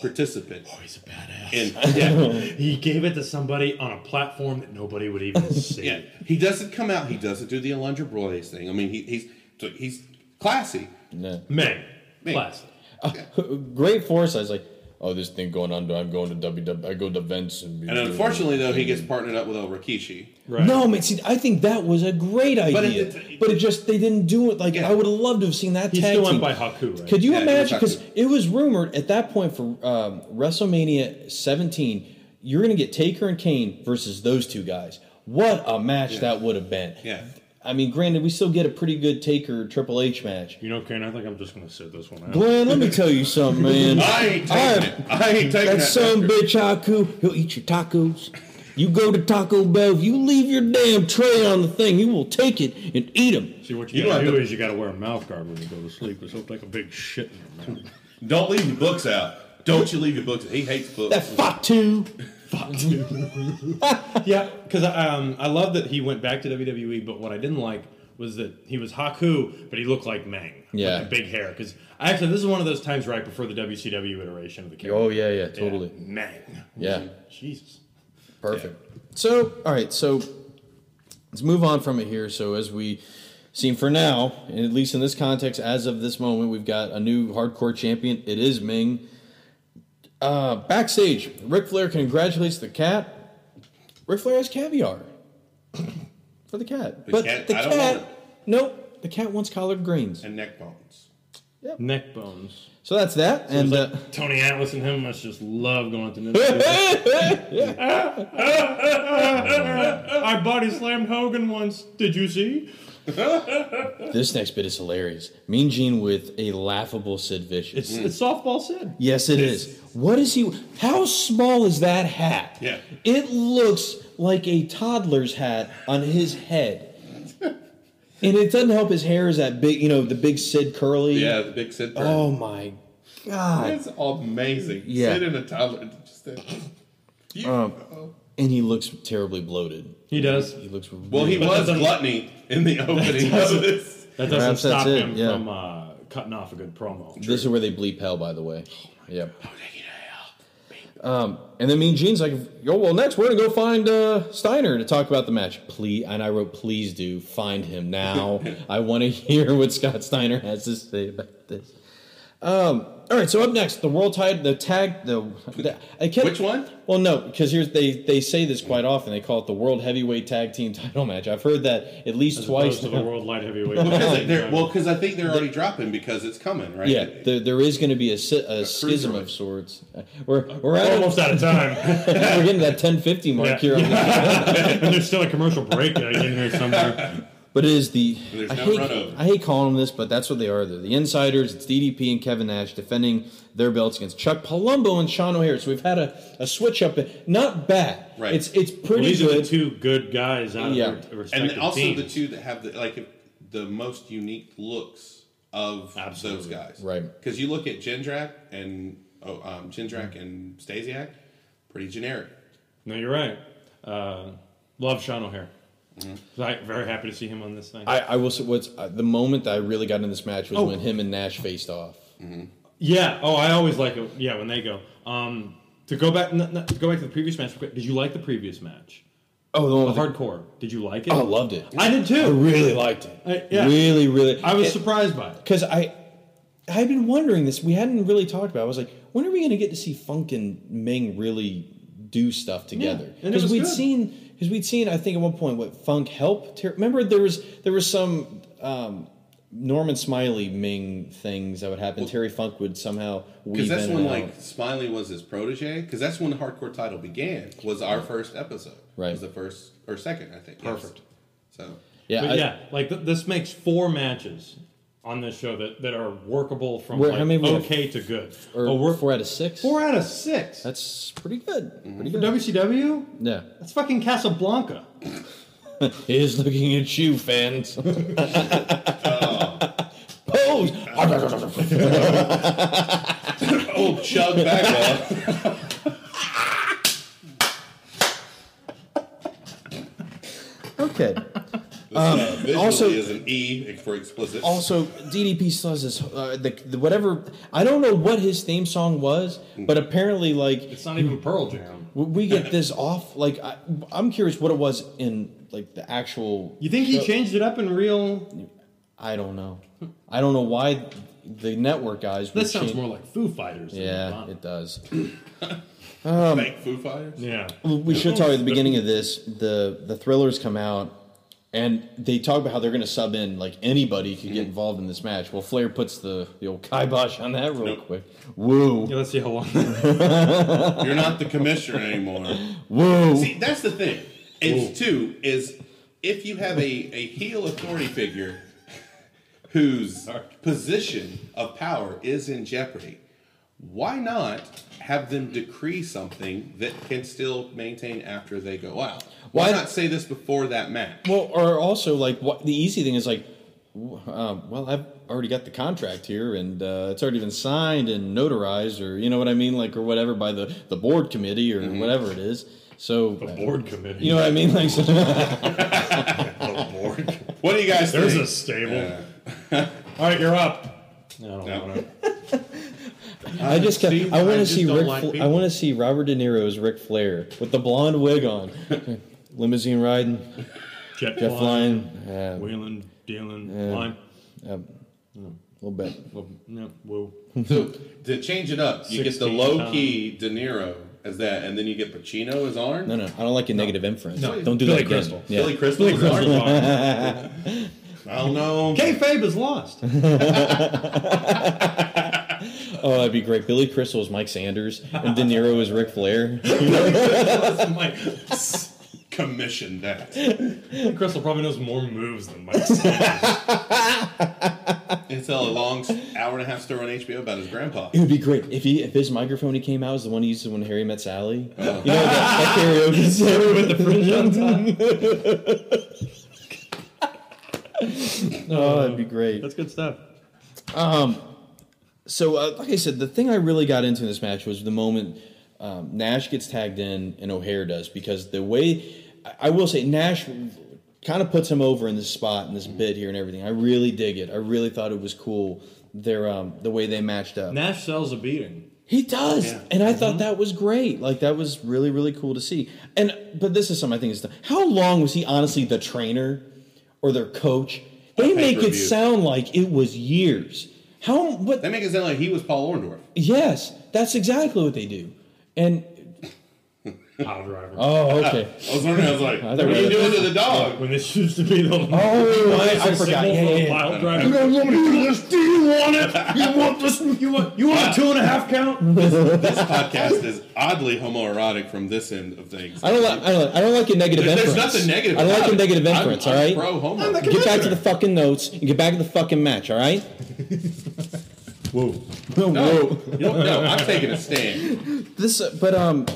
[SPEAKER 2] participant.
[SPEAKER 3] Oh, he's a badass.
[SPEAKER 2] And yeah,
[SPEAKER 3] He gave it to somebody on a platform that nobody would even see.
[SPEAKER 2] yeah, he doesn't come out. He doesn't do the Alundra Broyes thing. I mean, he, he's he's classy.
[SPEAKER 1] no.
[SPEAKER 3] Meg.
[SPEAKER 2] Meg.
[SPEAKER 3] Classic.
[SPEAKER 1] great foresight. It's like, oh, this thing going on. I'm going to WW. I go to events and.
[SPEAKER 2] And unfortunately, though, he gets partnered up with El Rikishi.
[SPEAKER 3] Right.
[SPEAKER 1] No, man. See, I think that was a great idea, but it,
[SPEAKER 2] it-
[SPEAKER 1] just they didn't do it. Like
[SPEAKER 2] Yeah.
[SPEAKER 1] I would have loved to have seen that.
[SPEAKER 3] He
[SPEAKER 1] tag
[SPEAKER 3] still
[SPEAKER 1] team.
[SPEAKER 3] went by Haku, right?
[SPEAKER 1] Could you
[SPEAKER 2] Yeah, he went
[SPEAKER 1] imagine?
[SPEAKER 2] by
[SPEAKER 1] Because
[SPEAKER 2] Haku.
[SPEAKER 1] it was rumored at that point for um, WrestleMania 17, you're going to get Taker and Kane versus those two guys. What a match that would have been.
[SPEAKER 2] Yeah.
[SPEAKER 1] I mean, granted, we still get a pretty good Taker Triple H match.
[SPEAKER 3] You know, Karen, I think I'm just going to sit this one out.
[SPEAKER 1] Glenn, let me tell you something, man.
[SPEAKER 2] I ain't taking it. I ain't taking
[SPEAKER 1] That
[SPEAKER 2] that
[SPEAKER 1] son
[SPEAKER 2] after.
[SPEAKER 1] bitch Haku, he'll eat your tacos. You go to Taco Bell, if you leave your damn tray on the thing, you will take it and eat them.
[SPEAKER 3] See, what you,
[SPEAKER 2] You
[SPEAKER 3] got
[SPEAKER 2] don't
[SPEAKER 3] to do
[SPEAKER 2] have to-
[SPEAKER 3] is you got to wear a mouth guard when you go to sleep because he'll take a big shit in your mouth.
[SPEAKER 2] Don't leave your books out. Don't you leave your books? out. He hates books.
[SPEAKER 1] That Fatu.
[SPEAKER 3] yeah, because um, I love that he went back to WWE, but what I didn't like was that he was Haku, but he looked like Mang.
[SPEAKER 1] Yeah.
[SPEAKER 3] With the big hair. Because actually, this is one of those times right before the WCW iteration of the character.
[SPEAKER 1] Oh, yeah, yeah, totally.
[SPEAKER 3] Mang.
[SPEAKER 1] Yeah,
[SPEAKER 3] Jesus.
[SPEAKER 1] perfect. So, all right, so let's move on from it here. So, as we seem for now, and at least in this context, as of this moment, we've got a new hardcore champion. It is Ming. Uh, backstage, Ric Flair congratulates the cat. Ric Flair has caviar for the cat. but
[SPEAKER 2] cat-
[SPEAKER 1] the
[SPEAKER 2] I don't
[SPEAKER 1] cat,
[SPEAKER 2] want it.
[SPEAKER 1] nope, the cat wants collard greens.
[SPEAKER 2] and neck bones.
[SPEAKER 3] Neck bones.
[SPEAKER 1] So that's that. and uh,
[SPEAKER 3] Tony Atlas and him must just love going to Nipsey. I body slammed Hogan once. Did you see?
[SPEAKER 1] this next bit is hilarious. Mean Gene with a laughable Sid Vicious.
[SPEAKER 3] It's,
[SPEAKER 2] Hmm.
[SPEAKER 3] it's softball Sid.
[SPEAKER 1] yes, it is. What is he? How small is that hat?
[SPEAKER 2] Yeah.
[SPEAKER 1] It looks like a toddler's hat on his head. and it doesn't help his hair is that big, you know, the big Sid curly.
[SPEAKER 2] Yeah, the big Sid. Burton.
[SPEAKER 1] Oh my God.
[SPEAKER 2] It's amazing.
[SPEAKER 1] Yeah. Uh,
[SPEAKER 2] Sit in a toddler. Just a, you,
[SPEAKER 1] And he looks terribly bloated.
[SPEAKER 3] He does.
[SPEAKER 1] He looks
[SPEAKER 2] well, he
[SPEAKER 3] But
[SPEAKER 2] was
[SPEAKER 3] that's-
[SPEAKER 2] gluttony in the opening of this.
[SPEAKER 3] That doesn't
[SPEAKER 1] Perhaps that's
[SPEAKER 3] stop
[SPEAKER 1] it,
[SPEAKER 3] him
[SPEAKER 1] yeah.
[SPEAKER 3] from uh, cutting off a good promo.
[SPEAKER 1] This is where they bleep hell, by the way.
[SPEAKER 2] Oh
[SPEAKER 1] yep. Um, and then Mean Gene's like, "Yo, well, next we're gonna go find uh, Steiner to talk about the match. Please, and I wrote, please do find him now. I want to hear what Scott Steiner has to say about this." Um, all right, so up next, the world title, the tag, the, the I kept,
[SPEAKER 2] Which one?
[SPEAKER 1] Well, no, because here's they they say this quite often. They call it the World Heavyweight Tag Team Title Match. I've heard that at least
[SPEAKER 3] As
[SPEAKER 1] twice.
[SPEAKER 3] opposed to the world light heavyweight.
[SPEAKER 2] Because they're, well, because I think they're already dropping because it's coming, right?
[SPEAKER 1] Yeah, there, there is going to be a, si- a schism of sorts. We're we're
[SPEAKER 3] We're
[SPEAKER 1] at
[SPEAKER 3] almost out of time.
[SPEAKER 1] we're getting that 1050 mark
[SPEAKER 3] Yeah.
[SPEAKER 1] here, on the-
[SPEAKER 3] and there's still a commercial break uh, in here somewhere.
[SPEAKER 1] but it is the
[SPEAKER 2] There's
[SPEAKER 1] I,
[SPEAKER 2] no
[SPEAKER 1] hate,
[SPEAKER 2] run over.
[SPEAKER 1] I hate calling them this, but that's what they are. They're the insiders. It's DDP and Kevin Nash defending their belts against Chuck Palumbo and Sean O'Hare. So we've had a, a switch up, not bad.
[SPEAKER 2] Right.
[SPEAKER 1] It's it's
[SPEAKER 3] Well,
[SPEAKER 1] pretty
[SPEAKER 3] these are the
[SPEAKER 1] good.
[SPEAKER 3] two good guys out
[SPEAKER 1] Yeah.
[SPEAKER 3] of their
[SPEAKER 2] and
[SPEAKER 3] respective
[SPEAKER 2] then also
[SPEAKER 3] teams.
[SPEAKER 2] the two that have the like the most unique looks of
[SPEAKER 3] Absolutely.
[SPEAKER 2] those guys,
[SPEAKER 1] Right.
[SPEAKER 2] Because you look at Jindrak and oh, um, Jindrak and Stasiak, pretty generic.
[SPEAKER 3] No, you're right. Uh, love Sean O'Hare.
[SPEAKER 2] Mm-hmm.
[SPEAKER 3] Like, very happy to see him on this thing.
[SPEAKER 1] I, I will say what's uh, the moment that I really got in this match was
[SPEAKER 3] Oh.
[SPEAKER 1] when him and Nash faced off.
[SPEAKER 3] yeah. Oh, I always like it. Yeah, when they go. Um, to go back, n- n- to go back to the previous match. real quick, Did you like the previous match?
[SPEAKER 1] Oh, the one
[SPEAKER 3] The
[SPEAKER 1] with the-
[SPEAKER 3] hardcore. Did you like it?
[SPEAKER 1] I loved it.
[SPEAKER 3] I did
[SPEAKER 1] I
[SPEAKER 3] too.
[SPEAKER 1] really liked it.
[SPEAKER 3] I- Uh, yeah.
[SPEAKER 1] Really, really.
[SPEAKER 3] I was
[SPEAKER 1] It-
[SPEAKER 3] surprised by it.
[SPEAKER 1] because I I've been wondering this. We hadn't really talked about. It. I was like, when are we going to get to see Funk and Ming really do stuff together?
[SPEAKER 3] and it
[SPEAKER 1] Because
[SPEAKER 3] was
[SPEAKER 1] we'd
[SPEAKER 3] good.
[SPEAKER 1] seen because we'd seen I think at one point what Funk help. Ter- Remember there was there was some. Um, Norman Smiley Ming things that would happen. Terry Funk would somehow weave
[SPEAKER 2] Because that's
[SPEAKER 1] in
[SPEAKER 2] when
[SPEAKER 1] and out.
[SPEAKER 2] like Smiley was his protege. Because that's when the hardcore title began. Was our first episode.
[SPEAKER 1] Right.
[SPEAKER 2] Was the first or second? I think. yes.
[SPEAKER 3] Perfect.
[SPEAKER 2] So
[SPEAKER 1] yeah,
[SPEAKER 3] But
[SPEAKER 1] I-
[SPEAKER 3] yeah, like th- this makes four matches on this show that, that are workable from
[SPEAKER 1] Where-
[SPEAKER 3] like,
[SPEAKER 1] how many we have?
[SPEAKER 3] okay to good.
[SPEAKER 1] or
[SPEAKER 3] oh, we're
[SPEAKER 1] four out of six.
[SPEAKER 3] four Mm-hmm. out of six.
[SPEAKER 1] That's pretty good. Pretty
[SPEAKER 3] For
[SPEAKER 1] good.
[SPEAKER 3] WCW,
[SPEAKER 1] yeah,
[SPEAKER 3] that's fucking Casablanca.
[SPEAKER 1] he's looking at you, fans.
[SPEAKER 3] Oh.
[SPEAKER 1] Pose.
[SPEAKER 2] oh, Chug Bagwell.
[SPEAKER 1] Okay.
[SPEAKER 2] uh, visually
[SPEAKER 1] Um, also-
[SPEAKER 2] is an E for explicit.
[SPEAKER 1] also DDP still has this uh, the, the whatever I don't know what his theme song was, but apparently like
[SPEAKER 3] It's not even Pearl Jam.
[SPEAKER 1] w- we get this off. Like I, I'm curious what it was in like the actual.
[SPEAKER 3] You think he changed it up in real?
[SPEAKER 1] I don't know. I don't know why the network guys. would
[SPEAKER 3] This sounds
[SPEAKER 1] change-
[SPEAKER 3] more like Foo Fighters. than
[SPEAKER 1] Yeah,
[SPEAKER 3] Nirvana.
[SPEAKER 1] it does. um,
[SPEAKER 2] Thank Foo Fighters.
[SPEAKER 3] yeah.
[SPEAKER 1] We should talk at the beginning of this. The the thrillers come out, and they talk about how they're going to sub in like anybody could
[SPEAKER 3] Mm-hmm.
[SPEAKER 1] get involved in this match. Well, Flair puts the the old kibosh on that real
[SPEAKER 2] Nope.
[SPEAKER 1] quick. Woo,
[SPEAKER 3] Yeah, let's see how long.
[SPEAKER 2] You're not the commissioner anymore.
[SPEAKER 1] woo.
[SPEAKER 2] See, that's the thing. It's two is if you have a, a heel authority figure whose position of power is in jeopardy, why not have them decree something that can still maintain after they go out? Why,
[SPEAKER 1] Why-
[SPEAKER 2] not say this before that match?
[SPEAKER 1] Well, or also like what the easy thing is like, w- um, well, I've already got the contract here, and uh, it's already been signed and notarized, or you know what I mean, like or whatever by the the board committee or whatever it is. So the
[SPEAKER 3] board committee.
[SPEAKER 1] You know what I mean? Like, so,
[SPEAKER 2] What do you guys
[SPEAKER 3] There's a
[SPEAKER 2] think?
[SPEAKER 3] stable. All right, you're up. No, I
[SPEAKER 2] No.
[SPEAKER 3] don't wanna-
[SPEAKER 1] I just kept,
[SPEAKER 2] see,
[SPEAKER 1] I
[SPEAKER 2] I
[SPEAKER 1] want to
[SPEAKER 2] just
[SPEAKER 1] see
[SPEAKER 2] don't
[SPEAKER 1] Rick.
[SPEAKER 2] like
[SPEAKER 1] Fla- I
[SPEAKER 2] people.
[SPEAKER 1] want to see Robert De Niro's Ric Flair with the blonde wig on, limousine riding,
[SPEAKER 3] Jet,
[SPEAKER 1] Jeff
[SPEAKER 3] flying,
[SPEAKER 1] Lyon, yeah, a
[SPEAKER 3] wheeling, dealing, line.
[SPEAKER 1] little bit.
[SPEAKER 3] Well, no, whoa.
[SPEAKER 2] So, to change it up, you get the
[SPEAKER 3] 16
[SPEAKER 2] low key De Niro as that, and then you get Pacino as Arn.
[SPEAKER 1] No, no, I don't like a negative inference.
[SPEAKER 3] No.
[SPEAKER 1] Don't do
[SPEAKER 3] Billy
[SPEAKER 1] that again.
[SPEAKER 3] Crystal.
[SPEAKER 1] Yeah.
[SPEAKER 2] Billy Crystal as Arn. I don't know.
[SPEAKER 3] Kayfabe is lost.
[SPEAKER 1] Oh, that'd be great. Billy Crystal is Mike Sanders, and De Niro is Ric Flair.
[SPEAKER 3] Mike.
[SPEAKER 2] Commission that.
[SPEAKER 3] Crystal probably knows more moves than Mike.
[SPEAKER 2] It's a long s- hour and a half story on HBO about his grandpa.
[SPEAKER 1] It would be great if he if his microphone he came out was the one he used when Harry met Sally. You know that, that karaoke song with the fringe on oh, that'd be great.
[SPEAKER 3] That's good stuff.
[SPEAKER 1] So, uh, like I said, the thing I really got into in this match was the moment um, Nash gets tagged in and O'Hare does because the way I- I will say Nash kind of puts him over in this spot and this bit here and everything. I really dig it. I really thought it was cool. Their um, the way they matched up.
[SPEAKER 3] Nash sells a beating.
[SPEAKER 1] He does,
[SPEAKER 2] Yeah. Mm-hmm.
[SPEAKER 1] and I thought that was great. Like that was really really cool to see. And but this is something I think is how long was he honestly the trainer or their coach? They make it
[SPEAKER 2] pay-per-view.
[SPEAKER 1] sound like it was years. How what
[SPEAKER 2] They make it sound like he was Paul Orndorff.
[SPEAKER 1] Yes, that's exactly what they do. And
[SPEAKER 3] Pile driver.
[SPEAKER 2] Uh,
[SPEAKER 1] oh, okay.
[SPEAKER 2] I was wondering, I was like, what
[SPEAKER 1] thought
[SPEAKER 2] are you
[SPEAKER 1] that-
[SPEAKER 2] doing to the dog?
[SPEAKER 3] When this used to be the
[SPEAKER 1] Oh,
[SPEAKER 3] It's
[SPEAKER 1] I
[SPEAKER 3] a
[SPEAKER 1] forgot. Yeah,
[SPEAKER 3] signal for a
[SPEAKER 1] yeah, yeah.
[SPEAKER 3] pile driver.
[SPEAKER 4] Do you want it? You want this?
[SPEAKER 3] You want you want a two and a half count?
[SPEAKER 2] This podcast is oddly homoerotic from this end of things.
[SPEAKER 1] I don't like. I don't. Like, I don't like your negative
[SPEAKER 2] There's
[SPEAKER 1] inference.
[SPEAKER 2] nothing negative
[SPEAKER 1] I don't like
[SPEAKER 2] about
[SPEAKER 1] your
[SPEAKER 2] it.
[SPEAKER 1] negative
[SPEAKER 2] I'm-
[SPEAKER 1] inference.
[SPEAKER 2] I'm
[SPEAKER 1] all right.
[SPEAKER 2] pro-homo. I'm the
[SPEAKER 1] Get back to the fucking notes and get back to the fucking match. All right.
[SPEAKER 3] Whoa.
[SPEAKER 1] Whoa.
[SPEAKER 2] no, I'm taking a stand.
[SPEAKER 1] This, uh, but um,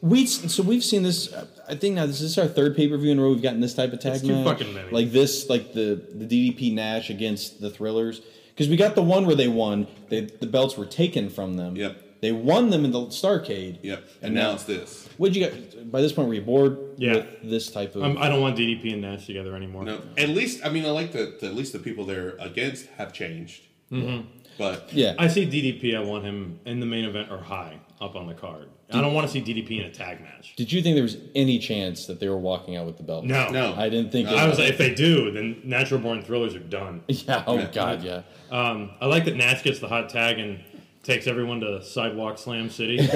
[SPEAKER 1] we so we've seen this. uh, I think now this is our third pay per view in a row we've gotten this type of tag
[SPEAKER 3] It's too
[SPEAKER 1] match.
[SPEAKER 3] fucking many.
[SPEAKER 1] Like this, like the the DDP Nash against the Thrillers, because we got the one where they won. They, the belts were taken from them.
[SPEAKER 2] Yep.
[SPEAKER 1] They won them in the Starcade.
[SPEAKER 2] Yep. And now it's this.
[SPEAKER 1] What'd you get? By this point, were you bored?
[SPEAKER 3] Yeah.
[SPEAKER 1] With this type of.
[SPEAKER 3] I'm, I don't want DDP and Nash together anymore.
[SPEAKER 2] No, at least I mean I like that. At least the people they're against have changed. Mm-hmm. But
[SPEAKER 1] yeah.
[SPEAKER 3] I see DDP. I want him in the main event or high up on the card. I don't want to see DDP in a tag match.
[SPEAKER 1] Did you think there was any chance that they were walking out with the belt?
[SPEAKER 3] No,
[SPEAKER 2] no,
[SPEAKER 1] I didn't think.
[SPEAKER 3] I was like, if they do, then natural born thrillers are done.
[SPEAKER 1] Yeah. Oh God. Yeah.
[SPEAKER 3] Um, I like that Nash gets the hot tag and takes everyone to Sidewalk Slam City, It's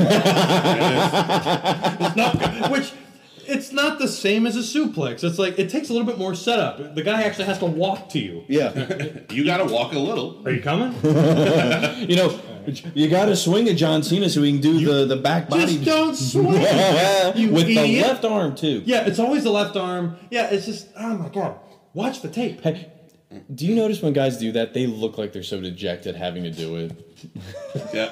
[SPEAKER 3] not- which it's not the same as a suplex. It's like it takes a little bit more setup. The guy actually has to walk to you.
[SPEAKER 1] Yeah.
[SPEAKER 2] you got to walk a little.
[SPEAKER 3] Are you coming?
[SPEAKER 1] you know, you got to swing at John Cena so he can do the the back body
[SPEAKER 3] Just don't swing. you
[SPEAKER 1] with the
[SPEAKER 3] idiot.
[SPEAKER 1] left arm too.
[SPEAKER 3] Yeah, it's always the left arm. Yeah, it's just oh my god. Watch the tape.
[SPEAKER 1] Hey, do you notice when guys do that, they look like they're so dejected having to do it?
[SPEAKER 2] Yeah.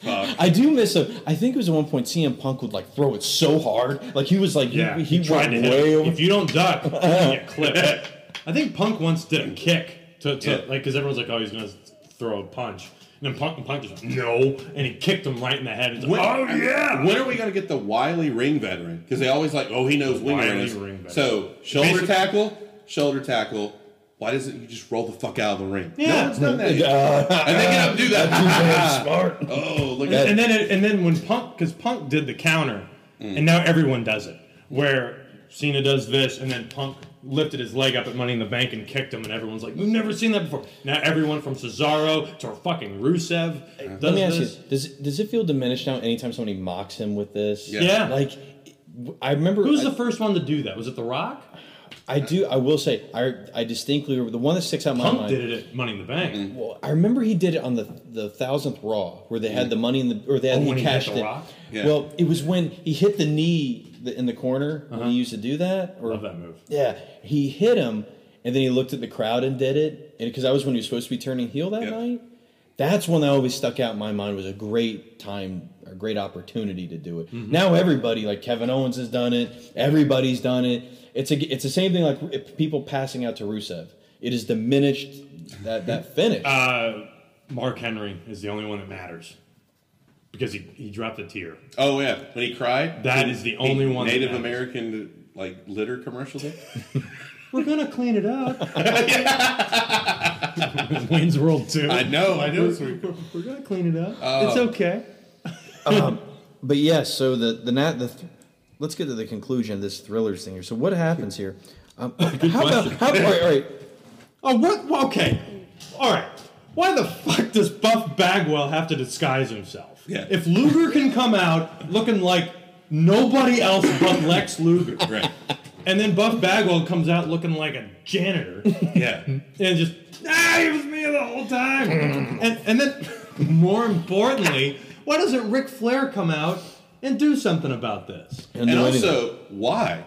[SPEAKER 2] Fuck.
[SPEAKER 1] I do miss a. I think it was at one point CM Punk would like throw it so hard, like he was like
[SPEAKER 3] Yeah,
[SPEAKER 1] he, he
[SPEAKER 3] tried
[SPEAKER 1] went
[SPEAKER 3] to hit
[SPEAKER 1] way
[SPEAKER 3] him.
[SPEAKER 1] over.
[SPEAKER 3] If you don't duck, you get clipped. I think Punk once did a kick to, to
[SPEAKER 2] Yeah.
[SPEAKER 3] like because everyone's like, oh, he's gonna throw a punch, and then Punk Punk just went, no, and he kicked him right in the head. It's like, oh yeah.
[SPEAKER 2] When are we gonna get the Wiley ring veteran? Because they always like, oh, he knows wing
[SPEAKER 3] Wily
[SPEAKER 2] runners.
[SPEAKER 3] ring veteran.
[SPEAKER 2] So shoulder
[SPEAKER 3] Basic-
[SPEAKER 2] tackle, shoulder tackle. Why doesn't you just roll the fuck out of the ring?
[SPEAKER 3] Yeah.
[SPEAKER 2] No one's done that. yet. and they get up and do that. smart. Oh, look at
[SPEAKER 3] and then it, and then when Punk because Punk did the counter,
[SPEAKER 1] Mm.
[SPEAKER 3] and now everyone does it. Where Cena does this, and then Punk lifted his leg up at Money in the Bank and kicked him, and everyone's like, we've never seen that before. Now everyone from Cesaro to fucking Rusev does
[SPEAKER 1] Uh-huh. Let me ask
[SPEAKER 3] this.
[SPEAKER 1] you: Does does it feel diminished now anytime somebody mocks him with this?
[SPEAKER 2] Yeah.
[SPEAKER 3] Yeah.
[SPEAKER 1] Like, I remember.
[SPEAKER 3] Who's
[SPEAKER 1] I,
[SPEAKER 3] the first one to do that? Was it The Rock?
[SPEAKER 1] I do. I will say. I I distinctly remember the one that sticks out in my
[SPEAKER 3] Punk
[SPEAKER 1] mind.
[SPEAKER 3] did it at Money in the Bank.
[SPEAKER 2] Mm-hmm.
[SPEAKER 1] Well, I remember he did it on the the thousandth Raw where they had the money in the or they had
[SPEAKER 3] Oh,
[SPEAKER 1] he
[SPEAKER 3] when he hit
[SPEAKER 1] cashed
[SPEAKER 3] The
[SPEAKER 1] it.
[SPEAKER 3] Rock?
[SPEAKER 2] Yeah.
[SPEAKER 1] Well, it was when he hit the knee th- in the corner when he used to do that. Or
[SPEAKER 3] Uh-huh. Love that move.
[SPEAKER 1] Yeah, he hit him, and then he looked at the crowd and did it. And because that was when he was supposed to be turning heel that
[SPEAKER 2] Yep.
[SPEAKER 1] night. That's one that always stuck out in my mind was a great time, a great opportunity to do it. Now everybody, like Kevin Owens has done it, everybody's done it. It's a, it's the same thing like if people passing out to Rusev. It is diminished that that finish.
[SPEAKER 3] Uh, Mark Henry is the only one that matters because he, he dropped a tear.
[SPEAKER 2] Oh yeah, when he cried.
[SPEAKER 3] That is the only one that
[SPEAKER 2] Native
[SPEAKER 3] matters.
[SPEAKER 2] American like litter commercial thing.
[SPEAKER 3] We're gonna clean it up. Wayne's World too.
[SPEAKER 2] I know, Oh. I know.
[SPEAKER 3] We're gonna clean it up. it's okay.
[SPEAKER 1] But yes, so the the nat the th- let's get to the conclusion of this thrillers thing here. So what happens here? Um, how about how, all right, all right,
[SPEAKER 3] Oh, what? well, Okay. All right. Why the fuck does Buff Bagwell have to disguise himself?
[SPEAKER 2] Yeah.
[SPEAKER 3] If Luger can come out looking like nobody else but Lex Luger,
[SPEAKER 2] Right.
[SPEAKER 3] And then Buff Bagwell comes out looking like a janitor
[SPEAKER 2] Yeah.
[SPEAKER 3] and just ah, it was me the whole time. and and then, more importantly, why doesn't Ric Flair come out and do something about this?
[SPEAKER 1] And,
[SPEAKER 2] and
[SPEAKER 1] do anything.
[SPEAKER 2] also, why?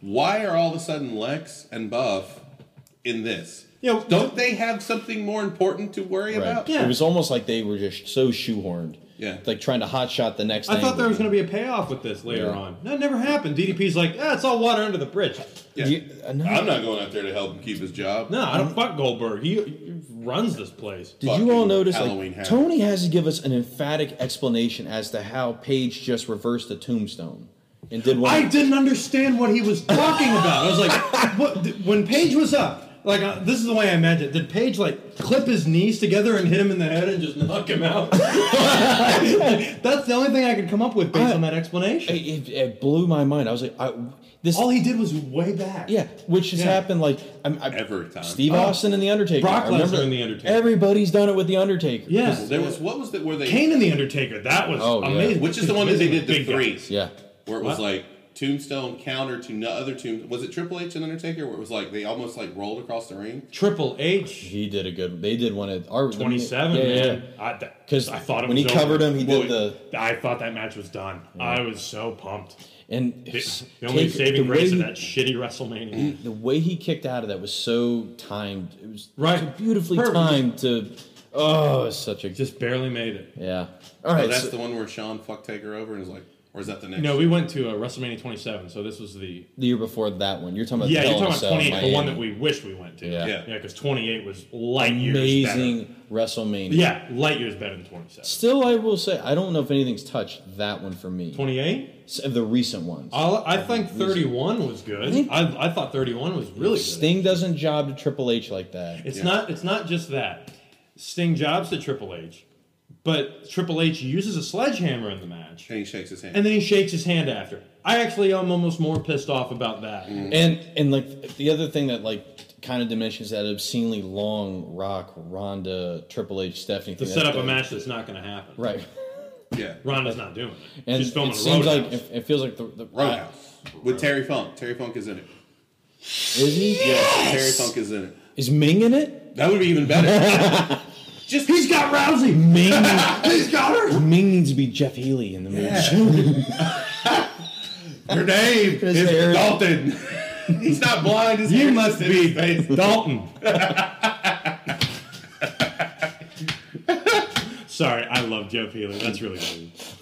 [SPEAKER 2] Why are all of a sudden Lex and Buff in this?
[SPEAKER 3] You know,
[SPEAKER 2] Don't they have something more important to worry
[SPEAKER 1] Right.
[SPEAKER 2] about?
[SPEAKER 3] Yeah.
[SPEAKER 1] It was almost like they were just so shoehorned.
[SPEAKER 2] Yeah.
[SPEAKER 1] Like trying to hotshot the next.
[SPEAKER 3] I thought there was
[SPEAKER 1] angle.
[SPEAKER 3] going to be a payoff with this later
[SPEAKER 1] Yeah.
[SPEAKER 3] on. No, it never happened. DDP's like, ah, it's all water under the bridge.
[SPEAKER 2] Yeah.
[SPEAKER 1] You- uh, no.
[SPEAKER 2] I'm not going out there to help him keep his job.
[SPEAKER 3] No, I don't fuck Goldberg. He, he runs this place.
[SPEAKER 1] Did you all
[SPEAKER 2] fucking
[SPEAKER 1] notice?
[SPEAKER 2] Halloween
[SPEAKER 1] Like,
[SPEAKER 2] havoc.
[SPEAKER 1] Tony has to give us an emphatic explanation as to how Paige just reversed the tombstone and did one.
[SPEAKER 3] I didn't understand what he was talking about. I was like, what, th- when Paige was up, like uh, this is the way I imagine it. Did Paige like clip his knees together and hit him in the head and just knock him out? That's the only thing I could come up with based
[SPEAKER 1] I-
[SPEAKER 3] on that explanation.
[SPEAKER 1] It, it, it blew my mind. I was like, I, this.
[SPEAKER 3] All he did was way back.
[SPEAKER 1] yeah, which has
[SPEAKER 3] Yeah. Oh.
[SPEAKER 1] happened like I'm, I,
[SPEAKER 2] Every time.
[SPEAKER 1] Steve Austin and the Undertaker.
[SPEAKER 3] Brock
[SPEAKER 1] I remember-
[SPEAKER 3] Lesnar and The Undertaker.
[SPEAKER 1] Everybody's done it with the Undertaker.
[SPEAKER 3] yeah.
[SPEAKER 2] Well, there was what was that where they
[SPEAKER 3] Kane and the Undertaker. That was
[SPEAKER 1] Oh, yeah.
[SPEAKER 3] amazing.
[SPEAKER 2] which is the one that they did the
[SPEAKER 3] Big guy.
[SPEAKER 2] three.
[SPEAKER 1] Yeah.
[SPEAKER 2] Where it was
[SPEAKER 3] What?
[SPEAKER 2] like Tombstone counter to no other tomb. Was it Triple H and Undertaker? Where it was like they almost like rolled across the ring.
[SPEAKER 3] Triple H.
[SPEAKER 1] He did a good. They did one at our
[SPEAKER 3] Twenty-seven.
[SPEAKER 1] Yeah, yeah,
[SPEAKER 3] man. I, th-
[SPEAKER 1] Because
[SPEAKER 3] I thought it
[SPEAKER 1] when he
[SPEAKER 3] was
[SPEAKER 1] covered
[SPEAKER 3] over.
[SPEAKER 1] him, he
[SPEAKER 2] Well,
[SPEAKER 1] did the
[SPEAKER 3] I thought that match was done. I was so pumped.
[SPEAKER 1] and
[SPEAKER 3] The, the only
[SPEAKER 1] take-
[SPEAKER 3] saving
[SPEAKER 1] the
[SPEAKER 3] grace
[SPEAKER 1] way
[SPEAKER 3] of
[SPEAKER 1] he-
[SPEAKER 3] that shitty WrestleMania.
[SPEAKER 1] the way he kicked out of that was so timed. It was
[SPEAKER 3] Right.
[SPEAKER 1] so beautifully
[SPEAKER 3] Perfect.
[SPEAKER 1] timed to. Oh, it was such a
[SPEAKER 3] Just barely made it.
[SPEAKER 1] yeah. All right,
[SPEAKER 2] Oh, that's
[SPEAKER 1] so-
[SPEAKER 2] the one where Sean fucked Taker over and is like, or is that the next?
[SPEAKER 3] No, we went to uh, WrestleMania 27, so this was the
[SPEAKER 1] the year before that one. You're talking about
[SPEAKER 3] yeah.
[SPEAKER 1] Hell
[SPEAKER 3] You're
[SPEAKER 1] in a
[SPEAKER 3] talking
[SPEAKER 1] Cell
[SPEAKER 3] about
[SPEAKER 1] in
[SPEAKER 3] 28, the one that
[SPEAKER 1] Miami.
[SPEAKER 3] we wish we went to.
[SPEAKER 1] Yeah.
[SPEAKER 2] Yeah.
[SPEAKER 3] yeah, because 28 was light years better.
[SPEAKER 1] amazing WrestleMania.
[SPEAKER 3] Yeah, light years better than 27.
[SPEAKER 1] Still, I will say I don't know if anything's touched that one for me.
[SPEAKER 3] 28.
[SPEAKER 1] S- Of the recent ones,
[SPEAKER 3] I'll, I think 31 was good.
[SPEAKER 1] think-
[SPEAKER 3] I, I thought 31 was really good.
[SPEAKER 1] Sting doesn't job to Triple H like that.
[SPEAKER 3] It's not. It's not just that. Sting jobs to Triple H, but Triple H uses a sledgehammer in the match,
[SPEAKER 2] And he shakes his hand.
[SPEAKER 3] and then he shakes his hand after. I actually am almost more pissed off about that.
[SPEAKER 1] And and like the other thing that like kind of diminishes that obscenely long Rock Ronda Triple H Stephanie
[SPEAKER 3] To
[SPEAKER 1] thing,
[SPEAKER 3] set
[SPEAKER 1] that's
[SPEAKER 3] up a
[SPEAKER 1] the-
[SPEAKER 3] match that's not going to happen.
[SPEAKER 1] right?
[SPEAKER 2] yeah.
[SPEAKER 3] Ronda's not doing it.
[SPEAKER 1] And
[SPEAKER 3] She's filming
[SPEAKER 1] it
[SPEAKER 3] a
[SPEAKER 1] seems
[SPEAKER 3] roadhouse.
[SPEAKER 1] like it, it feels like the, the
[SPEAKER 2] Roadhouse with Terry Funk. Terry Funk is in it.
[SPEAKER 1] is he
[SPEAKER 2] Terry Funk is in it.
[SPEAKER 1] is Ming in it?
[SPEAKER 2] That would be even better. Just he's got Rousey.
[SPEAKER 1] Ming
[SPEAKER 2] He's got her.
[SPEAKER 1] Ming needs to be Jeff Healy in the movie.
[SPEAKER 2] Her name
[SPEAKER 1] His
[SPEAKER 2] is
[SPEAKER 1] hair.
[SPEAKER 2] Dalton. he's not blind. His you must be.
[SPEAKER 3] Dalton. Sorry, I love Joe Healy. That's really good.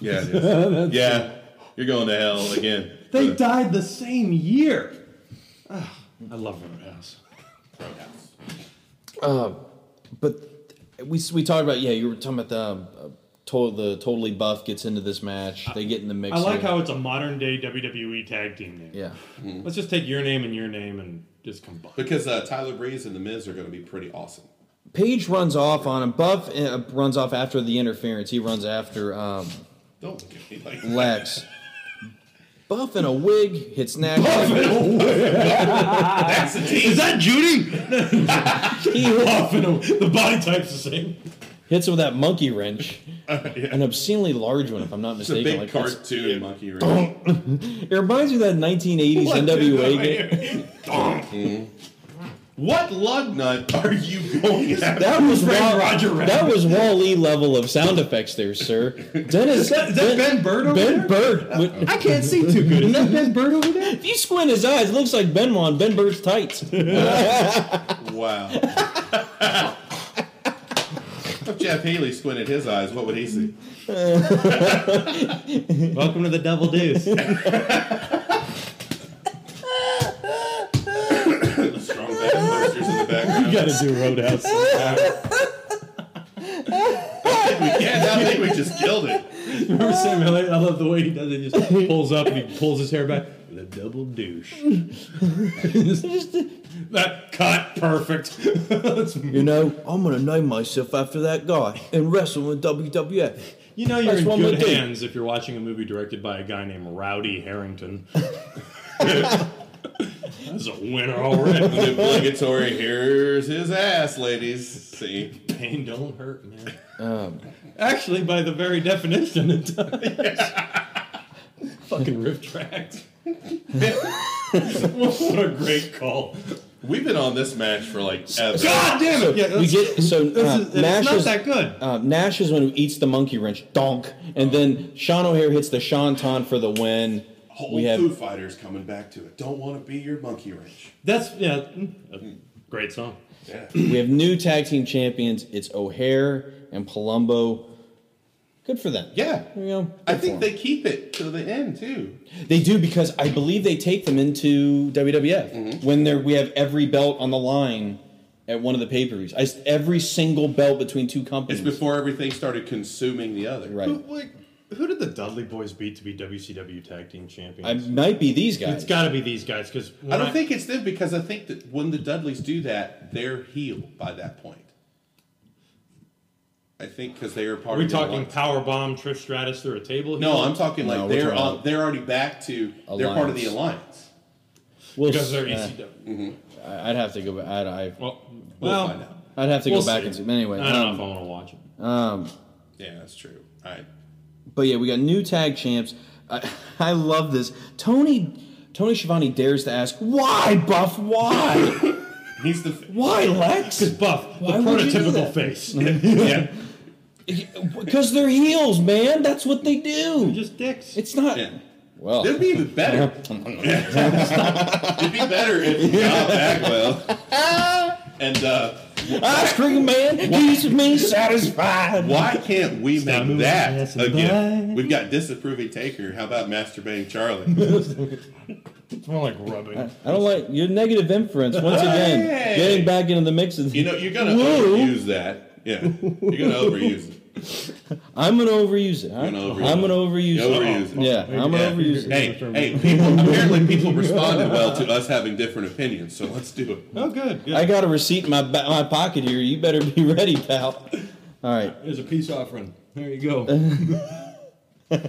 [SPEAKER 2] Yeah. It is. yeah. You're going to hell again.
[SPEAKER 3] They died the same year. Ah, I love Roadhouse.
[SPEAKER 2] Roadhouse.
[SPEAKER 1] But we we talked about yeah, you were talking about the um, uh, to, the totally buff gets into this match. They get in the mix.
[SPEAKER 3] I like how it's a modern day WWE E tag team name.
[SPEAKER 1] yeah.
[SPEAKER 3] Let's just take your name and your name and just combine.
[SPEAKER 2] Because uh, Tyler Breeze and The Miz are going to be pretty awesome.
[SPEAKER 1] Page runs off on him. Buff uh, runs off after the interference. He runs after um,
[SPEAKER 2] Don't look at me like that.
[SPEAKER 1] Lex. Buff in a wig hits Nash.
[SPEAKER 2] That's the team.
[SPEAKER 3] that Judy?
[SPEAKER 1] He
[SPEAKER 3] the body type's the same.
[SPEAKER 1] hits him with that monkey wrench,
[SPEAKER 3] Uh,
[SPEAKER 1] an obscenely large one, if I'm not
[SPEAKER 2] It's a
[SPEAKER 1] mistaken.
[SPEAKER 2] big
[SPEAKER 1] like, that's-
[SPEAKER 2] cartoon monkey ring.
[SPEAKER 1] It reminds me of that 1980s NWA game.
[SPEAKER 2] What lug nut are you going after?
[SPEAKER 1] That was Wall-
[SPEAKER 3] Roger Rabbit?
[SPEAKER 1] that was Wally level of sound effects there, sir. Dennis, is
[SPEAKER 3] that- is that Ben Bird over
[SPEAKER 1] Ben
[SPEAKER 3] there?
[SPEAKER 1] Bird. with-
[SPEAKER 3] I can't see too good. Is that Ben Bird over there?
[SPEAKER 1] if you squint his eyes, it looks like Ben on Ben Bird's tights.
[SPEAKER 2] Wow. if Jeff Haley squinted his eyes, what would he see?
[SPEAKER 3] Welcome to the Double Deuce.
[SPEAKER 2] The strong back posters in the background.
[SPEAKER 3] gotta do Roadhouse.
[SPEAKER 2] Yeah, I think we just killed it.
[SPEAKER 3] Remember Sam Elliott? I love the way he does it. He just pulls up and he pulls his hair back. The double douche. that cut perfect. That's-
[SPEAKER 1] you know, I'm gonna name myself after that guy and wrestle with WWF.
[SPEAKER 3] you know you're
[SPEAKER 1] That's
[SPEAKER 3] in
[SPEAKER 1] one
[SPEAKER 3] good
[SPEAKER 1] we do.
[SPEAKER 3] hands if you're watching a movie directed by a guy named Rowdy Harrington. That's a winner already.
[SPEAKER 2] The obligatory, here's his ass, ladies. See?
[SPEAKER 3] Pain don't hurt, man. Um. Actually, by the very definition, it does. Fucking riff tracks. what a great call.
[SPEAKER 2] We've been on this match for like ever.
[SPEAKER 3] God damn it!
[SPEAKER 1] we get so
[SPEAKER 3] this
[SPEAKER 1] uh,
[SPEAKER 3] is,
[SPEAKER 1] Nash
[SPEAKER 3] it's not
[SPEAKER 1] is
[SPEAKER 3] that good.
[SPEAKER 1] uh, Nash is when he eats the monkey wrench, donk, and then Sean O'Hare hits the Shanton for the win.
[SPEAKER 2] Whole
[SPEAKER 1] we have
[SPEAKER 2] Foo Fighters coming back to it. Don't want to be your monkey wrench.
[SPEAKER 3] That's yeah, mm, a great song.
[SPEAKER 2] Yeah.
[SPEAKER 1] we have new tag team champions. It's O'Hare and Palumbo. Good for them.
[SPEAKER 2] yeah.
[SPEAKER 1] There you go. Good
[SPEAKER 2] I
[SPEAKER 1] for
[SPEAKER 2] think
[SPEAKER 1] 'em.
[SPEAKER 2] they keep it to the end too.
[SPEAKER 1] They do because I believe they take them into WWF
[SPEAKER 3] Mm-hmm.
[SPEAKER 1] when there we have every belt on the line at one of the pay per views. Every single belt between two
[SPEAKER 2] It's
[SPEAKER 1] companies.
[SPEAKER 2] before everything started consuming the other.
[SPEAKER 1] Right.
[SPEAKER 3] Who, like, who did the Dudley Boys beat to be WCW Tag Team Champions?
[SPEAKER 1] I might be these guys.
[SPEAKER 3] it's got to be these guys because
[SPEAKER 2] I don't think it's them because I think that when the Dudleys do that, they're healed by that point. I think because they are part.
[SPEAKER 3] Are we
[SPEAKER 2] of the
[SPEAKER 3] talking
[SPEAKER 2] Alliance.
[SPEAKER 3] power bomb Trish Stratus through a table?
[SPEAKER 2] No, I'm talking like
[SPEAKER 1] No, we're
[SPEAKER 2] they're
[SPEAKER 1] talking
[SPEAKER 2] on,
[SPEAKER 1] about-
[SPEAKER 2] they're already back to they're part of
[SPEAKER 1] Alliance.
[SPEAKER 2] the alliance.
[SPEAKER 1] We'll
[SPEAKER 3] because they're
[SPEAKER 1] s- uh,
[SPEAKER 3] ECW.
[SPEAKER 1] I'd have to go back. I'd, I,
[SPEAKER 3] well,
[SPEAKER 2] We'll
[SPEAKER 3] well,
[SPEAKER 2] find out.
[SPEAKER 1] I'd have to
[SPEAKER 3] we'll
[SPEAKER 1] go back
[SPEAKER 3] see.
[SPEAKER 1] and see. But anyway,
[SPEAKER 3] I don't know
[SPEAKER 1] um,
[SPEAKER 3] if I want to watch it.
[SPEAKER 2] Yeah, that's true. I
[SPEAKER 1] But yeah, we got new tag champs. I, I love this. Tony Tony Schiavone dares to ask, "Why, Buff? Why?
[SPEAKER 2] he's the
[SPEAKER 1] Why, Lex?
[SPEAKER 3] Because Buff, the
[SPEAKER 1] Why would you do
[SPEAKER 3] prototypical
[SPEAKER 1] that?
[SPEAKER 3] face,
[SPEAKER 2] yeah
[SPEAKER 1] Because they're heels, man. That's what they do.
[SPEAKER 3] just dicks.
[SPEAKER 1] It's not.
[SPEAKER 2] yeah.
[SPEAKER 1] Well,
[SPEAKER 2] It'd be even better. It'd be better if Bob Bagwell and uh,
[SPEAKER 1] ice cream man keeps me satisfied.
[SPEAKER 2] Why can't we
[SPEAKER 3] Stop
[SPEAKER 2] make
[SPEAKER 3] moving
[SPEAKER 2] that
[SPEAKER 3] fast
[SPEAKER 2] a
[SPEAKER 3] and
[SPEAKER 2] gift?
[SPEAKER 3] buy.
[SPEAKER 2] We've got disapproving taker. How about masturbating Charlie?
[SPEAKER 3] It's more like rubbing.
[SPEAKER 1] I don't like your negative inference once again.
[SPEAKER 2] Hey!
[SPEAKER 1] Getting back into the mix of
[SPEAKER 2] You know you're gonna
[SPEAKER 1] Woo.
[SPEAKER 2] overuse that. Yeah, you're gonna overuse it.
[SPEAKER 1] I'm gonna overuse it.
[SPEAKER 2] You're gonna overuse
[SPEAKER 1] I'm
[SPEAKER 2] it.
[SPEAKER 1] gonna overuse
[SPEAKER 2] You
[SPEAKER 1] it.
[SPEAKER 2] overuse it.
[SPEAKER 1] Yeah, I'm gonna
[SPEAKER 2] Yeah.
[SPEAKER 1] overuse it.
[SPEAKER 2] Hey, hey, people! Apparently, people responded well to us having different opinions. So let's do it.
[SPEAKER 3] oh, good. good.
[SPEAKER 1] I got a receipt in my ba- my pocket here. You better be ready, pal. All right.
[SPEAKER 3] There's a peace offering. There you go.
[SPEAKER 1] Oh,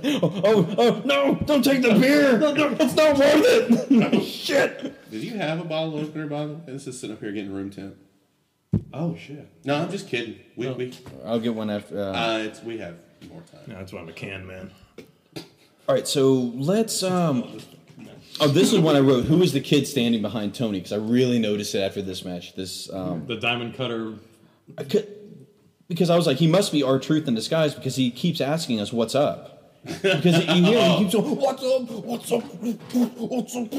[SPEAKER 1] oh Uh, no! Don't take the beer. It's not worth it. Shit.
[SPEAKER 2] Did you have a bottle opener, by the way? This is sitting up here getting room temp.
[SPEAKER 3] oh shit.
[SPEAKER 2] No, I'm just kidding. We
[SPEAKER 3] Oh.
[SPEAKER 2] we
[SPEAKER 1] I'll get one after. Uh,
[SPEAKER 2] uh, it's, we have more time.
[SPEAKER 3] No, that's why I'm a can man.
[SPEAKER 1] all right. So let's. Um. Oh, this is one I wrote. Who was the kid standing behind Tony? Because I really noticed it after this match. This. Um.
[SPEAKER 3] The diamond cutter.
[SPEAKER 1] I could- because I was like, he must be our truth in disguise because he keeps asking us what's up. Because he, he, he keeps going, what's up, what's up, what's up?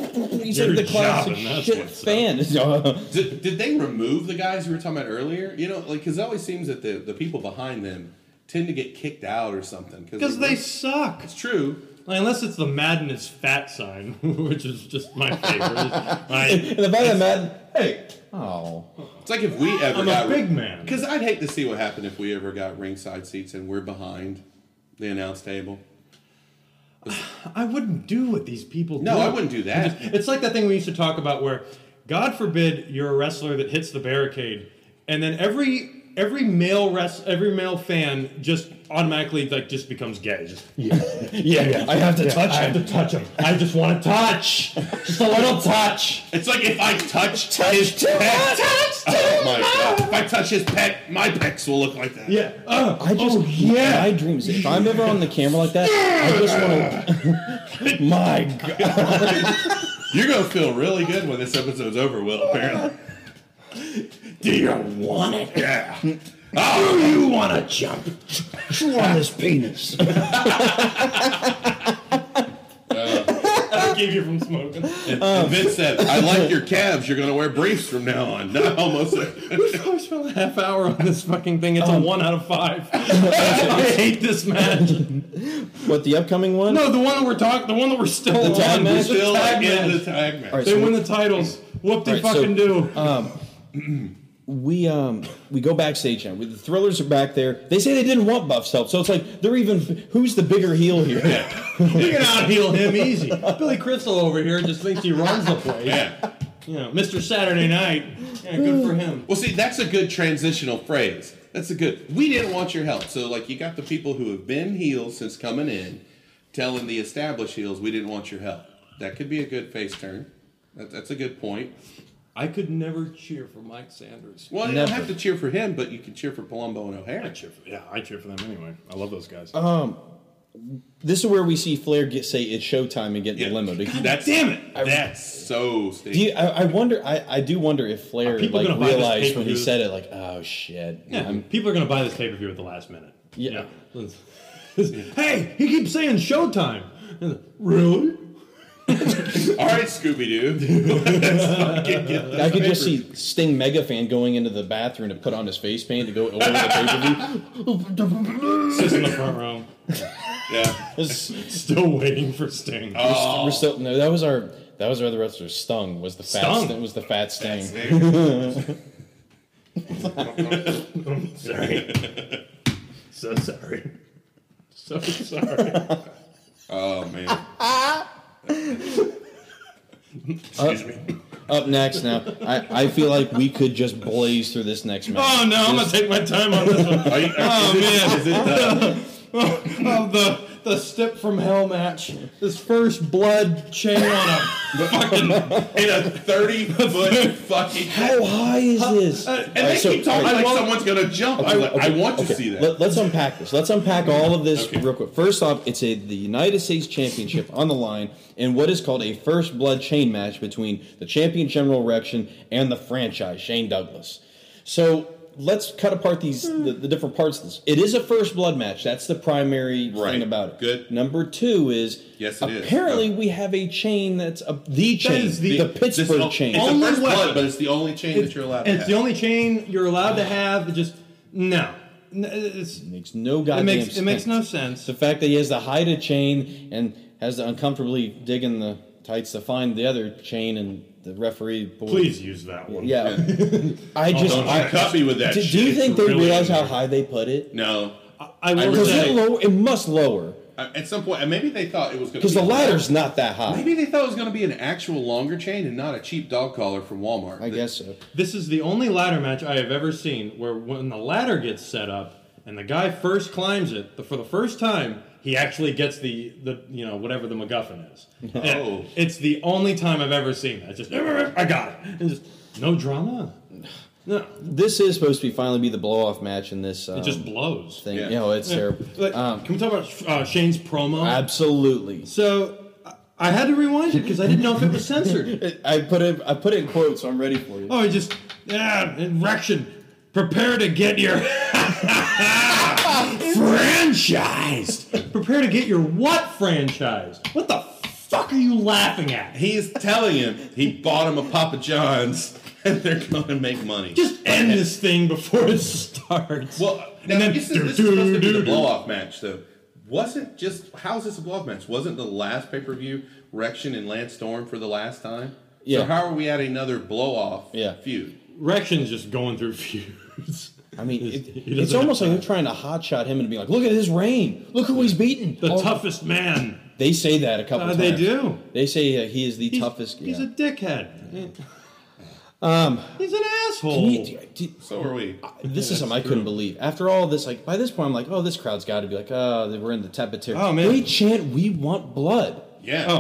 [SPEAKER 1] He's
[SPEAKER 3] You're
[SPEAKER 1] like the classic
[SPEAKER 3] jobbing, that's
[SPEAKER 1] shit
[SPEAKER 3] what's
[SPEAKER 1] fan.
[SPEAKER 2] Did, did they remove the guys we were talking about earlier? You know, like because it always seems that the the people behind them tend to get kicked out or something
[SPEAKER 3] Because they suck.
[SPEAKER 2] It's true.
[SPEAKER 3] Like, unless it's the madness fat sign, which is just my favorite. I,
[SPEAKER 1] and the fact that Matt, hey, oh,
[SPEAKER 2] It's like if we ever
[SPEAKER 3] I'm
[SPEAKER 2] got
[SPEAKER 3] a big man.
[SPEAKER 2] Because I'd hate to see what happened if we ever got ringside seats and we're behind the announce table.
[SPEAKER 3] I wouldn't do what these people do.
[SPEAKER 2] No, I wouldn't do that.
[SPEAKER 3] It's like that thing we used to talk about where, God forbid, you're a wrestler that hits the barricade, and then every every male rest every male fan just automatically like just becomes gay. Just,
[SPEAKER 1] yeah, I have to touch
[SPEAKER 3] I have to touch him. I just want to touch, just a little touch.
[SPEAKER 2] It's like if I touch, his pet. oh my god! If I touch his pet, my pecs will look like that.
[SPEAKER 3] Yeah. Uh,
[SPEAKER 1] I just,
[SPEAKER 3] oh, yeah.
[SPEAKER 1] my dream is if I'm ever on the camera like that, I just want to. my God,
[SPEAKER 2] You're gonna feel really good when this episode's over, Will. Apparently.
[SPEAKER 4] Do you want it?
[SPEAKER 2] Yeah.
[SPEAKER 4] Do you want to jump? Chew on this penis.
[SPEAKER 3] I keep you from smoking.
[SPEAKER 2] And, and Vince said, "I like your calves. You're gonna wear briefs from now on." Not almost.
[SPEAKER 3] I spent a half hour on this fucking thing. It's a Oh, one out of five. I hate this match.
[SPEAKER 1] what the upcoming one?
[SPEAKER 3] No, the one that we're talking, the one that we're still
[SPEAKER 1] The tag
[SPEAKER 3] on.
[SPEAKER 1] match?
[SPEAKER 3] The
[SPEAKER 2] Still
[SPEAKER 3] tag
[SPEAKER 2] in
[SPEAKER 3] match.
[SPEAKER 2] the tag match.
[SPEAKER 1] All right,
[SPEAKER 3] They
[SPEAKER 1] so
[SPEAKER 3] win the titles. Whoop they
[SPEAKER 1] All right, so-
[SPEAKER 3] fucking do.
[SPEAKER 1] we um we go backstage now. We- The thrillers are back there. They say they didn't want Buff's help, so it's like they're even. Who's the bigger heel here?
[SPEAKER 3] you can out heal him easy. Billy Crystal over here just thinks he runs the place.
[SPEAKER 2] Yeah.
[SPEAKER 3] You know, Mr. Saturday Night. Yeah, good for him.
[SPEAKER 2] Well, see, that's a good transitional phrase. That's a good. We didn't want your help, so like you got the people who have been heels since coming in, telling the established heels we didn't want your help. That could be a good face turn. That, that's a good point.
[SPEAKER 3] I could never cheer for Mike Sanders.
[SPEAKER 2] Well, you don't
[SPEAKER 1] Never.
[SPEAKER 2] have to cheer for him, but you can cheer for Palumbo and O'Hara.
[SPEAKER 3] I cheer for, yeah, I cheer for them anyway. I love those guys.
[SPEAKER 1] Um, This is where we see Flair get say it's showtime and get in the limo. Do you-
[SPEAKER 2] That's
[SPEAKER 3] Damn it!
[SPEAKER 1] I-
[SPEAKER 2] That's so
[SPEAKER 1] do
[SPEAKER 2] stinky.
[SPEAKER 1] you- I, I wonder. I, I do wonder if Flair
[SPEAKER 3] Are people
[SPEAKER 1] like
[SPEAKER 3] gonna buy this
[SPEAKER 1] realized when he
[SPEAKER 3] pay-per-view?
[SPEAKER 1] said it, like, oh shit,
[SPEAKER 3] Yeah,
[SPEAKER 1] I'm-
[SPEAKER 3] people are going to buy this pay per view at the last minute.
[SPEAKER 1] Yeah.
[SPEAKER 3] Yeah. hey, he keeps saying Showtime. Really?
[SPEAKER 2] All right, Scooby Doo.
[SPEAKER 1] I could just see Sting mega fan going into the bathroom to put on his face paint to go over the pay per view.
[SPEAKER 3] Sits in the front row,
[SPEAKER 2] yeah.
[SPEAKER 3] still waiting for Sting.
[SPEAKER 1] We're still no. That was our that was our other wrestler. Stung was the fat.
[SPEAKER 3] Stung.
[SPEAKER 1] Sting was the fat Sting.
[SPEAKER 3] I'm sorry. so sorry. So sorry.
[SPEAKER 2] Oh man.
[SPEAKER 3] Excuse me.
[SPEAKER 1] Up next now, I, I feel like we could just blaze through this next match.
[SPEAKER 3] Oh no, I'm gonna take my time on this one.
[SPEAKER 2] Are you,
[SPEAKER 3] Oh man.
[SPEAKER 2] is it uh, the,
[SPEAKER 3] Oh, the the step from hell match. This first blood chain on a fucking
[SPEAKER 2] in a thirty foot fucking?
[SPEAKER 1] How high is this?
[SPEAKER 3] Oh, uh,
[SPEAKER 2] And
[SPEAKER 1] Alright,
[SPEAKER 2] they
[SPEAKER 1] so-
[SPEAKER 2] keep talking
[SPEAKER 1] alright,
[SPEAKER 2] like
[SPEAKER 3] want-
[SPEAKER 2] someone's gonna jump. I,
[SPEAKER 1] okay,
[SPEAKER 2] I want to
[SPEAKER 1] okay,
[SPEAKER 2] see that. Mm-hmm.
[SPEAKER 1] Let, us unpack this. Let's unpack all of this
[SPEAKER 2] Okay.
[SPEAKER 1] real quick. First off, it's a the United States Championship on the line in what is called a first blood chain match between the champion General Erection and the franchise Shane Douglas. So let's cut apart these the, the different parts of this. It is a first blood match. That's the primary
[SPEAKER 2] Right.
[SPEAKER 1] thing about it.
[SPEAKER 2] Good.
[SPEAKER 1] Number two is
[SPEAKER 2] Yes, it is.
[SPEAKER 1] apparently
[SPEAKER 2] Go.
[SPEAKER 1] we have a chain that's a, the chain
[SPEAKER 3] is the-
[SPEAKER 1] the,
[SPEAKER 3] this
[SPEAKER 2] This is
[SPEAKER 1] Pittsburgh
[SPEAKER 2] all-
[SPEAKER 1] chain.
[SPEAKER 2] It's
[SPEAKER 3] Only
[SPEAKER 2] the first
[SPEAKER 3] weapon.
[SPEAKER 2] blood, but it's the only chain that you're allowed. to
[SPEAKER 3] It's
[SPEAKER 2] have.
[SPEAKER 3] the only chain you're allowed to have. It just no. N- It's,
[SPEAKER 1] makes no goddamn
[SPEAKER 3] it makes it
[SPEAKER 1] sense.
[SPEAKER 3] makes no sense.
[SPEAKER 1] The fact that he has to hide a chain and has to uncomfortably dig in the tights to find the other chain and the referee. Board.
[SPEAKER 3] use that one.
[SPEAKER 1] Yeah. I just.
[SPEAKER 2] Oh, Don't
[SPEAKER 1] I,
[SPEAKER 2] cut me with that.
[SPEAKER 1] do, do
[SPEAKER 2] shit.
[SPEAKER 1] you think they
[SPEAKER 3] Really
[SPEAKER 1] realize how
[SPEAKER 3] annoying.
[SPEAKER 1] high they put it?
[SPEAKER 2] No.
[SPEAKER 3] I will
[SPEAKER 2] really
[SPEAKER 1] Because it,
[SPEAKER 3] say
[SPEAKER 1] low, it must lower.
[SPEAKER 2] I- At some point, and maybe they thought it was going to
[SPEAKER 1] Because the ladder's not that high.
[SPEAKER 2] Maybe they thought it was going to be an actual longer chain and not a cheap dog collar from Walmart.
[SPEAKER 1] I guess so.
[SPEAKER 3] this is the only ladder match I have ever seen where when the ladder gets set up and the guy first climbs it the, for the first time, he actually gets the the you know whatever the MacGuffin is. And It's the only time I've ever seen that. It's just I got it. And just no drama. No,
[SPEAKER 1] This is supposed to be finally be the blow off match in this um,
[SPEAKER 3] it just blows.
[SPEAKER 1] thing.
[SPEAKER 2] Yeah.
[SPEAKER 1] You know, it's terrible.
[SPEAKER 3] Like,
[SPEAKER 1] Um,
[SPEAKER 3] can we talk about uh, Shane's promo?
[SPEAKER 1] absolutely.
[SPEAKER 3] so I- I had to rewind it because I didn't know if it was censored.
[SPEAKER 1] I put it. I put it in quotes. So I'm ready for you.
[SPEAKER 3] Oh, I just yeah, erection. Prepare to get your franchised. Prepare to get your what franchised? What the fuck are you laughing at?
[SPEAKER 2] He's telling him he bought him a Papa John's and they're going to make money.
[SPEAKER 3] Just end this thing before it starts.
[SPEAKER 2] well, now,
[SPEAKER 3] and then
[SPEAKER 2] this, is, this is supposed to be the blow off match, though. Wasn't just how is this a blow off match? Wasn't the last pay per view Rection and Lance Storm for the last time?
[SPEAKER 1] Yeah.
[SPEAKER 2] So how are we at another blow off
[SPEAKER 1] Yeah.
[SPEAKER 2] feud?
[SPEAKER 3] Rection's just going through feuds.
[SPEAKER 1] I mean, it,
[SPEAKER 3] He doesn't
[SPEAKER 1] it's almost
[SPEAKER 3] have
[SPEAKER 1] like
[SPEAKER 3] time.
[SPEAKER 1] they're trying to hotshot him and be like, "Look at his reign. Look who he's beaten."
[SPEAKER 3] the
[SPEAKER 1] Oh,
[SPEAKER 3] toughest man.
[SPEAKER 1] They say that a couple
[SPEAKER 3] Uh,
[SPEAKER 1] times.
[SPEAKER 3] they do.
[SPEAKER 1] They say uh, he is the
[SPEAKER 3] He's-
[SPEAKER 1] toughest.
[SPEAKER 3] He's
[SPEAKER 1] yeah.
[SPEAKER 3] a dickhead. Um, he's an asshole.
[SPEAKER 1] Can you- do-
[SPEAKER 2] So are we.
[SPEAKER 1] this is something I couldn't believe. After all this, like by this point, I'm like, "Oh, this crowd's got to be like, oh, they we're in the temperature."
[SPEAKER 3] Oh, man.
[SPEAKER 1] they chant, "We want blood."
[SPEAKER 2] Yeah.
[SPEAKER 3] oh,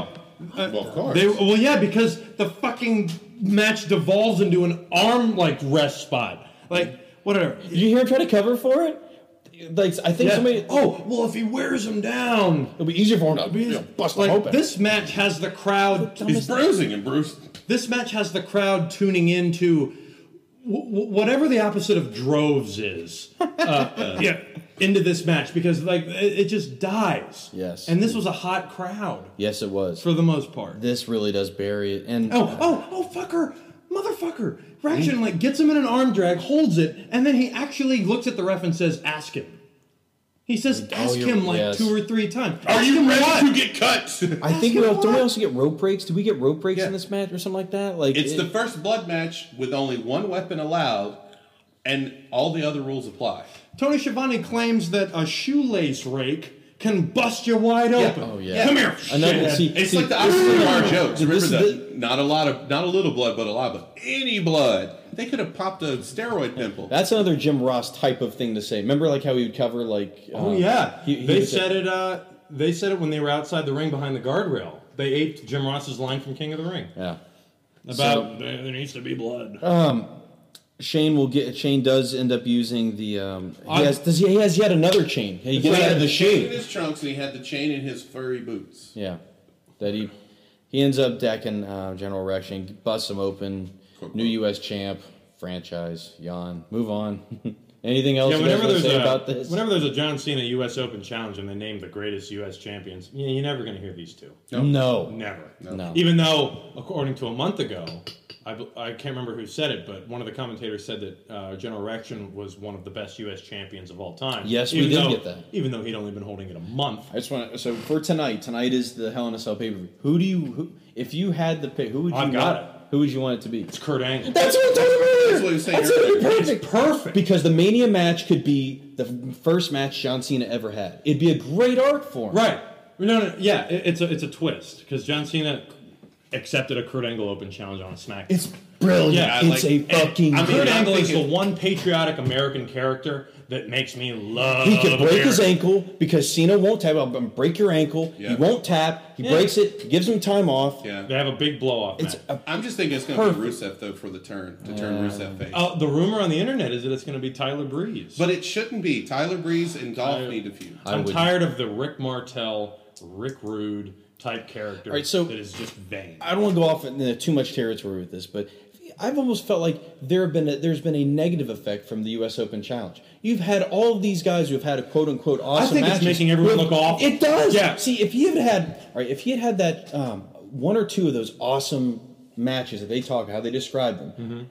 [SPEAKER 3] uh,
[SPEAKER 2] Well, of course.
[SPEAKER 3] They, well, yeah, because the fucking match devolves into an arm like rest spot, like whatever.
[SPEAKER 1] Did you hear him try to cover for it? Like I think
[SPEAKER 3] Yeah.
[SPEAKER 1] somebody.
[SPEAKER 3] oh, well, if he wears him down,
[SPEAKER 1] it'll be easier for him to
[SPEAKER 3] he's-
[SPEAKER 1] you know, bust
[SPEAKER 3] like
[SPEAKER 1] him open.
[SPEAKER 3] this match has the crowd.
[SPEAKER 2] He's bruising and bruised.
[SPEAKER 3] This match has the crowd tuning into w- w- whatever the opposite of droves is. Uh, uh, yeah, into this match because like it, it just dies.
[SPEAKER 1] Yes.
[SPEAKER 3] and this was a hot crowd
[SPEAKER 1] yes, it was.
[SPEAKER 3] for the most part.
[SPEAKER 1] this really does bury it. And
[SPEAKER 3] Oh, oh, oh, fucker. Motherfucker. Raction,
[SPEAKER 1] Hmm?
[SPEAKER 3] like, gets him in an arm drag, holds it, and then he actually looks at the ref and says, ask him. He says, ask
[SPEAKER 1] Oh, you're-
[SPEAKER 3] him, like,
[SPEAKER 1] yes.
[SPEAKER 3] two or three times.
[SPEAKER 2] Are
[SPEAKER 3] Ask
[SPEAKER 2] you
[SPEAKER 3] him
[SPEAKER 2] ready
[SPEAKER 3] what?
[SPEAKER 2] to get cut?
[SPEAKER 1] I think
[SPEAKER 3] Ask
[SPEAKER 1] we
[SPEAKER 3] him
[SPEAKER 1] also, don't we
[SPEAKER 3] what?
[SPEAKER 1] also get rope breaks? Do we get rope breaks
[SPEAKER 2] Yeah.
[SPEAKER 1] in this match or something like that? Like
[SPEAKER 2] It's
[SPEAKER 1] it-
[SPEAKER 2] the first blood match with only one weapon allowed, and all the other rules apply.
[SPEAKER 3] Tony Schiavone claims that a shoelace rake can bust you wide open.
[SPEAKER 1] Oh, yeah.
[SPEAKER 3] Come here.
[SPEAKER 1] Another-
[SPEAKER 3] shithead.
[SPEAKER 1] see-
[SPEAKER 2] It's like the opposite of our jokes.
[SPEAKER 1] This
[SPEAKER 2] Remember
[SPEAKER 1] is
[SPEAKER 2] that? not a lot of, not a little blood, but a lot. But any blood, they could have popped a steroid pimple.
[SPEAKER 1] That's another Jim Ross type of thing to say. Remember, like how he would cover, like um,
[SPEAKER 3] Oh, yeah.
[SPEAKER 1] he, he
[SPEAKER 3] they
[SPEAKER 1] would say-
[SPEAKER 3] said it, uh, they said it when they were outside the ring behind the guardrail. They aped Jim Ross's line from King of the Ring
[SPEAKER 1] yeah.
[SPEAKER 3] about there there needs to be blood.
[SPEAKER 1] Shane will get. Shane does end up using the. Um, he has. Does he, he has yet another chain? He
[SPEAKER 2] So
[SPEAKER 1] gets
[SPEAKER 2] he
[SPEAKER 1] out
[SPEAKER 2] had
[SPEAKER 1] of the
[SPEAKER 2] the chain in
[SPEAKER 1] shoe.
[SPEAKER 2] his trunks, and he had the chain in his furry boots.
[SPEAKER 1] Yeah, that he he ends up decking uh, General Rex and busts him open.
[SPEAKER 2] Quick
[SPEAKER 1] New U.S. champ franchise. Yawn. Move on. Anything else
[SPEAKER 3] Yeah,
[SPEAKER 1] you guys
[SPEAKER 3] whenever
[SPEAKER 1] want to
[SPEAKER 3] there's
[SPEAKER 1] say
[SPEAKER 3] a
[SPEAKER 1] about this?
[SPEAKER 3] whenever there's a John Cena U.S. Open Challenge and they name the greatest U.S. champions, yeah, you're never going to hear these two.
[SPEAKER 1] no.
[SPEAKER 3] Never.
[SPEAKER 1] No.
[SPEAKER 3] Even though, according to a month ago, I, bel- I can't remember who said it, but one of the commentators said that uh, General Reaction was one of the best U.S. champions of all time.
[SPEAKER 1] Yes, we
[SPEAKER 3] Even
[SPEAKER 1] did
[SPEAKER 3] though-
[SPEAKER 1] get that.
[SPEAKER 3] Even though he'd only been holding it a month.
[SPEAKER 1] I just want to. So for tonight, tonight is the Hell in a Cell pay per view. Who do you? Who, if you had the pick, who would you?
[SPEAKER 3] I've got
[SPEAKER 1] want, it. Who would you want it to be?
[SPEAKER 3] It's Kurt Angle.
[SPEAKER 1] That's what I'm talking about.
[SPEAKER 2] That's what he was saying
[SPEAKER 1] That's gonna be
[SPEAKER 2] earlier.
[SPEAKER 1] perfect.
[SPEAKER 3] perfect.
[SPEAKER 1] Because the Mania match could be the f- first match John Cena ever had. It'd be a great art form.
[SPEAKER 3] Right. No, no, yeah, it, it's a it's a twist because John Cena accepted a Kurt Angle Open Challenge on a SmackDown.
[SPEAKER 1] It's brilliant.
[SPEAKER 3] Yeah, I
[SPEAKER 1] it's
[SPEAKER 2] like-
[SPEAKER 1] a
[SPEAKER 2] and
[SPEAKER 1] fucking.
[SPEAKER 2] I mean,
[SPEAKER 3] Kurt
[SPEAKER 2] I'm
[SPEAKER 3] Angle is the
[SPEAKER 2] thinking-
[SPEAKER 3] one patriotic American character that makes me love.
[SPEAKER 1] he could break his
[SPEAKER 3] America.
[SPEAKER 1] ankle because Cena won't tap. I'll break your ankle.
[SPEAKER 2] Yeah.
[SPEAKER 1] He won't tap. He
[SPEAKER 3] Yeah.
[SPEAKER 1] breaks it. Gives him time off.
[SPEAKER 2] Yeah.
[SPEAKER 3] They have a big blow off.
[SPEAKER 1] It's
[SPEAKER 3] match.
[SPEAKER 1] a,
[SPEAKER 2] I'm just thinking it's going to be
[SPEAKER 1] Perfect. Oh.
[SPEAKER 2] Rusev though for the turn to turn Rusev face.
[SPEAKER 3] Uh, the rumor on the internet is that it's going to be Tyler Breeze.
[SPEAKER 2] But it shouldn't be. Tyler Breeze and Dolph need to feud.
[SPEAKER 1] I
[SPEAKER 3] I'm
[SPEAKER 1] would-
[SPEAKER 3] tired of the Rick Martel, Rick Rude type character
[SPEAKER 1] All right, so-
[SPEAKER 3] that is just vain.
[SPEAKER 1] I don't want to go off into too much territory with this, but I've almost felt like there have been a, there's been a negative effect from the U.S. Open Challenge. You've had all of these guys who have had a quote unquote awesome.
[SPEAKER 3] think it's
[SPEAKER 1] matches.
[SPEAKER 3] making everyone
[SPEAKER 1] Well,
[SPEAKER 3] look awful.
[SPEAKER 1] It does.
[SPEAKER 3] Yeah.
[SPEAKER 1] See, if he had had all right, if he had had that um, one or two of those awesome matches that they talk how they describe them.
[SPEAKER 3] Mm-hmm.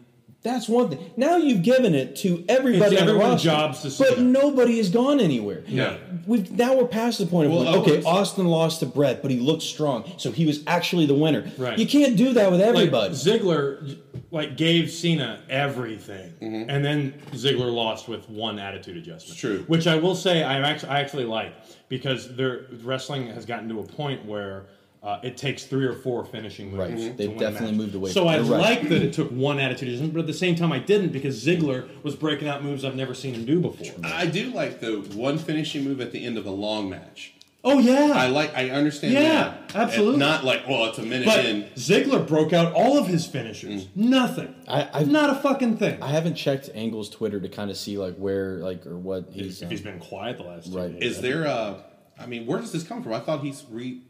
[SPEAKER 1] That's one thing. Now you've given it to everybody.
[SPEAKER 3] It's
[SPEAKER 1] on the roster,
[SPEAKER 3] everyone's jobs to
[SPEAKER 1] but
[SPEAKER 3] see.
[SPEAKER 1] nobody has gone anywhere.
[SPEAKER 2] Yeah.
[SPEAKER 1] We've now we're past the point of
[SPEAKER 2] Well,
[SPEAKER 1] like,
[SPEAKER 2] oh,
[SPEAKER 1] okay,
[SPEAKER 2] it's-
[SPEAKER 1] Austin lost to Brett, but he looked strong, so he was actually the winner.
[SPEAKER 3] Right.
[SPEAKER 1] You can't do that with
[SPEAKER 3] like,
[SPEAKER 1] everybody.
[SPEAKER 3] Ziggler like gave Cena everything,
[SPEAKER 1] Mm-hmm.
[SPEAKER 3] and then Ziggler lost with one attitude adjustment.
[SPEAKER 2] It's true.
[SPEAKER 3] Which I will say, I actually I actually like because their wrestling has gotten to a point where. Uh, it takes three or four finishing moves.
[SPEAKER 1] Right. Mm-hmm.
[SPEAKER 3] to
[SPEAKER 1] They've
[SPEAKER 3] win a
[SPEAKER 1] definitely
[SPEAKER 3] match.
[SPEAKER 1] moved away
[SPEAKER 3] So
[SPEAKER 1] from-
[SPEAKER 3] I
[SPEAKER 1] you're right.
[SPEAKER 3] like that it took one attitude adjustment, but at the same time I didn't because Ziggler was breaking out moves I've never seen him do before.
[SPEAKER 2] I do like the one finishing move at the end of a long match.
[SPEAKER 3] Oh yeah,
[SPEAKER 2] I like. I understand.
[SPEAKER 3] Yeah,
[SPEAKER 2] that.
[SPEAKER 3] absolutely.
[SPEAKER 2] And not like, well, it's a minute
[SPEAKER 3] But
[SPEAKER 2] in.
[SPEAKER 3] Ziggler broke out all of his finishers. Nothing.
[SPEAKER 1] Mm. I- I-
[SPEAKER 3] not a fucking thing.
[SPEAKER 1] I haven't checked Angle's Twitter to kind of see like where like or what he's.
[SPEAKER 3] if
[SPEAKER 1] um,
[SPEAKER 3] he's been quiet the last two
[SPEAKER 1] Right.
[SPEAKER 3] days.
[SPEAKER 2] Is there a? I mean, where does this come from? I thought he's re.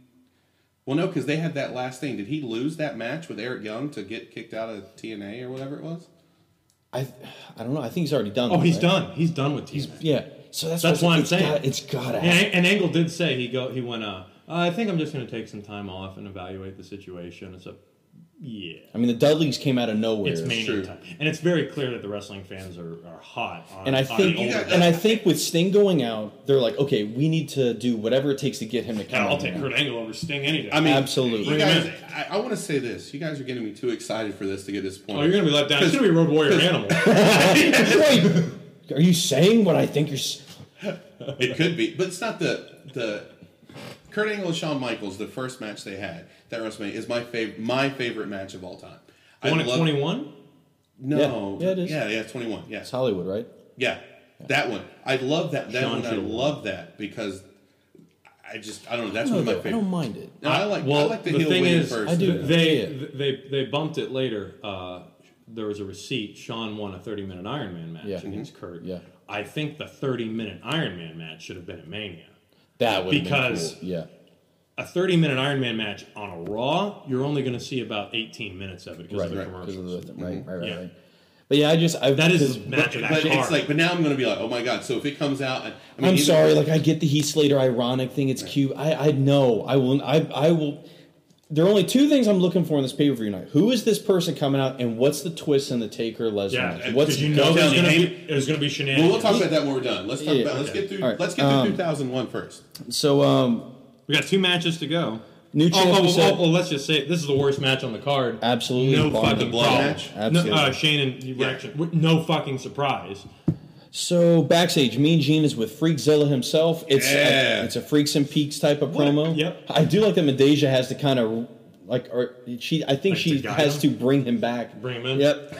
[SPEAKER 2] Well, no, because they had that last thing. Did he lose that match with Eric Young to get kicked out of TNA or whatever it was?
[SPEAKER 1] I I don't know. I think he's already done.
[SPEAKER 3] Oh,
[SPEAKER 1] that,
[SPEAKER 3] he's
[SPEAKER 1] right?
[SPEAKER 3] done. He's done with TNA.
[SPEAKER 1] Yeah. So that's
[SPEAKER 3] That's what I'm
[SPEAKER 1] it's
[SPEAKER 3] saying.
[SPEAKER 1] Got, it's gotta happen.
[SPEAKER 3] and, and Angle did say he go he went uh I think I'm just going to take some time off and evaluate the situation. It's a yeah.
[SPEAKER 1] I mean, the Dudleys came out of nowhere.
[SPEAKER 3] It's mania
[SPEAKER 2] true.
[SPEAKER 3] time, and it's very clear that the wrestling fans are, are hot. On,
[SPEAKER 1] And I
[SPEAKER 3] on
[SPEAKER 1] think,
[SPEAKER 3] older
[SPEAKER 1] and I think with Sting going out, they're like, okay, we need to do whatever it takes to get him to come.
[SPEAKER 3] Hell, I'll
[SPEAKER 1] out
[SPEAKER 3] take
[SPEAKER 1] now.
[SPEAKER 3] Kurt Angle over Sting any day.
[SPEAKER 2] I mean,
[SPEAKER 1] Absolutely.
[SPEAKER 2] You
[SPEAKER 1] Bring
[SPEAKER 3] him
[SPEAKER 2] guys, I, I want to say this. You guys are getting me too excited for this to get this point.
[SPEAKER 3] oh, you're going to be let down. It's going to be Road Warrior Animal.
[SPEAKER 1] Wait, are you saying what I think you're? s-
[SPEAKER 2] It could be, but it's not the the Kurt Angle and Shawn Michaels. The first match they had that WrestleMania is my favorite my favorite match of all time. I
[SPEAKER 3] One at
[SPEAKER 2] love-
[SPEAKER 3] 21.
[SPEAKER 2] No,
[SPEAKER 1] Yeah. Yeah, it is.
[SPEAKER 2] Yeah, yeah, twenty one. Yeah,
[SPEAKER 1] It's Hollywood, right?
[SPEAKER 2] yeah, that one. I love that. That
[SPEAKER 3] Shawn
[SPEAKER 2] one. I
[SPEAKER 3] should've won.
[SPEAKER 2] love that because I just I don't know. That's
[SPEAKER 1] No,
[SPEAKER 2] one of my
[SPEAKER 1] though, I
[SPEAKER 2] favorite.
[SPEAKER 1] don't mind it.
[SPEAKER 2] No, I like I like the, heel win first.
[SPEAKER 1] I do.
[SPEAKER 3] th-
[SPEAKER 1] now.
[SPEAKER 3] They,
[SPEAKER 1] Yeah.
[SPEAKER 3] th- they they bumped it later. Uh, there was a receipt. Sean won a 30 minute Iron Man match
[SPEAKER 1] Yeah. Mm-hmm.
[SPEAKER 3] against Kurt.
[SPEAKER 1] Yeah.
[SPEAKER 3] I think the 30 minute Iron Man match should have been at Mania.
[SPEAKER 1] That would
[SPEAKER 3] Because-
[SPEAKER 1] cool. yeah,
[SPEAKER 3] A 30 minute Iron Man match on a Raw, you're only going to see about 18 minutes of it because
[SPEAKER 1] right,
[SPEAKER 3] of the
[SPEAKER 1] right, because of
[SPEAKER 3] commercials.
[SPEAKER 1] the right, right, right,
[SPEAKER 3] Yeah.
[SPEAKER 1] right. But yeah, I just I
[SPEAKER 3] that is
[SPEAKER 1] because-
[SPEAKER 3] the magic. of that
[SPEAKER 2] But
[SPEAKER 3] card.
[SPEAKER 2] it's like, but now I'm gonna be like, oh my god! So if it comes out, I mean,
[SPEAKER 1] I'm
[SPEAKER 2] even-
[SPEAKER 1] sorry, like I get the Heath Slater ironic thing. It's cute. I I know. I will. I I will. There are only two things I'm looking for in this pay per view night. Who is this person coming out, and what's the twist in the Taker Lesnar?
[SPEAKER 3] yeah,
[SPEAKER 1] match?
[SPEAKER 3] and-
[SPEAKER 1] what's
[SPEAKER 3] 'cause you know there's
[SPEAKER 2] Tony
[SPEAKER 3] going to
[SPEAKER 2] Hayes-
[SPEAKER 3] be there's going to be
[SPEAKER 2] Well,
[SPEAKER 3] shenanigans.
[SPEAKER 2] we'll talk about that when we're done. Let's talk
[SPEAKER 1] Yeah,
[SPEAKER 2] about. Let's
[SPEAKER 1] okay.
[SPEAKER 2] get through.
[SPEAKER 1] All right,
[SPEAKER 2] Let's get
[SPEAKER 1] um,
[SPEAKER 2] through 2001 first.
[SPEAKER 1] so um,
[SPEAKER 3] we got two matches to go.
[SPEAKER 1] New
[SPEAKER 3] oh,
[SPEAKER 1] champ,
[SPEAKER 3] oh,
[SPEAKER 1] we
[SPEAKER 3] oh,
[SPEAKER 1] said-
[SPEAKER 3] oh, let's just say it. this is the worst match on the card.
[SPEAKER 1] Absolutely.
[SPEAKER 3] no
[SPEAKER 1] Bar
[SPEAKER 3] fucking
[SPEAKER 1] the
[SPEAKER 2] blood
[SPEAKER 3] problem.
[SPEAKER 2] match.
[SPEAKER 1] Absolutely.
[SPEAKER 3] No, uh, Shane and Reaction. No fucking surprise.
[SPEAKER 1] so backstage, Mean Gene is with Freakzilla himself. It's
[SPEAKER 2] Yeah.
[SPEAKER 1] a, it's a Freaks and Peaks type of
[SPEAKER 3] What a-
[SPEAKER 1] promo.
[SPEAKER 3] yep.
[SPEAKER 1] I do like that. Medeja has to kind of like, or she. I think
[SPEAKER 3] Like
[SPEAKER 1] she
[SPEAKER 3] to guide
[SPEAKER 1] has
[SPEAKER 3] him?
[SPEAKER 1] to bring him back.
[SPEAKER 3] Bring him in?
[SPEAKER 1] Yep.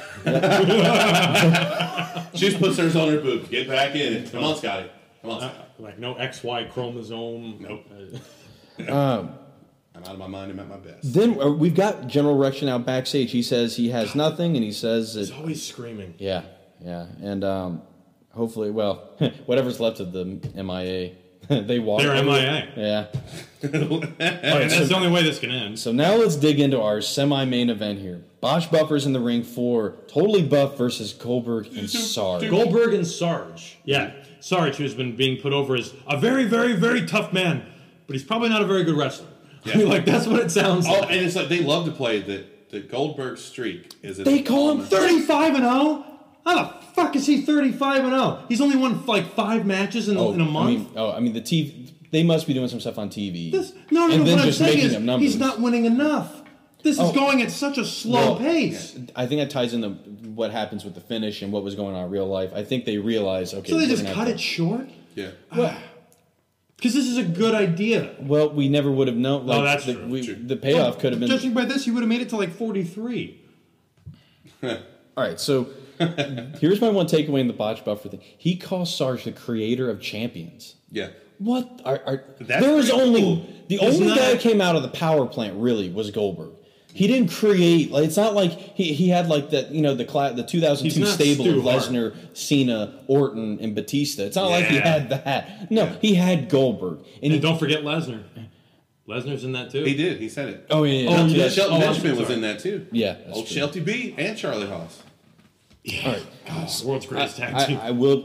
[SPEAKER 2] She just puts hers on her boob. Get back in. Come on, Scotty. Come on,
[SPEAKER 3] Uh,
[SPEAKER 2] Scotty.
[SPEAKER 3] like no XY chromosome.
[SPEAKER 2] Nope. I'm out of my mind. I'm at my best.
[SPEAKER 1] Then uh, we've got General Rection out backstage. He says he has nothing, and he says
[SPEAKER 3] He's
[SPEAKER 1] that,
[SPEAKER 3] always screaming.
[SPEAKER 1] yeah, yeah, and um, hopefully, well, whatever's left of the MIA, they walk.
[SPEAKER 3] They're MIA.
[SPEAKER 1] Yeah.
[SPEAKER 3] Like, Oh, that's the only way this can end.
[SPEAKER 1] So now let's dig into our semi-main event here. Bosch Buffer's in the ring for Totally Buff versus Goldberg and Sarge.
[SPEAKER 3] Goldberg and Sarge. Yeah, Sarge, who's been being put over as a very, very, very tough man, but he's probably not a very good wrestler. I mean, like that's what it sounds
[SPEAKER 2] Oh,
[SPEAKER 3] like.
[SPEAKER 2] and it's like they love to play that the Goldberg streak is. an
[SPEAKER 3] They call him
[SPEAKER 2] enormous-
[SPEAKER 3] 35 Oh, and 0. How the fuck is he 35 and 0? He's only won like five matches in, in a month.
[SPEAKER 1] I mean, oh, I mean the TV. They must be doing some stuff on TV.
[SPEAKER 3] This- no, no,
[SPEAKER 1] and
[SPEAKER 3] no.
[SPEAKER 1] then
[SPEAKER 3] What I'm
[SPEAKER 1] just
[SPEAKER 3] saying
[SPEAKER 1] making
[SPEAKER 3] is
[SPEAKER 1] up numbers.
[SPEAKER 3] he's not winning enough. This
[SPEAKER 1] Oh.
[SPEAKER 3] is going at such a slow
[SPEAKER 1] Well,
[SPEAKER 3] pace.
[SPEAKER 1] I think that ties into what happens with the finish and what was going on in real life. I think they realize okay.
[SPEAKER 3] So they
[SPEAKER 1] we're
[SPEAKER 3] just
[SPEAKER 1] gonna
[SPEAKER 3] cut
[SPEAKER 1] have
[SPEAKER 3] it short?
[SPEAKER 2] Yeah.
[SPEAKER 3] Because this is a good idea.
[SPEAKER 1] to- well, we never would have known. Like,
[SPEAKER 3] that's
[SPEAKER 1] the,
[SPEAKER 3] true.
[SPEAKER 1] We,
[SPEAKER 2] True.
[SPEAKER 1] the payoff could have been
[SPEAKER 3] Judging by this, he would have made it to like 43.
[SPEAKER 1] all right. So here's my one takeaway in the botch buffer thing. He calls Sarge the creator of champions.
[SPEAKER 2] Yeah.
[SPEAKER 1] What are, are
[SPEAKER 2] That's
[SPEAKER 1] there was
[SPEAKER 2] pretty
[SPEAKER 1] only
[SPEAKER 2] cool.
[SPEAKER 1] the
[SPEAKER 3] It's
[SPEAKER 1] only
[SPEAKER 3] not-
[SPEAKER 1] guy that came out of the power plant really was Goldberg. He didn't create like it's not like he, he had like that you know the cla- the 2002
[SPEAKER 3] He's not
[SPEAKER 1] stable
[SPEAKER 3] Stu
[SPEAKER 1] of
[SPEAKER 3] Hart.
[SPEAKER 1] Lesnar, Cena, Orton, and Batista. It's not like he
[SPEAKER 3] Yeah.
[SPEAKER 1] had that. No, he had Goldberg, and, he
[SPEAKER 3] And don't forget Lesnar. Lesnar's in that too.
[SPEAKER 2] He did. He said it.
[SPEAKER 1] oh yeah yeah,
[SPEAKER 3] Oh,
[SPEAKER 1] yeah.
[SPEAKER 3] yeah.
[SPEAKER 2] Shelton
[SPEAKER 3] Oh, I'm
[SPEAKER 2] Benjamin was
[SPEAKER 3] sorry.
[SPEAKER 2] in that too.
[SPEAKER 1] Yeah, that's
[SPEAKER 2] Old
[SPEAKER 1] true.
[SPEAKER 2] Shelty B and Charlie Haas.
[SPEAKER 1] all right.
[SPEAKER 3] The world's greatest tag
[SPEAKER 1] I,
[SPEAKER 3] team.
[SPEAKER 1] I will.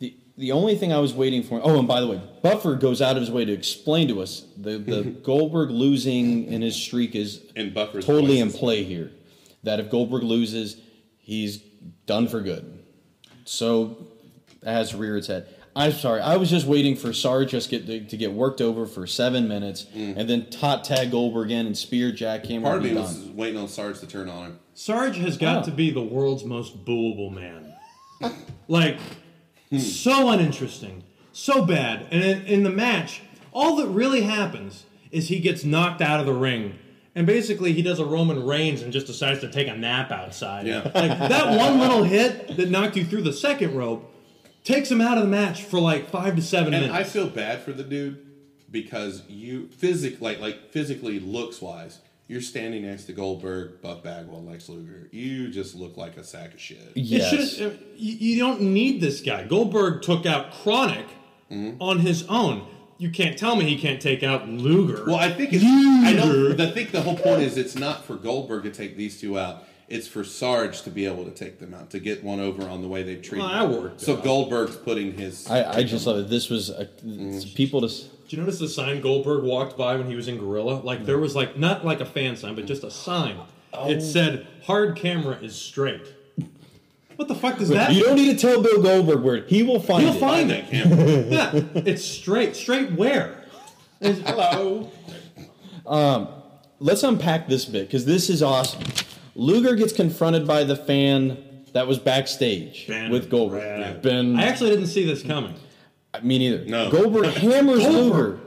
[SPEAKER 1] The, the only thing I was waiting for. Oh, and by the way, Buffer goes out of his way to explain to us the, the Goldberg losing and his streak is
[SPEAKER 2] In Buffer's
[SPEAKER 1] totally in
[SPEAKER 2] voices.
[SPEAKER 1] play here. That if Goldberg loses, he's done for good. So that has to rear its head. I'm sorry. I was just waiting for Sarge just get to, to get worked over for seven minutes, and then tot tag Goldberg in and spear Jack Cameron.
[SPEAKER 2] Mm. Part
[SPEAKER 1] and
[SPEAKER 2] of
[SPEAKER 1] be
[SPEAKER 2] me
[SPEAKER 1] done.
[SPEAKER 2] was waiting on Sarge to turn on him.
[SPEAKER 3] Sarge has got
[SPEAKER 1] Oh.
[SPEAKER 3] to be the world's most booable man. like, so uninteresting, so bad. And in, in the match, all that really happens is he gets knocked out of the ring. And basically, he does a Roman Reigns and just decides to take a nap outside.
[SPEAKER 2] Yeah.
[SPEAKER 3] Like, that one little hit that knocked you through the second rope takes him out of the match for like five to seven
[SPEAKER 2] And I
[SPEAKER 3] minutes.
[SPEAKER 2] feel bad for the dude because you physically, like, like physically looks wise, you're standing next to Goldberg, Buff Bagwell, Lex Luger. You just look like a sack of shit.
[SPEAKER 1] Yes.
[SPEAKER 3] It shouldn't. You, you don't need this guy. Goldberg took out Chronic
[SPEAKER 1] Mm-hmm.
[SPEAKER 3] on his own. You can't tell me he can't take out Luger.
[SPEAKER 2] Well, I think it's. I know. I think the whole point is it's not for Goldberg to take these two out. It's for Sarge to be able to take them out to get one over on the way they treat.
[SPEAKER 3] Well,
[SPEAKER 2] him.
[SPEAKER 3] that worked
[SPEAKER 2] So
[SPEAKER 3] out.
[SPEAKER 2] Goldberg's putting his.
[SPEAKER 1] I, I just love it. This was a, it's
[SPEAKER 2] Mm.
[SPEAKER 1] people to. s-
[SPEAKER 3] Did you notice the sign Goldberg walked by when he was in Gorilla? Like there was like not like a fan sign, but just a sign.
[SPEAKER 1] Oh.
[SPEAKER 3] It said "Hard camera is straight." What the fuck does that?
[SPEAKER 1] You
[SPEAKER 3] mean?
[SPEAKER 1] don't need to tell Bill Goldberg where he will find
[SPEAKER 3] You'll
[SPEAKER 1] it.
[SPEAKER 3] find
[SPEAKER 2] that
[SPEAKER 3] it.
[SPEAKER 2] camera.
[SPEAKER 3] Yeah, it's straight. Straight where? It's- hello.
[SPEAKER 1] Let's unpack this bit because this is awesome. Luger gets confronted by the fan that was backstage
[SPEAKER 3] Ben
[SPEAKER 1] with Goldberg.
[SPEAKER 3] Brad.
[SPEAKER 1] Ben,
[SPEAKER 3] I actually didn't see this coming.
[SPEAKER 1] me neither.
[SPEAKER 2] No.
[SPEAKER 1] Goldberg hammers Luger,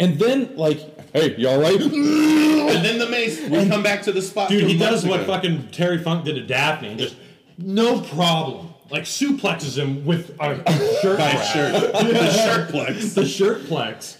[SPEAKER 1] and then like, hey, you all right?
[SPEAKER 2] and then the mace. We come back to the spot.
[SPEAKER 3] Dude,
[SPEAKER 2] from
[SPEAKER 3] he
[SPEAKER 2] months
[SPEAKER 3] does what
[SPEAKER 2] ago.
[SPEAKER 3] fucking Terry Funk did to Daphne, and just no problem. Like suplexes him with a, a shirt.
[SPEAKER 2] My
[SPEAKER 3] wrap.
[SPEAKER 2] shirt. the shirt plugs.
[SPEAKER 3] The shirt plex.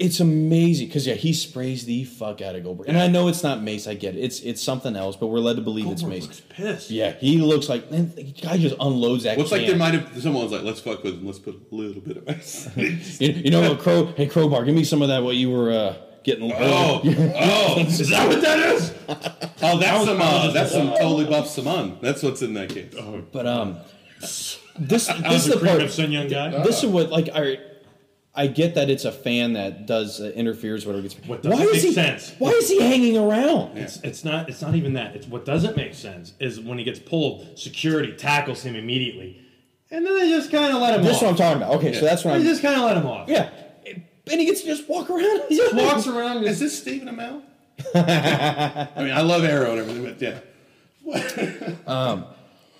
[SPEAKER 1] it's amazing because yeah, he sprays the fuck out of Goldberg, and I know it's not Mace. I get it. It's it's something else, but we're led to believe it's
[SPEAKER 3] Goldberg
[SPEAKER 1] Mace.
[SPEAKER 3] looks pissed.
[SPEAKER 1] yeah, he looks like man, the guy just unloads that.
[SPEAKER 2] Looks like
[SPEAKER 1] can.
[SPEAKER 2] there might have someone was like, "Let's fuck with him. Let's put a little bit of ice."
[SPEAKER 1] You, you know, Crow. Hey, Crowbar, give me some of that. What you were uh, getting?
[SPEAKER 2] oh, oh, is that what that is? Oh, that's some. Uh, that's some totally buff Saman. That's what's in that case.
[SPEAKER 1] But um, this
[SPEAKER 3] I
[SPEAKER 1] this is
[SPEAKER 3] was a
[SPEAKER 1] the part.
[SPEAKER 3] creative Sun Young guy.
[SPEAKER 1] This is what like I. I get that it's a fan that does uh, interferes with gets.
[SPEAKER 3] What doesn't make
[SPEAKER 1] he?
[SPEAKER 3] sense.
[SPEAKER 1] Why is he hanging around?
[SPEAKER 3] It's, it's not. It's not even that. It's what doesn't make sense is when he gets pulled, security tackles him immediately, and then they just kind of let him
[SPEAKER 1] This is what I'm
[SPEAKER 3] off.
[SPEAKER 1] talking about. Okay, so that's what I'm.
[SPEAKER 3] They just kind of let him off.
[SPEAKER 1] yeah, and he gets to just walk around. He
[SPEAKER 3] He walks around.
[SPEAKER 2] Is
[SPEAKER 3] And,
[SPEAKER 2] this Stephen Amell? I mean, I love Arrow and everything, but yeah.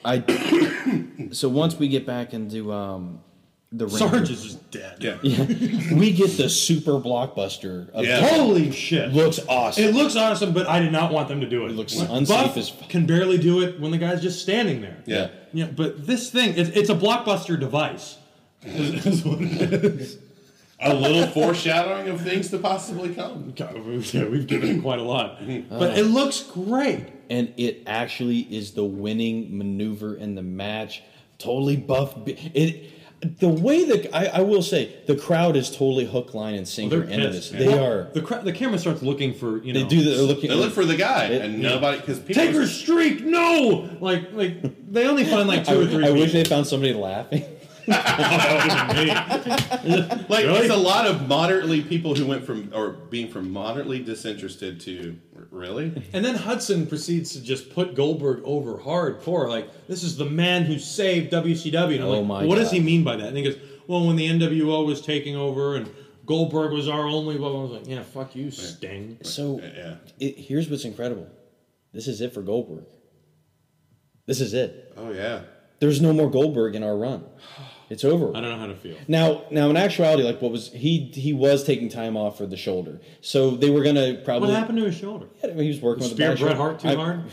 [SPEAKER 1] I. so once we get back into um, the ring,
[SPEAKER 3] Sarge is just dead.
[SPEAKER 2] Yeah.
[SPEAKER 1] we get the super blockbuster. Of
[SPEAKER 2] Yeah.
[SPEAKER 3] Holy shit!
[SPEAKER 1] looks awesome.
[SPEAKER 3] It looks awesome, but I did not want them to do it. It
[SPEAKER 1] looks unsafe as fuck.
[SPEAKER 3] can barely do it when the guy's just standing there.
[SPEAKER 2] Yeah.
[SPEAKER 3] Yeah, but this thing, it's, it's a blockbuster device. Is- is what it is.
[SPEAKER 2] a little foreshadowing of things to possibly come.
[SPEAKER 3] Yeah, we've given it quite a lot,
[SPEAKER 1] Uh.
[SPEAKER 3] but it looks great.
[SPEAKER 1] and it actually is the winning maneuver in the match. Totally buff. B- It the way that I, I will say the crowd is totally hook, line, and sinker
[SPEAKER 3] They're
[SPEAKER 1] into
[SPEAKER 3] pissed,
[SPEAKER 1] this.
[SPEAKER 3] man.
[SPEAKER 1] They
[SPEAKER 3] Well,
[SPEAKER 1] are.
[SPEAKER 3] The cra- the camera starts looking for you know.
[SPEAKER 1] They do. They're looking.
[SPEAKER 2] They look for the guy,
[SPEAKER 1] It-
[SPEAKER 2] and nobody because people.
[SPEAKER 3] Take her streak. No, like like they only find like
[SPEAKER 1] I,
[SPEAKER 3] two or three.
[SPEAKER 1] I wish
[SPEAKER 3] people.
[SPEAKER 1] they found somebody laughing.
[SPEAKER 2] Like
[SPEAKER 3] Really?
[SPEAKER 2] it's a lot of moderately people who went from or being from moderately disinterested to really.
[SPEAKER 3] And then Hudson proceeds to just put Goldberg over hardcore. Like, this is the man who saved WCW. And I'm
[SPEAKER 1] Oh
[SPEAKER 3] like,
[SPEAKER 1] my
[SPEAKER 3] what does
[SPEAKER 1] God.
[SPEAKER 3] he mean by that? And he goes, well, when the NWO was taking over and Goldberg was our only, well, I was like, yeah, fuck you, Sting.
[SPEAKER 1] So
[SPEAKER 2] Yeah.
[SPEAKER 1] it, here's what's incredible. This is it for Goldberg. This is it.
[SPEAKER 2] Oh yeah.
[SPEAKER 1] There's no more Goldberg in our run. It's over.
[SPEAKER 3] I don't know how to feel.
[SPEAKER 1] Now, now in actuality, like what was he? He was taking time off for the shoulder, so they were gonna probably.
[SPEAKER 3] What happened to his shoulder?
[SPEAKER 1] I mean, He was working with
[SPEAKER 3] Spear
[SPEAKER 1] the back shoulder.
[SPEAKER 3] Bret Hart too
[SPEAKER 1] I-
[SPEAKER 3] hard?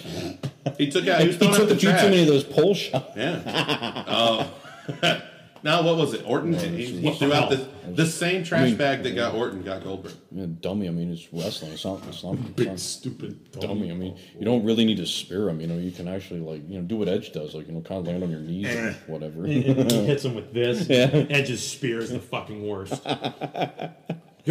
[SPEAKER 2] He took out. He
[SPEAKER 1] He,
[SPEAKER 2] was throwing out
[SPEAKER 1] took
[SPEAKER 2] the
[SPEAKER 1] a few too many of
[SPEAKER 2] trash.
[SPEAKER 1] those pole shots.
[SPEAKER 2] Yeah. Oh. now what was it? Orton. he he
[SPEAKER 3] what the
[SPEAKER 2] threw out
[SPEAKER 3] hell?
[SPEAKER 2] the the same trash
[SPEAKER 1] mean-
[SPEAKER 2] bag that got Orton got Goldberg.
[SPEAKER 1] Yeah, dummy. I mean, it's wrestling. It's not. It's not. It's
[SPEAKER 3] Big
[SPEAKER 1] not
[SPEAKER 3] stupid
[SPEAKER 1] dummy. I mean, you don't really need to spear him. You know, you can actually like you know do what Edge does. Like you know, kind of land on your knees
[SPEAKER 3] Eh.
[SPEAKER 1] or whatever.
[SPEAKER 3] he hits him with this. Edge's spear is the fucking worst. the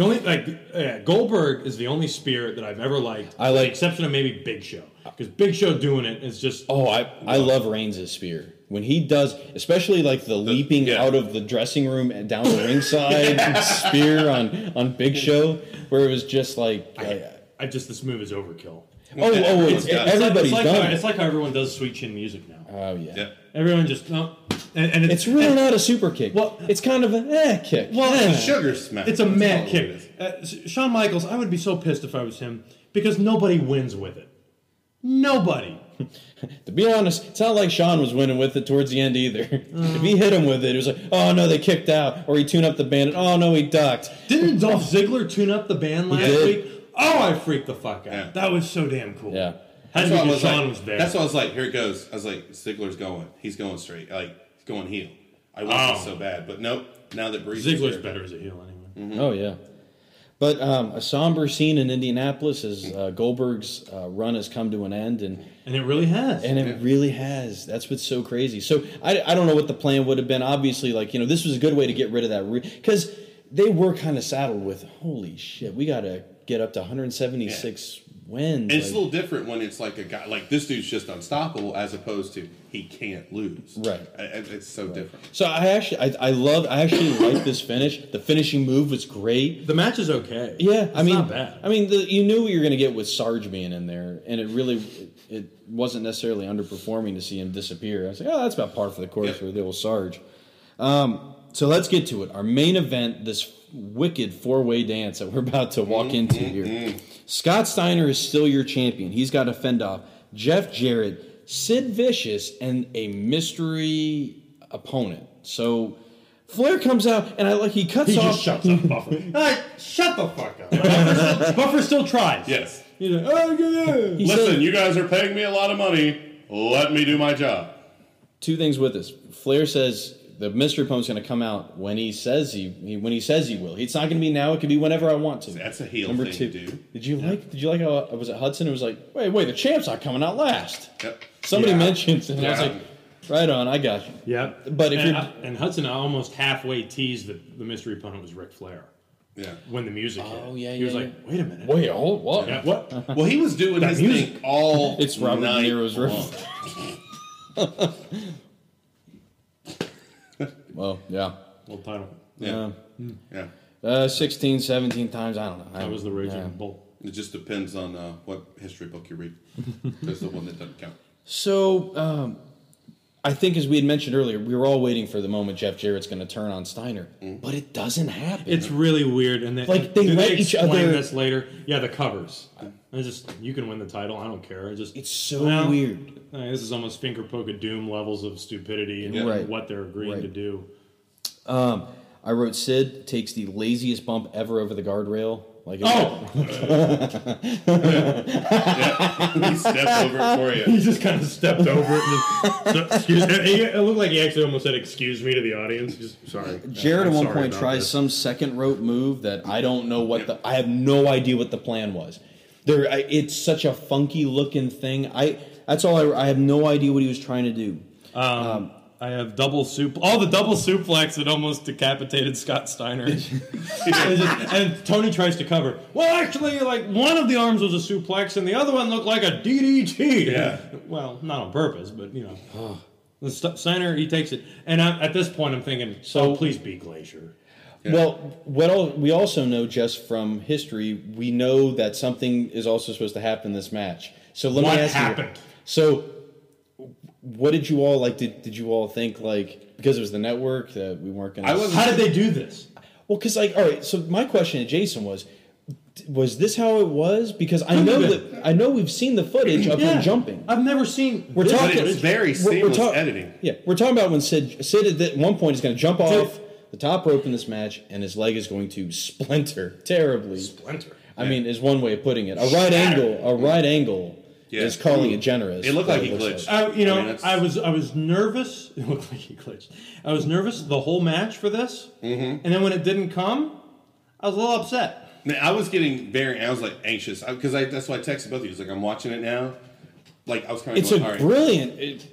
[SPEAKER 3] only like yeah, Goldberg is the only spear that I've ever liked.
[SPEAKER 1] I
[SPEAKER 3] with the
[SPEAKER 1] like-
[SPEAKER 3] exception of maybe Big Show because Big Show doing it is just
[SPEAKER 1] Oh, I I love Reigns' spear when he does, especially like the, leaping
[SPEAKER 2] yeah.
[SPEAKER 1] out of the dressing room and down the ringside spear on on Big Show, where it was just like.
[SPEAKER 3] I,
[SPEAKER 1] uh,
[SPEAKER 3] I just this move is overkill.
[SPEAKER 1] Oh, oh, oh,
[SPEAKER 2] It's-
[SPEAKER 1] it's,
[SPEAKER 2] it's like-
[SPEAKER 1] everybody's
[SPEAKER 3] it's like, How,
[SPEAKER 1] done.
[SPEAKER 3] it's like how everyone does sweet chin music now.
[SPEAKER 1] it. oh yeah.
[SPEAKER 2] Yeah.
[SPEAKER 3] everyone just no, and, and
[SPEAKER 1] It's really
[SPEAKER 3] and-
[SPEAKER 1] not a super kick.
[SPEAKER 3] Well-
[SPEAKER 1] it's kind of an eh kick.
[SPEAKER 3] well,
[SPEAKER 1] Eh.
[SPEAKER 3] it's,
[SPEAKER 2] Sugar smack.
[SPEAKER 3] it's a mad
[SPEAKER 2] That's all it
[SPEAKER 3] kick. Uh, Shawn Michaels, I would be so pissed if I was him because nobody wins with it. Nobody.
[SPEAKER 1] to be honest, it's not like Sean was winning with it towards the end either. if he hit him with it, it was like, oh no, they kicked out, or he tuned up the bandit. Oh no, he ducked.
[SPEAKER 3] Didn't Dolph Ziggler tune up the band last
[SPEAKER 1] did.
[SPEAKER 3] week? Oh, I freaked the fuck out.
[SPEAKER 2] Yeah.
[SPEAKER 3] That was so damn cool.
[SPEAKER 1] Yeah.
[SPEAKER 2] That's
[SPEAKER 3] Had to
[SPEAKER 2] why I
[SPEAKER 3] be
[SPEAKER 2] was
[SPEAKER 3] because Shawn
[SPEAKER 2] like,
[SPEAKER 3] was there.
[SPEAKER 2] That's what I was like. Here it goes. I was like, Ziggler's going. He's going straight. Like he's going heel. I want this
[SPEAKER 3] Oh.
[SPEAKER 2] so bad, but nope. Now that Breeze is
[SPEAKER 3] Ziggler's
[SPEAKER 2] there-
[SPEAKER 3] better as a heel anyway.
[SPEAKER 1] Oh yeah. But um, a somber scene in Indianapolis as uh, Goldberg's uh, run has come to an end, and
[SPEAKER 3] And it really has.
[SPEAKER 1] Mm. And it really has. That's what's so crazy. So I, I don't know what the plan would have been. Obviously, like, you know, this was a good way to get rid of that. Because they were kind of saddled with, holy shit, we got to get up to 176 wins.
[SPEAKER 2] And it's a
[SPEAKER 1] like-
[SPEAKER 2] little different when it's like a guy like this dude's just unstoppable, as opposed to he can't lose.
[SPEAKER 1] Right.
[SPEAKER 2] I- I- it's so different.
[SPEAKER 1] so I actually, I, I love, I actually like this finish. The finishing move was great.
[SPEAKER 3] the match is okay.
[SPEAKER 1] Yeah,
[SPEAKER 3] it's
[SPEAKER 1] I mean,
[SPEAKER 3] not bad.
[SPEAKER 1] I mean, the, you knew what you were going to get with Sarge being in there, and it really, it, it wasn't necessarily underperforming to see him disappear. I was like, oh, that's about par for the course
[SPEAKER 2] Yeah.
[SPEAKER 1] with the old Sarge. Um, so let's get to it. Our main event, this wicked four-way dance that we're about to walk into
[SPEAKER 3] Mm-hmm.
[SPEAKER 1] here. Scott Steiner is still your champion. He's got to fend off Jeff Jarrett, Sid Vicious, and a mystery opponent. So. Flair comes out and I like he cuts
[SPEAKER 3] he
[SPEAKER 1] off.
[SPEAKER 3] just shuts up Buffer. Like, shut the fuck up. Buffer still, Buffer still tries.
[SPEAKER 2] Yes.
[SPEAKER 3] He's like, oh, yeah.
[SPEAKER 1] He
[SPEAKER 2] Listen,
[SPEAKER 1] said-
[SPEAKER 2] you guys are paying me a lot of money. Let me do my job.
[SPEAKER 1] two things with this. Flair says the mystery opponent's going to come out when he says he, he when he says he will. It's not going to be now. It could be whenever I want to.
[SPEAKER 2] That's a heel
[SPEAKER 1] Number
[SPEAKER 2] thing
[SPEAKER 1] two.
[SPEAKER 2] to do.
[SPEAKER 1] Did you like? Did you like how uh, was it Hudson? who was like, wait, wait, the champ's not coming out last.
[SPEAKER 2] Yep.
[SPEAKER 1] Somebody
[SPEAKER 3] Yeah.
[SPEAKER 1] mentions it. And I was
[SPEAKER 2] Yeah.
[SPEAKER 1] like, right on. I got you.
[SPEAKER 3] Yep.
[SPEAKER 1] But if
[SPEAKER 3] and,
[SPEAKER 1] you're-
[SPEAKER 3] I- and Hudson almost halfway teased that the mystery opponent was Ric Flair
[SPEAKER 2] Yeah.
[SPEAKER 3] when the music hit.
[SPEAKER 1] Oh, yeah,
[SPEAKER 3] He was
[SPEAKER 1] yeah,
[SPEAKER 3] like, wait a minute.
[SPEAKER 1] Wait, hold what?
[SPEAKER 3] Yeah, what?
[SPEAKER 2] Well, he was doing his
[SPEAKER 3] music.
[SPEAKER 2] thing all
[SPEAKER 1] It's Robert
[SPEAKER 2] night
[SPEAKER 1] De Niro's
[SPEAKER 2] long.
[SPEAKER 1] riff. well, yeah.
[SPEAKER 3] Old title.
[SPEAKER 2] Yeah.
[SPEAKER 1] Um,
[SPEAKER 2] yeah.
[SPEAKER 1] Uh, 16, 17 times. I don't know.
[SPEAKER 3] That was the raging
[SPEAKER 1] Yeah.
[SPEAKER 3] bull.
[SPEAKER 2] It just depends on uh, what history book you read. That's the one that doesn't count.
[SPEAKER 1] So, um, I think as we had mentioned earlier, we were all waiting for the moment Jeff Jarrett's going to turn on Steiner,
[SPEAKER 2] Mm.
[SPEAKER 1] but it doesn't happen.
[SPEAKER 3] It's really weird, and they,
[SPEAKER 1] Like, they
[SPEAKER 3] do
[SPEAKER 1] let each
[SPEAKER 3] explain
[SPEAKER 1] other-
[SPEAKER 3] This later, yeah, the covers. I just you can win the title. I don't care. I just
[SPEAKER 1] It's so weird.
[SPEAKER 3] I mean, this is almost finger poke of doom levels of stupidity and
[SPEAKER 2] Yeah.
[SPEAKER 1] Right.
[SPEAKER 3] what they're agreeing
[SPEAKER 1] Right.
[SPEAKER 3] to do.
[SPEAKER 1] I wrote Sid takes the laziest bump ever over the guardrail Like
[SPEAKER 3] Oh!
[SPEAKER 2] he stepped over it for
[SPEAKER 3] He
[SPEAKER 2] you.
[SPEAKER 3] just kind of stepped over it. And just, so- excuse me. He- It looked like he actually almost said, "Excuse me" to the audience. Just sorry.
[SPEAKER 1] Jared
[SPEAKER 3] I'm
[SPEAKER 1] at one
[SPEAKER 3] sorry
[SPEAKER 1] point
[SPEAKER 3] about
[SPEAKER 1] tries
[SPEAKER 3] this.
[SPEAKER 1] some second rope move that I don't know what the I have no idea what the plan was. There, I, it's such a funky looking thing. I that's all I, I have no idea what he was trying to do.
[SPEAKER 3] Um, I have double soup. All the double suplex that almost decapitated Scott Steiner. It's just- and Tony tries to cover. Well, actually, like one of the arms was a suplex, and the other one looked like a DDT.
[SPEAKER 2] Yeah.
[SPEAKER 3] Well, not on purpose, but you know. The St- Steiner, he takes it, and I, at this point, I'm thinking, so please be Glacier.
[SPEAKER 1] Well, what all, we also know just from history, we know that something is also supposed to happen in this match. So let
[SPEAKER 3] What
[SPEAKER 1] me ask
[SPEAKER 3] happened?
[SPEAKER 1] you. So, what did you all like? Did did you all think like because it was the network that we weren't going?
[SPEAKER 2] I wasn't-
[SPEAKER 3] How did they do this?
[SPEAKER 1] Well, because like, all right. So my question to Jason was, d- was this how it was? Because I
[SPEAKER 3] Could've
[SPEAKER 1] know
[SPEAKER 3] been.
[SPEAKER 1] that I know we've seen the footage of him jumping.
[SPEAKER 3] I've never seen.
[SPEAKER 1] We're
[SPEAKER 3] this
[SPEAKER 1] talking.
[SPEAKER 3] footage.
[SPEAKER 2] it's very
[SPEAKER 1] we're- we're
[SPEAKER 2] seamless editing.
[SPEAKER 1] Yeah, we're talking about when Sid Sid at one point is going to jump off the top rope in this match, and his leg is going to splinter terribly.
[SPEAKER 3] Splinter.
[SPEAKER 1] I mean, is one way of putting it. A right angle. A right angle
[SPEAKER 2] Yeah.
[SPEAKER 1] is calling it generous.
[SPEAKER 2] It looked like
[SPEAKER 1] but
[SPEAKER 2] he
[SPEAKER 1] it looks
[SPEAKER 2] glitched.
[SPEAKER 3] I, you
[SPEAKER 2] I
[SPEAKER 3] know,
[SPEAKER 2] mean, that's-
[SPEAKER 3] I was I was nervous. It looked like he glitched. I was nervous the whole match for this, mm-hmm. and then when it didn't come, I was a little upset.
[SPEAKER 2] Man, I was getting very, I was like anxious because I, that's why I texted both of you. I was like, I'm watching it now. Like I was kind of
[SPEAKER 1] It's
[SPEAKER 2] going,
[SPEAKER 1] a
[SPEAKER 2] all right.
[SPEAKER 1] brilliant. It,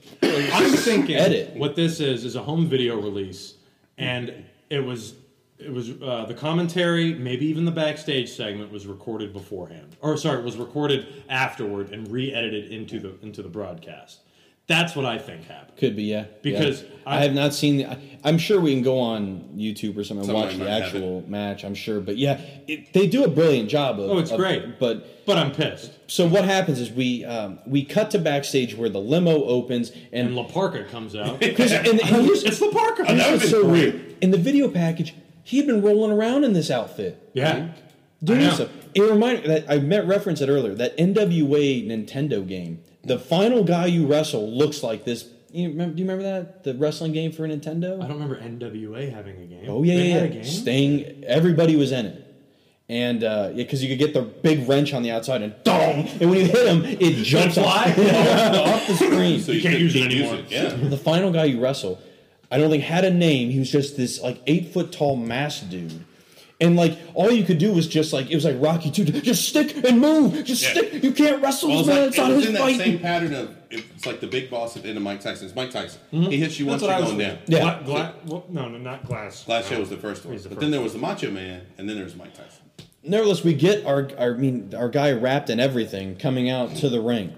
[SPEAKER 3] I'm thinking
[SPEAKER 1] Edit.
[SPEAKER 3] what this is is a home video release, and it was it was uh, the commentary, maybe even the backstage segment was recorded beforehand, or sorry, was recorded afterward and re-edited into the into the broadcast. That's what I think happened.
[SPEAKER 1] Could be, yeah.
[SPEAKER 3] Because
[SPEAKER 1] yeah.
[SPEAKER 3] I-
[SPEAKER 1] I, have not seen. The, I, I'm sure we can go on YouTube or something and
[SPEAKER 2] Someone
[SPEAKER 1] watch
[SPEAKER 2] might
[SPEAKER 1] the
[SPEAKER 2] have
[SPEAKER 1] actual match. I'm sure, but yeah, it, they do a brilliant job of.
[SPEAKER 3] Oh, it's
[SPEAKER 1] of-
[SPEAKER 3] great.
[SPEAKER 1] But
[SPEAKER 3] But I'm pissed.
[SPEAKER 1] so what happens is we um, we cut to backstage where the limo opens
[SPEAKER 3] And
[SPEAKER 1] and
[SPEAKER 3] Laparca comes out.
[SPEAKER 1] 'cause- and, and here's,
[SPEAKER 3] it's Laparca.
[SPEAKER 2] Oh, that
[SPEAKER 1] here's
[SPEAKER 2] would've
[SPEAKER 1] what's
[SPEAKER 2] been
[SPEAKER 1] so
[SPEAKER 2] great.
[SPEAKER 1] weird. In the video package, he had been rolling around in this outfit.
[SPEAKER 3] Yeah. I
[SPEAKER 1] Doing
[SPEAKER 3] know.
[SPEAKER 1] so. It reminded that I met reference it earlier. That NWA Nintendo game. The final guy you wrestle looks like this. You remember, do you remember that the wrestling game for Nintendo?
[SPEAKER 3] I don't remember NWA having a game.
[SPEAKER 1] Oh yeah,
[SPEAKER 3] they
[SPEAKER 1] yeah,
[SPEAKER 3] had
[SPEAKER 1] yeah.
[SPEAKER 3] a game.
[SPEAKER 1] Sting. Everybody was in it, and uh, yeah, because you could get the big wrench on the outside and dong, and when you hit him, it jumps
[SPEAKER 3] fly?
[SPEAKER 1] off, off the screen.
[SPEAKER 2] So
[SPEAKER 3] You can't
[SPEAKER 2] could-
[SPEAKER 3] use it
[SPEAKER 2] can't
[SPEAKER 3] anymore.
[SPEAKER 2] Yeah.
[SPEAKER 1] the final guy you wrestle, I don't think had a name. He was just this like eight foot tall mass dude. And like all you could do was just like it was like Rocky two, just stick and move, just
[SPEAKER 2] Yeah.
[SPEAKER 1] stick. You can't wrestle,
[SPEAKER 2] Well,
[SPEAKER 1] this man.
[SPEAKER 2] it's, like,
[SPEAKER 1] it's
[SPEAKER 2] it
[SPEAKER 1] not
[SPEAKER 2] was
[SPEAKER 1] his
[SPEAKER 2] in that
[SPEAKER 1] fight.
[SPEAKER 2] same pattern of it's like the big boss at the end of Mike Tyson. It's Mike Tyson. He hits you once,
[SPEAKER 3] That's what
[SPEAKER 2] you're
[SPEAKER 3] I was
[SPEAKER 2] going down.
[SPEAKER 1] Yeah.
[SPEAKER 3] Gla- gla- well, no, no, not glass.
[SPEAKER 2] Last show was the first one,
[SPEAKER 3] He's the
[SPEAKER 2] but
[SPEAKER 3] first
[SPEAKER 2] then there was the Macho Man, and then there was Mike Tyson.
[SPEAKER 1] Nevertheless, we get our, our I mean our guy wrapped in everything coming out to the ring.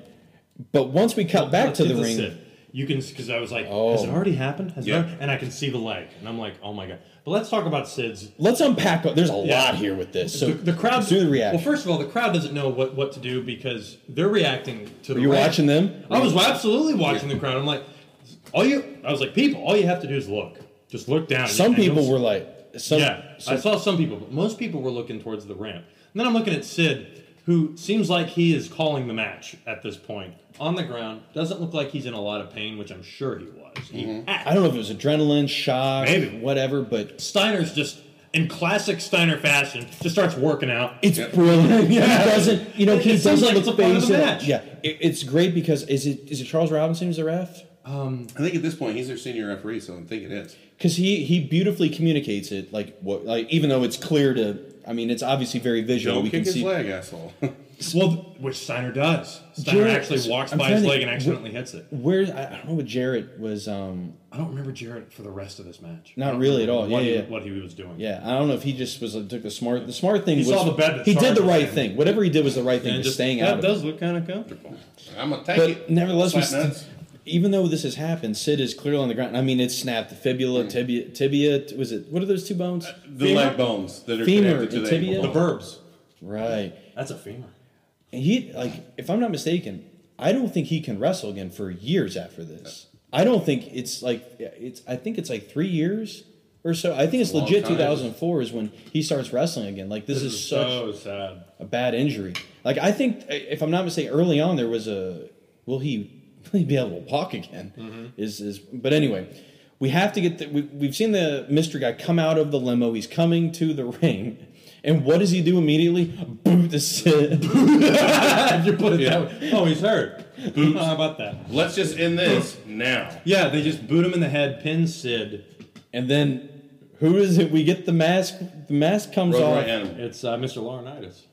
[SPEAKER 1] But once we cut back
[SPEAKER 3] Let's
[SPEAKER 1] to
[SPEAKER 3] get
[SPEAKER 1] the
[SPEAKER 3] this
[SPEAKER 1] ring,
[SPEAKER 3] in. You can because I was like,
[SPEAKER 1] Oh.
[SPEAKER 3] has it already happened? Has it
[SPEAKER 2] Yeah.
[SPEAKER 3] already- And I can see the leg, and I'm like, oh my god. But let's talk about Sid's.
[SPEAKER 1] Let's unpack. There's a
[SPEAKER 3] Yeah.
[SPEAKER 1] lot here with this. So
[SPEAKER 3] the, the crowd
[SPEAKER 1] do the reaction.
[SPEAKER 3] Well, first of all, the crowd doesn't know what, what to do because they're reacting to. the
[SPEAKER 1] you
[SPEAKER 3] rant.
[SPEAKER 1] watching them?
[SPEAKER 3] I was absolutely watching the crowd. I'm like, all you. I was like, people, all you have to do is look. Just look down.
[SPEAKER 1] some
[SPEAKER 3] and you'll
[SPEAKER 1] people
[SPEAKER 3] see-
[SPEAKER 1] were like, some,
[SPEAKER 3] yeah,
[SPEAKER 1] some-
[SPEAKER 3] I saw some people, but most people were looking towards the ramp. And then I'm looking at Sid, who seems like he is calling the match at this point on the ground. Doesn't look like he's in a lot of pain, which I'm sure he was. He-
[SPEAKER 1] I don't know if it was adrenaline, shock,
[SPEAKER 3] Maybe.
[SPEAKER 1] whatever, but
[SPEAKER 3] Steiner's just in classic Steiner fashion, just starts working out.
[SPEAKER 1] it's brilliant.
[SPEAKER 3] Yeah.
[SPEAKER 1] He doesn't, you know,
[SPEAKER 3] It-
[SPEAKER 1] he
[SPEAKER 3] it seems
[SPEAKER 1] doesn't
[SPEAKER 3] like
[SPEAKER 1] look
[SPEAKER 3] it's a part of the
[SPEAKER 1] basic.
[SPEAKER 3] match.
[SPEAKER 1] Yeah, it, it's great because is it is it Charles Robinson who's the ref?
[SPEAKER 2] I think at this point he's their senior referee, so I think it is.
[SPEAKER 1] Because he he beautifully communicates it, like what, like even though it's clear to, I mean, it's obviously very visual.
[SPEAKER 2] Don't
[SPEAKER 1] we
[SPEAKER 2] kick
[SPEAKER 1] can
[SPEAKER 2] his
[SPEAKER 1] see.
[SPEAKER 2] leg, asshole.
[SPEAKER 3] Well, th- which Steiner does. Steiner
[SPEAKER 1] Jarrett-
[SPEAKER 3] actually walks
[SPEAKER 1] I'm
[SPEAKER 3] by
[SPEAKER 1] trying
[SPEAKER 3] his
[SPEAKER 1] to-
[SPEAKER 3] leg and accidentally hits it.
[SPEAKER 1] Where I I don't know what Jarrett was. um
[SPEAKER 3] I don't remember Jarrett for the rest of this match.
[SPEAKER 1] Not
[SPEAKER 3] I don't
[SPEAKER 1] really at
[SPEAKER 3] remember
[SPEAKER 1] all.
[SPEAKER 3] What,
[SPEAKER 1] Yeah,
[SPEAKER 3] he,
[SPEAKER 1] yeah.
[SPEAKER 3] what he was doing.
[SPEAKER 1] Yeah, I don't know if he just was took the smart. The smart thing
[SPEAKER 3] He
[SPEAKER 1] was
[SPEAKER 3] saw the bed that
[SPEAKER 1] he did
[SPEAKER 3] Charles
[SPEAKER 1] the
[SPEAKER 3] was
[SPEAKER 1] right
[SPEAKER 3] in.
[SPEAKER 1] thing. Whatever he did was the right thing.
[SPEAKER 3] And
[SPEAKER 1] just
[SPEAKER 3] just
[SPEAKER 1] staying out.
[SPEAKER 3] that
[SPEAKER 1] of it.
[SPEAKER 3] does look kind of comfortable.
[SPEAKER 2] I'm gonna take
[SPEAKER 1] But
[SPEAKER 2] it.
[SPEAKER 1] nevertheless, we st-
[SPEAKER 2] Slap nuts.
[SPEAKER 1] even though this has happened, Sid is clearly on the ground. I mean, it's snapped
[SPEAKER 2] Hmm.
[SPEAKER 1] fibula, tibia, tibia. t- Was it? What are those two bones?
[SPEAKER 3] Uh,
[SPEAKER 2] the
[SPEAKER 3] femur-
[SPEAKER 2] leg bones that are
[SPEAKER 1] femur
[SPEAKER 2] connected to
[SPEAKER 1] and
[SPEAKER 2] the
[SPEAKER 1] tibia.
[SPEAKER 2] ankle
[SPEAKER 3] The
[SPEAKER 2] bone.
[SPEAKER 3] verbs.
[SPEAKER 1] Right.
[SPEAKER 3] That's a femur.
[SPEAKER 1] And he like, if I'm not mistaken, I don't think he can wrestle again for years after this. I don't think it's like it's. I think it's like three years or so. I think it's,
[SPEAKER 2] a long
[SPEAKER 1] legit.
[SPEAKER 2] time.
[SPEAKER 1] 2004 is when he starts wrestling again. Like this, is, such
[SPEAKER 3] so sad.
[SPEAKER 1] a bad injury. Like I think, uh, if I'm not mistaken, early on there was a will he will he be able to walk again?
[SPEAKER 3] Mm-hmm.
[SPEAKER 1] Is is but anyway, we have to get the, we, we've seen the mystery guy come out of the limo. He's coming to the ring, And what does he do immediately? Boot the Sid.
[SPEAKER 3] if you put it
[SPEAKER 2] Yeah.
[SPEAKER 3] that way. Oh, he's hurt. How about that?
[SPEAKER 2] Let's just end this now.
[SPEAKER 3] Yeah, they just boot him in the head, pin Sid.
[SPEAKER 1] And then who is it? We get the mask. The mask comes
[SPEAKER 2] Road
[SPEAKER 1] off.
[SPEAKER 2] right animal.
[SPEAKER 3] It's uh, Mr. Laurinaitis.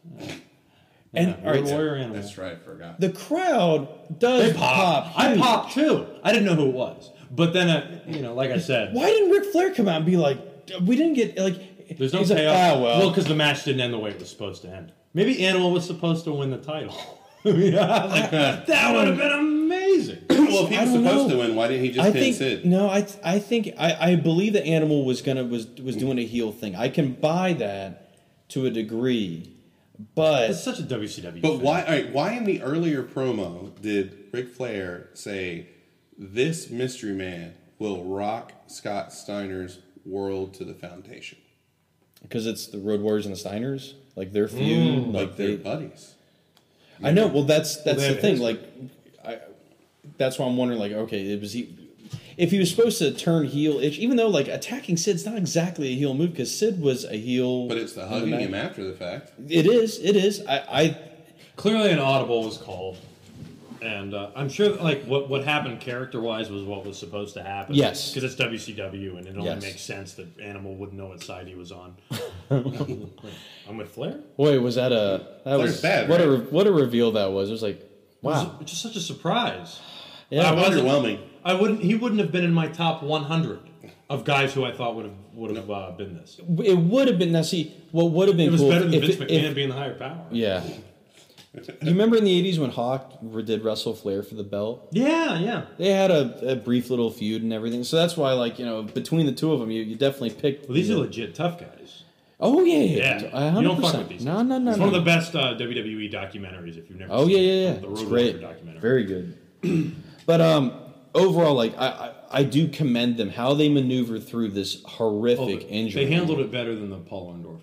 [SPEAKER 1] And
[SPEAKER 3] Yeah, Road Warrior Animal.
[SPEAKER 2] That's right. I forgot.
[SPEAKER 1] the crowd does pop.
[SPEAKER 3] I
[SPEAKER 1] huge.
[SPEAKER 3] popped too. I didn't know who it was. But then, uh, you know, like I said,
[SPEAKER 1] Why didn't Ric Flair come out and be like, we didn't get like?
[SPEAKER 3] there's no
[SPEAKER 1] he's
[SPEAKER 3] payoff.
[SPEAKER 1] Like, "Ah, well,
[SPEAKER 3] well, because the match didn't end the way it was supposed to end. Maybe Animal was supposed to win the title. yeah, like, that would have been amazing.
[SPEAKER 2] well, if he
[SPEAKER 1] I
[SPEAKER 2] was
[SPEAKER 1] don't
[SPEAKER 2] supposed
[SPEAKER 1] know.
[SPEAKER 2] to win, why didn't he just
[SPEAKER 1] I
[SPEAKER 2] pin
[SPEAKER 1] think
[SPEAKER 2] Sid?
[SPEAKER 1] no. I I think I, I believe the animal was gonna was was doing a heel thing. I can buy that to a degree, but
[SPEAKER 3] It's such a WCW.
[SPEAKER 2] But
[SPEAKER 3] thing.
[SPEAKER 2] why? All right, why in the earlier promo did Ric Flair say this mystery man will rock Scott Steiner's world to the foundation?
[SPEAKER 1] because it's the Road Warriors and the Steiners, like their feud, like,
[SPEAKER 2] Like they're
[SPEAKER 1] they.
[SPEAKER 2] buddies.
[SPEAKER 1] I know. Well, that's that's
[SPEAKER 3] they
[SPEAKER 1] the
[SPEAKER 3] have
[SPEAKER 1] thing.
[SPEAKER 3] history.
[SPEAKER 1] Like, I, that's why I'm wondering. Like, okay, it was he. If he was supposed to turn heel, ish, even though like attacking Sid's not exactly a heel move because Sid was a heel.
[SPEAKER 2] But it's the
[SPEAKER 1] in
[SPEAKER 2] hugging
[SPEAKER 1] match.
[SPEAKER 2] him after the fact.
[SPEAKER 1] It is. It is. I. I
[SPEAKER 3] clearly an audible was called and uh, i'm sure like what, what happened character wise was what was supposed to happen
[SPEAKER 1] Yes.
[SPEAKER 3] because it's wcw and it only
[SPEAKER 1] Yes.
[SPEAKER 3] makes sense that animal wouldn't know what side he was on i'm with flair
[SPEAKER 1] boy, was that a that was
[SPEAKER 2] bad,
[SPEAKER 1] what a
[SPEAKER 2] right?
[SPEAKER 1] re- what a reveal that was. It was like wow.
[SPEAKER 3] It was just such a surprise
[SPEAKER 1] Yeah.
[SPEAKER 3] I wasn't-
[SPEAKER 2] Underwhelming.
[SPEAKER 3] i wouldn't he wouldn't have been in my top 100 of guys who i thought would have would have uh, been this
[SPEAKER 1] It would have been now. See, what would have been
[SPEAKER 3] it was
[SPEAKER 1] cool
[SPEAKER 3] better than
[SPEAKER 1] if-
[SPEAKER 3] vince
[SPEAKER 1] if-
[SPEAKER 3] mcmahon being the higher power
[SPEAKER 1] yeah. you remember in the '80s when Hawk did wrestle Flair for the belt?
[SPEAKER 3] yeah yeah
[SPEAKER 1] They had a, a brief little feud and everything, so that's why, like you know, between the two of them, you, you definitely picked.
[SPEAKER 3] well these
[SPEAKER 1] the-
[SPEAKER 3] are legit tough guys
[SPEAKER 1] Oh yeah,
[SPEAKER 3] yeah
[SPEAKER 1] yeah, yeah.
[SPEAKER 3] you don't fuck with these
[SPEAKER 1] No,
[SPEAKER 3] guys.
[SPEAKER 1] no, no.
[SPEAKER 3] it's
[SPEAKER 1] no.
[SPEAKER 3] one of the best uh, wwe documentaries if you've never
[SPEAKER 1] oh yeah,
[SPEAKER 3] seen it.
[SPEAKER 1] yeah, yeah.
[SPEAKER 3] the
[SPEAKER 1] It's
[SPEAKER 3] Road
[SPEAKER 1] great.
[SPEAKER 3] Warrior documentary
[SPEAKER 1] Very good. but um, overall, like I, I, I do commend them how they maneuver through this
[SPEAKER 3] Oh,
[SPEAKER 1] horrific
[SPEAKER 3] but
[SPEAKER 1] injury.
[SPEAKER 3] They handled it better than the Paul Orndorff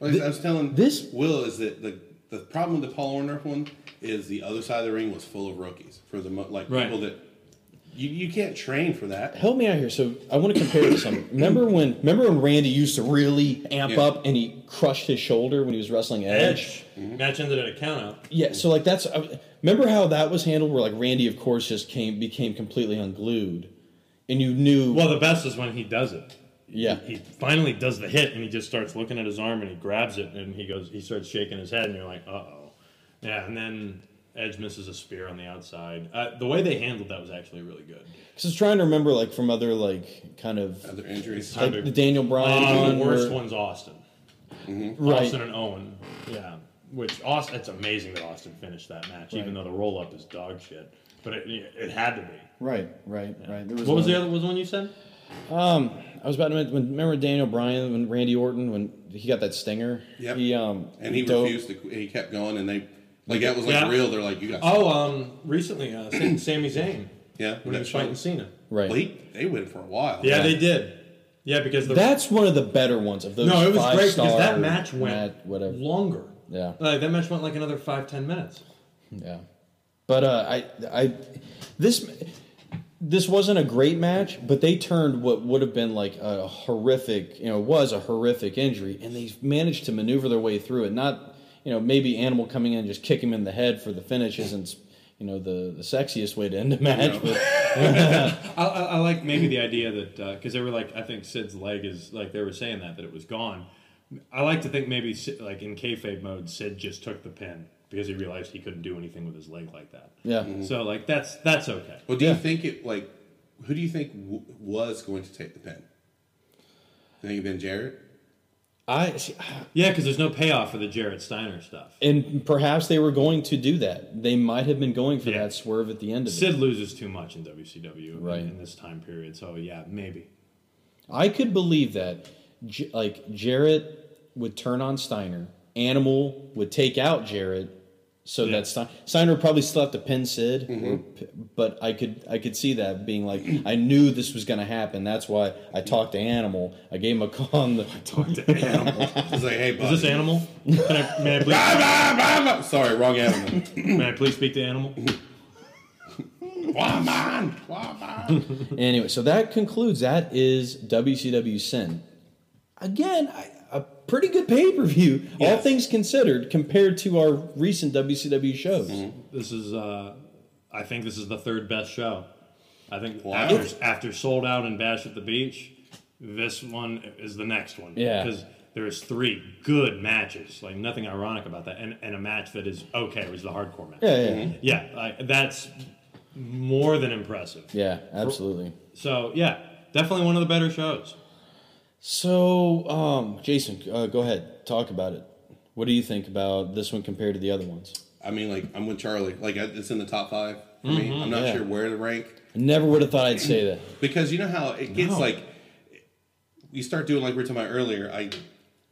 [SPEAKER 3] one.
[SPEAKER 2] Like I was telling
[SPEAKER 1] this-
[SPEAKER 2] Will is that the the problem with the Paul Orndorff one is the other side of the ring was full of rookies for the mo- like
[SPEAKER 3] Right.
[SPEAKER 2] people that you, you can't train for that.
[SPEAKER 1] help me out here. So I want to compare it to something. Remember when? Remember when Randy used to really amp
[SPEAKER 2] Yeah.
[SPEAKER 1] up and he crushed his shoulder when he was wrestling Edge?
[SPEAKER 3] Edge match ended at a countout.
[SPEAKER 1] Yeah. So like that's. I- Remember how that was handled? Where like Randy, of course, just came became completely unglued, and you knew.
[SPEAKER 3] Well, the best is when he does it.
[SPEAKER 1] yeah.
[SPEAKER 3] He finally does the hit, and he just starts looking at his arm, and he grabs it, and he goes. He starts shaking his head, and you're like, uh oh, yeah. And then Edge misses a spear on the outside. Uh, the way they handled that was actually really good.
[SPEAKER 1] Because I was trying to remember like from other like kind of
[SPEAKER 2] Other injuries.
[SPEAKER 1] like the Daniel Bryan
[SPEAKER 3] Uh, the
[SPEAKER 1] one
[SPEAKER 3] worst
[SPEAKER 1] where-
[SPEAKER 3] one's Austin.
[SPEAKER 1] right?
[SPEAKER 3] Austin and Owen. Yeah. Which Austin? It's amazing that Austin finished that match, even
[SPEAKER 1] Right.
[SPEAKER 3] though the roll up is dog shit. But it, it had to be.
[SPEAKER 1] Right, right, right. There was
[SPEAKER 3] What was the
[SPEAKER 1] another-
[SPEAKER 3] other? Was the one you said?
[SPEAKER 1] I was about to mention, when, remember Daniel Bryan when Randy Orton when he got that stinger.
[SPEAKER 2] Yep.
[SPEAKER 1] He um
[SPEAKER 2] and he
[SPEAKER 1] dove-
[SPEAKER 2] refused to. qu- He kept going, and they like that was like
[SPEAKER 3] Yeah.
[SPEAKER 2] real. They're like you got.
[SPEAKER 3] Oh, um, recently, uh, Sam- Sami Zayn.
[SPEAKER 2] yeah.
[SPEAKER 3] When he was fighting Cena.
[SPEAKER 1] Right.
[SPEAKER 2] Well, he, they went for a while.
[SPEAKER 3] Yeah, they did. Yeah, because the
[SPEAKER 1] That's one of the better ones of those.
[SPEAKER 3] no, it was
[SPEAKER 1] five
[SPEAKER 3] great because
[SPEAKER 1] star
[SPEAKER 3] that match went
[SPEAKER 1] mat- whatever.
[SPEAKER 3] longer.
[SPEAKER 1] Yeah.
[SPEAKER 3] like that match went like another five ten minutes.
[SPEAKER 1] Yeah, but uh, I, I, this, this wasn't a great match, but they turned what would have been like a horrific, you know, was a horrific injury, and they managed to maneuver their way through it. Not, you know, maybe Animal coming in and just kick him in the head for the finish isn't, you know, the the sexiest way to end a match. But
[SPEAKER 3] I, I, I like maybe the idea that because they were like, I think Sid's leg is like they were saying that that it was gone. I like to think maybe Sid, like in kayfabe mode, Sid just took the pin because he realized he couldn't do anything with his leg like that.
[SPEAKER 1] yeah,
[SPEAKER 3] So like that's that's okay.
[SPEAKER 2] Well, do you think it like? Who do you think w- was going to take the pin? You think it been Jarrett?
[SPEAKER 1] I see,
[SPEAKER 3] Yeah, because there's no payoff for the Jarrett Steiner stuff.
[SPEAKER 1] and perhaps they were going to do that. They might have been going for
[SPEAKER 3] Yeah.
[SPEAKER 1] that swerve at the end of it.
[SPEAKER 3] Sid loses too much in WCW
[SPEAKER 1] Right.
[SPEAKER 3] in, in this time period. So yeah, maybe.
[SPEAKER 1] I could believe that, J- like Jarrett would turn on Steiner, Animal would take out Jarrett, so
[SPEAKER 3] Yeah.
[SPEAKER 1] that Stein- Steiner would probably still have to pin Sid. or p- but I could I could see that being like I knew this was going to happen. That's why I talked to Animal. I gave him a call on the.
[SPEAKER 2] It's like, hey, buddy.
[SPEAKER 3] Is this animal? Can I, may, I please,
[SPEAKER 2] Ah, ah, ah, Sorry, wrong animal.
[SPEAKER 3] may I please speak to animal?
[SPEAKER 2] Woman, woman.
[SPEAKER 1] Anyway, so that concludes. That is WCW Sin. Again, I, a pretty good pay per view, all things considered, compared to our recent WCW shows.
[SPEAKER 3] This is, uh, I think, this is the third best show. I think
[SPEAKER 2] Wow.
[SPEAKER 3] after, after sold out and bash at the beach, this one is the next one.
[SPEAKER 1] Yeah.
[SPEAKER 3] because there's three good matches. Like nothing ironic about that, and and a match that is okay was the hardcore match.
[SPEAKER 1] Yeah, yeah,
[SPEAKER 3] yeah, like, that's more than impressive.
[SPEAKER 1] yeah, absolutely.
[SPEAKER 3] So yeah, definitely one of the better shows.
[SPEAKER 1] So, um, Jason, uh, go ahead, talk about it. What do you think about this one compared to the other ones?
[SPEAKER 2] I mean, like I'm with Charlie. Like I- it's in the top five for me.
[SPEAKER 3] Mm-hmm.
[SPEAKER 2] I'm not
[SPEAKER 1] yeah.
[SPEAKER 2] sure where to rank
[SPEAKER 1] I never would have thought I'd say that.
[SPEAKER 2] because you know how it gets
[SPEAKER 1] No.
[SPEAKER 2] like you start doing like we were talking about earlier. I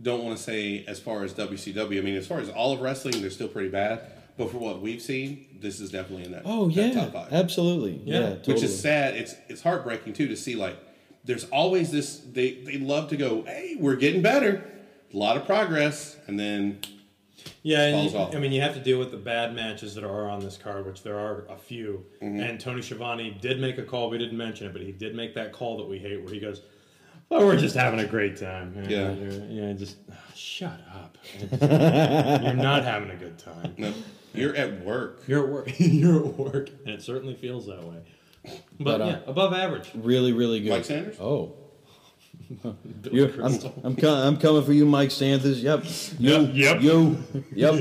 [SPEAKER 2] don't want to say as far as WCW. I mean, as far as all of wrestling, they're still pretty bad. But for what we've seen, this is definitely in that.
[SPEAKER 1] Oh yeah,
[SPEAKER 2] that top five.
[SPEAKER 1] absolutely. Yeah,
[SPEAKER 3] Yeah,
[SPEAKER 1] totally.
[SPEAKER 2] which is sad. It's it's heartbreaking too to see like there's always this they they love to go hey we're getting better a lot of progress and then
[SPEAKER 3] Yeah, and
[SPEAKER 2] Falls
[SPEAKER 3] you-
[SPEAKER 2] off.
[SPEAKER 3] I mean, you have to deal with the bad matches that are on this card, which there are a few.
[SPEAKER 1] Mm-hmm.
[SPEAKER 3] And Tony Schiavone did make a call. We didn't mention it, but he did make that call that we hate, where he goes, "Well, we're just having a great time."
[SPEAKER 2] Yeah.
[SPEAKER 3] yeah, just "Oh, shut up. You're not having a good time.
[SPEAKER 2] no, you're at work
[SPEAKER 3] You're at work. You're at work, and it certainly feels that way. But,
[SPEAKER 1] But, uh,
[SPEAKER 3] yeah, above average.
[SPEAKER 1] really, really good.
[SPEAKER 2] Mike Sanders?
[SPEAKER 1] Oh,
[SPEAKER 3] Billy
[SPEAKER 1] you, I'm,
[SPEAKER 3] Crystal.
[SPEAKER 1] I'm, com- I'm coming for you, Mike Sanders. Yep.
[SPEAKER 3] Yep, yep.
[SPEAKER 1] Yo. Yep.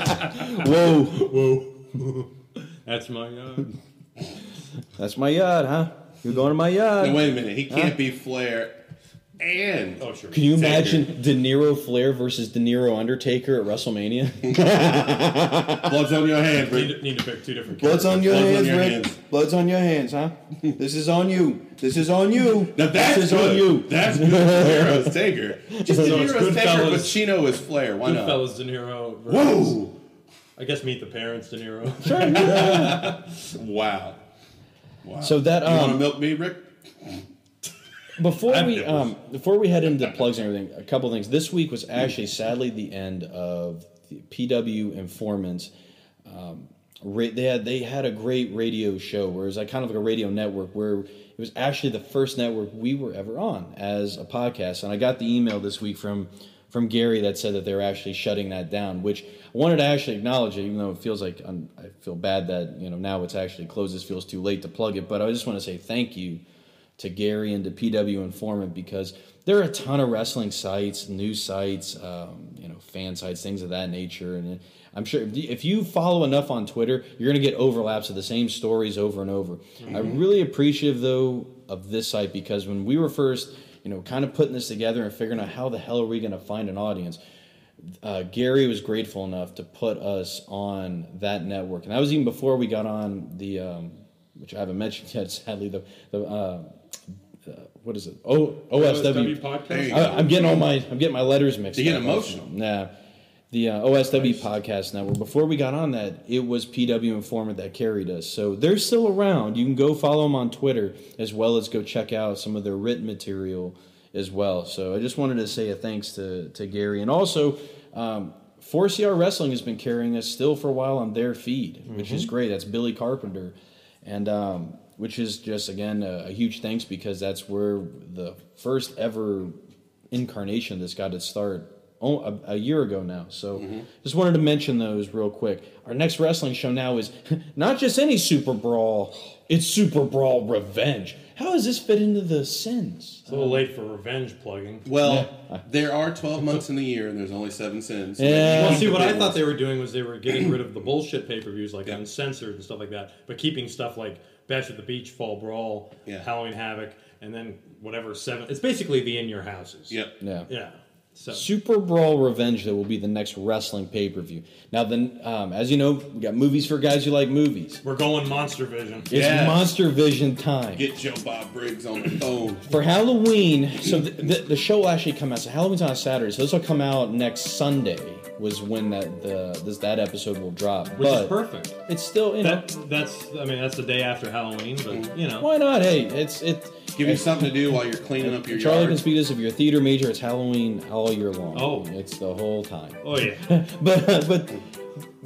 [SPEAKER 1] Whoa.
[SPEAKER 3] That's my. Uh,
[SPEAKER 1] That's my yard, huh? You're going to my yard.
[SPEAKER 2] Now, wait a minute he can't be Flair and
[SPEAKER 3] oh sure.
[SPEAKER 1] Can you imagine De Niro Flair versus De Niro Undertaker at WrestleMania?
[SPEAKER 2] blood's on your hand Rick.
[SPEAKER 3] Need, need to pick two different.
[SPEAKER 1] Blood's on your
[SPEAKER 2] Blood's on
[SPEAKER 1] hands,
[SPEAKER 2] your
[SPEAKER 1] Rick.
[SPEAKER 2] hands.
[SPEAKER 1] Blood's on your hands, huh? this is on you. This is on you.
[SPEAKER 2] now that's
[SPEAKER 1] this is
[SPEAKER 2] good.
[SPEAKER 1] on you.
[SPEAKER 2] that's good Heroes Taker just the
[SPEAKER 3] So it's
[SPEAKER 2] Heroes Taker but
[SPEAKER 3] Goodfellas.
[SPEAKER 2] Chino is Flair why not
[SPEAKER 3] Fellas De Niro. versus-
[SPEAKER 2] whoa
[SPEAKER 3] I guess meet the parents De Niro.
[SPEAKER 2] wow wow
[SPEAKER 1] So that,
[SPEAKER 2] you want
[SPEAKER 1] um,
[SPEAKER 2] to milk me Rick
[SPEAKER 1] Before
[SPEAKER 3] I've
[SPEAKER 1] we
[SPEAKER 3] never-
[SPEAKER 1] um, before we head into plugs and everything, a couple things. This week was actually sadly the end of the PW informants. Um, ra- they had they had a great radio show, where it was like kind of like a radio network, where it was actually the first network we were ever on as a podcast. And I got the email this week from from Gary that said that they were actually shutting that down, which I wanted to actually acknowledge it, even though it feels like I'm, I feel bad that you know now it's actually closed. This feels too late to plug it, but I just want to say thank you to Gary and to PW Informant because there are a ton of wrestling sites, news sites, um, you know, fan sites, things of that nature. And I'm sure if you- if you follow enough on Twitter, you're going to get overlaps of the same stories over and over. I'm really appreciative though of this site because when we were first, you know, kind of putting this together and figuring out how the hell are we going to find an audience uh, Gary was grateful enough to put us on that network, and that was even before we got on the, um, which I haven't mentioned yet, sadly. The, the uh, uh, what is it? O- OSW.
[SPEAKER 2] There you
[SPEAKER 3] podcast.
[SPEAKER 2] go.
[SPEAKER 1] I, am getting all my uh, I'm getting my letters mixed.
[SPEAKER 2] You get
[SPEAKER 1] up.
[SPEAKER 2] emotional.
[SPEAKER 1] Nah. The uh, OSW podcast network. Before we got on that, it was PW Informant that carried us. So they're still around. You can go follow them on Twitter as well as go check out some of their written material as well. So I just wanted to say a thanks to to Gary and also. Um, 4CR Wrestling has been carrying us still for a while on their feed, which is great. That's Billy Carpenter and um, which is just again a, a huge thanks because that's where the first ever incarnation of this got its start oh, a, a year ago now. So just wanted to mention those real quick. Our next wrestling show now is not just any Super Brawl; it's Super Brawl Revenge. How does this fit into the sins?
[SPEAKER 3] It's a little late for revenge plugging.
[SPEAKER 2] well there are 12 months in the year and there's only seven sins
[SPEAKER 1] Yeah.
[SPEAKER 3] Well, see, what I thought they were doing was they were getting rid of the bullshit pay per views like Uncensored and stuff like that, but keeping stuff like Bash at the Beach, Fall Brawl,
[SPEAKER 2] Yeah.
[SPEAKER 3] Halloween Havoc, and then whatever seven. It's basically the in your houses.
[SPEAKER 2] yep
[SPEAKER 1] Yeah.
[SPEAKER 3] Yeah. So
[SPEAKER 1] Super Brawl Revenge that will be the next wrestling pay per view. Now, then, um, as you know, we got movies for guys who like movies.
[SPEAKER 3] we're going Monster Vision.
[SPEAKER 1] It's
[SPEAKER 2] Yes.
[SPEAKER 1] Monster Vision time.
[SPEAKER 2] Get Joe Bob Briggs on the phone.
[SPEAKER 1] for Halloween, so the, the, the show will actually come out. So Halloween's on a Saturday, so this will come out next Sunday. Was when that the this that episode will drop.
[SPEAKER 3] Which
[SPEAKER 1] but
[SPEAKER 3] is perfect.
[SPEAKER 1] It's still you know
[SPEAKER 3] That that's I mean that's the day after Halloween, but you know
[SPEAKER 1] why not? Hey, it's it.
[SPEAKER 2] Give you something to do while you're cleaning up your
[SPEAKER 1] Charlie can
[SPEAKER 2] yard.
[SPEAKER 1] speak to this if you're a theater major. It's Halloween all year long.
[SPEAKER 3] Oh.
[SPEAKER 1] it's the whole time. uh,
[SPEAKER 3] oh yeah
[SPEAKER 1] But but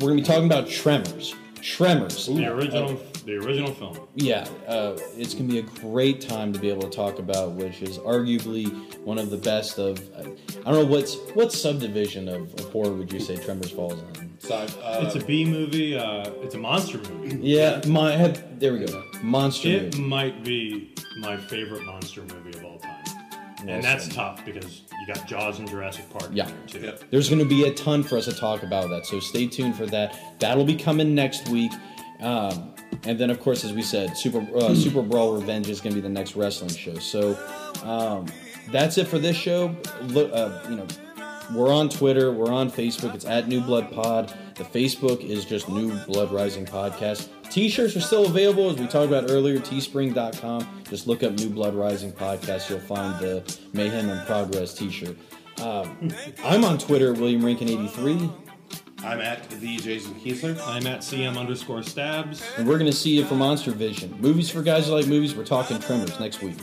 [SPEAKER 1] we're gonna be talking about Tremors. Tremors.
[SPEAKER 3] the
[SPEAKER 1] Uh,
[SPEAKER 3] original the the original film.
[SPEAKER 1] yeah, uh, it's going to be a great time to be able to talk about, which is arguably one of the best of. I don't know what's what subdivision of, of horror would you say Tremors falls in?
[SPEAKER 2] So, uh,
[SPEAKER 3] It's a B movie. Uh, it's a monster movie.
[SPEAKER 1] Yeah, my have, there we go, monster.
[SPEAKER 3] It
[SPEAKER 1] movie.
[SPEAKER 3] might be my favorite monster movie of all time,
[SPEAKER 1] Well
[SPEAKER 3] and that's
[SPEAKER 1] said.
[SPEAKER 3] tough because you got Jaws and Jurassic Park.
[SPEAKER 1] Yeah.
[SPEAKER 3] in there too.
[SPEAKER 2] yeah.
[SPEAKER 1] There's going to be a ton for us to talk about that, so stay tuned for that. That'll be coming next week. Um, and then, of course, as we said, Super uh, Super Brawl Revenge is going to be the next wrestling show. So um, that's it for this show. Look, uh, you know, we're on Twitter, we're on Facebook. It's at New Blood Pod. The Facebook is just New Blood Rising Podcast. T-shirts are still available, as we talked about earlier. Teespring.com. Just look up New Blood Rising Podcast. You'll find the Mayhem and Progress T-shirt. Um, I'm on Twitter, William Rankin83,
[SPEAKER 2] I'm at the Jason Kiesler.
[SPEAKER 3] I'm at CM underscore stabs.
[SPEAKER 1] and we're going to see you for Monster Vision. Movies for guys who like movies. We're talking Tremors next week.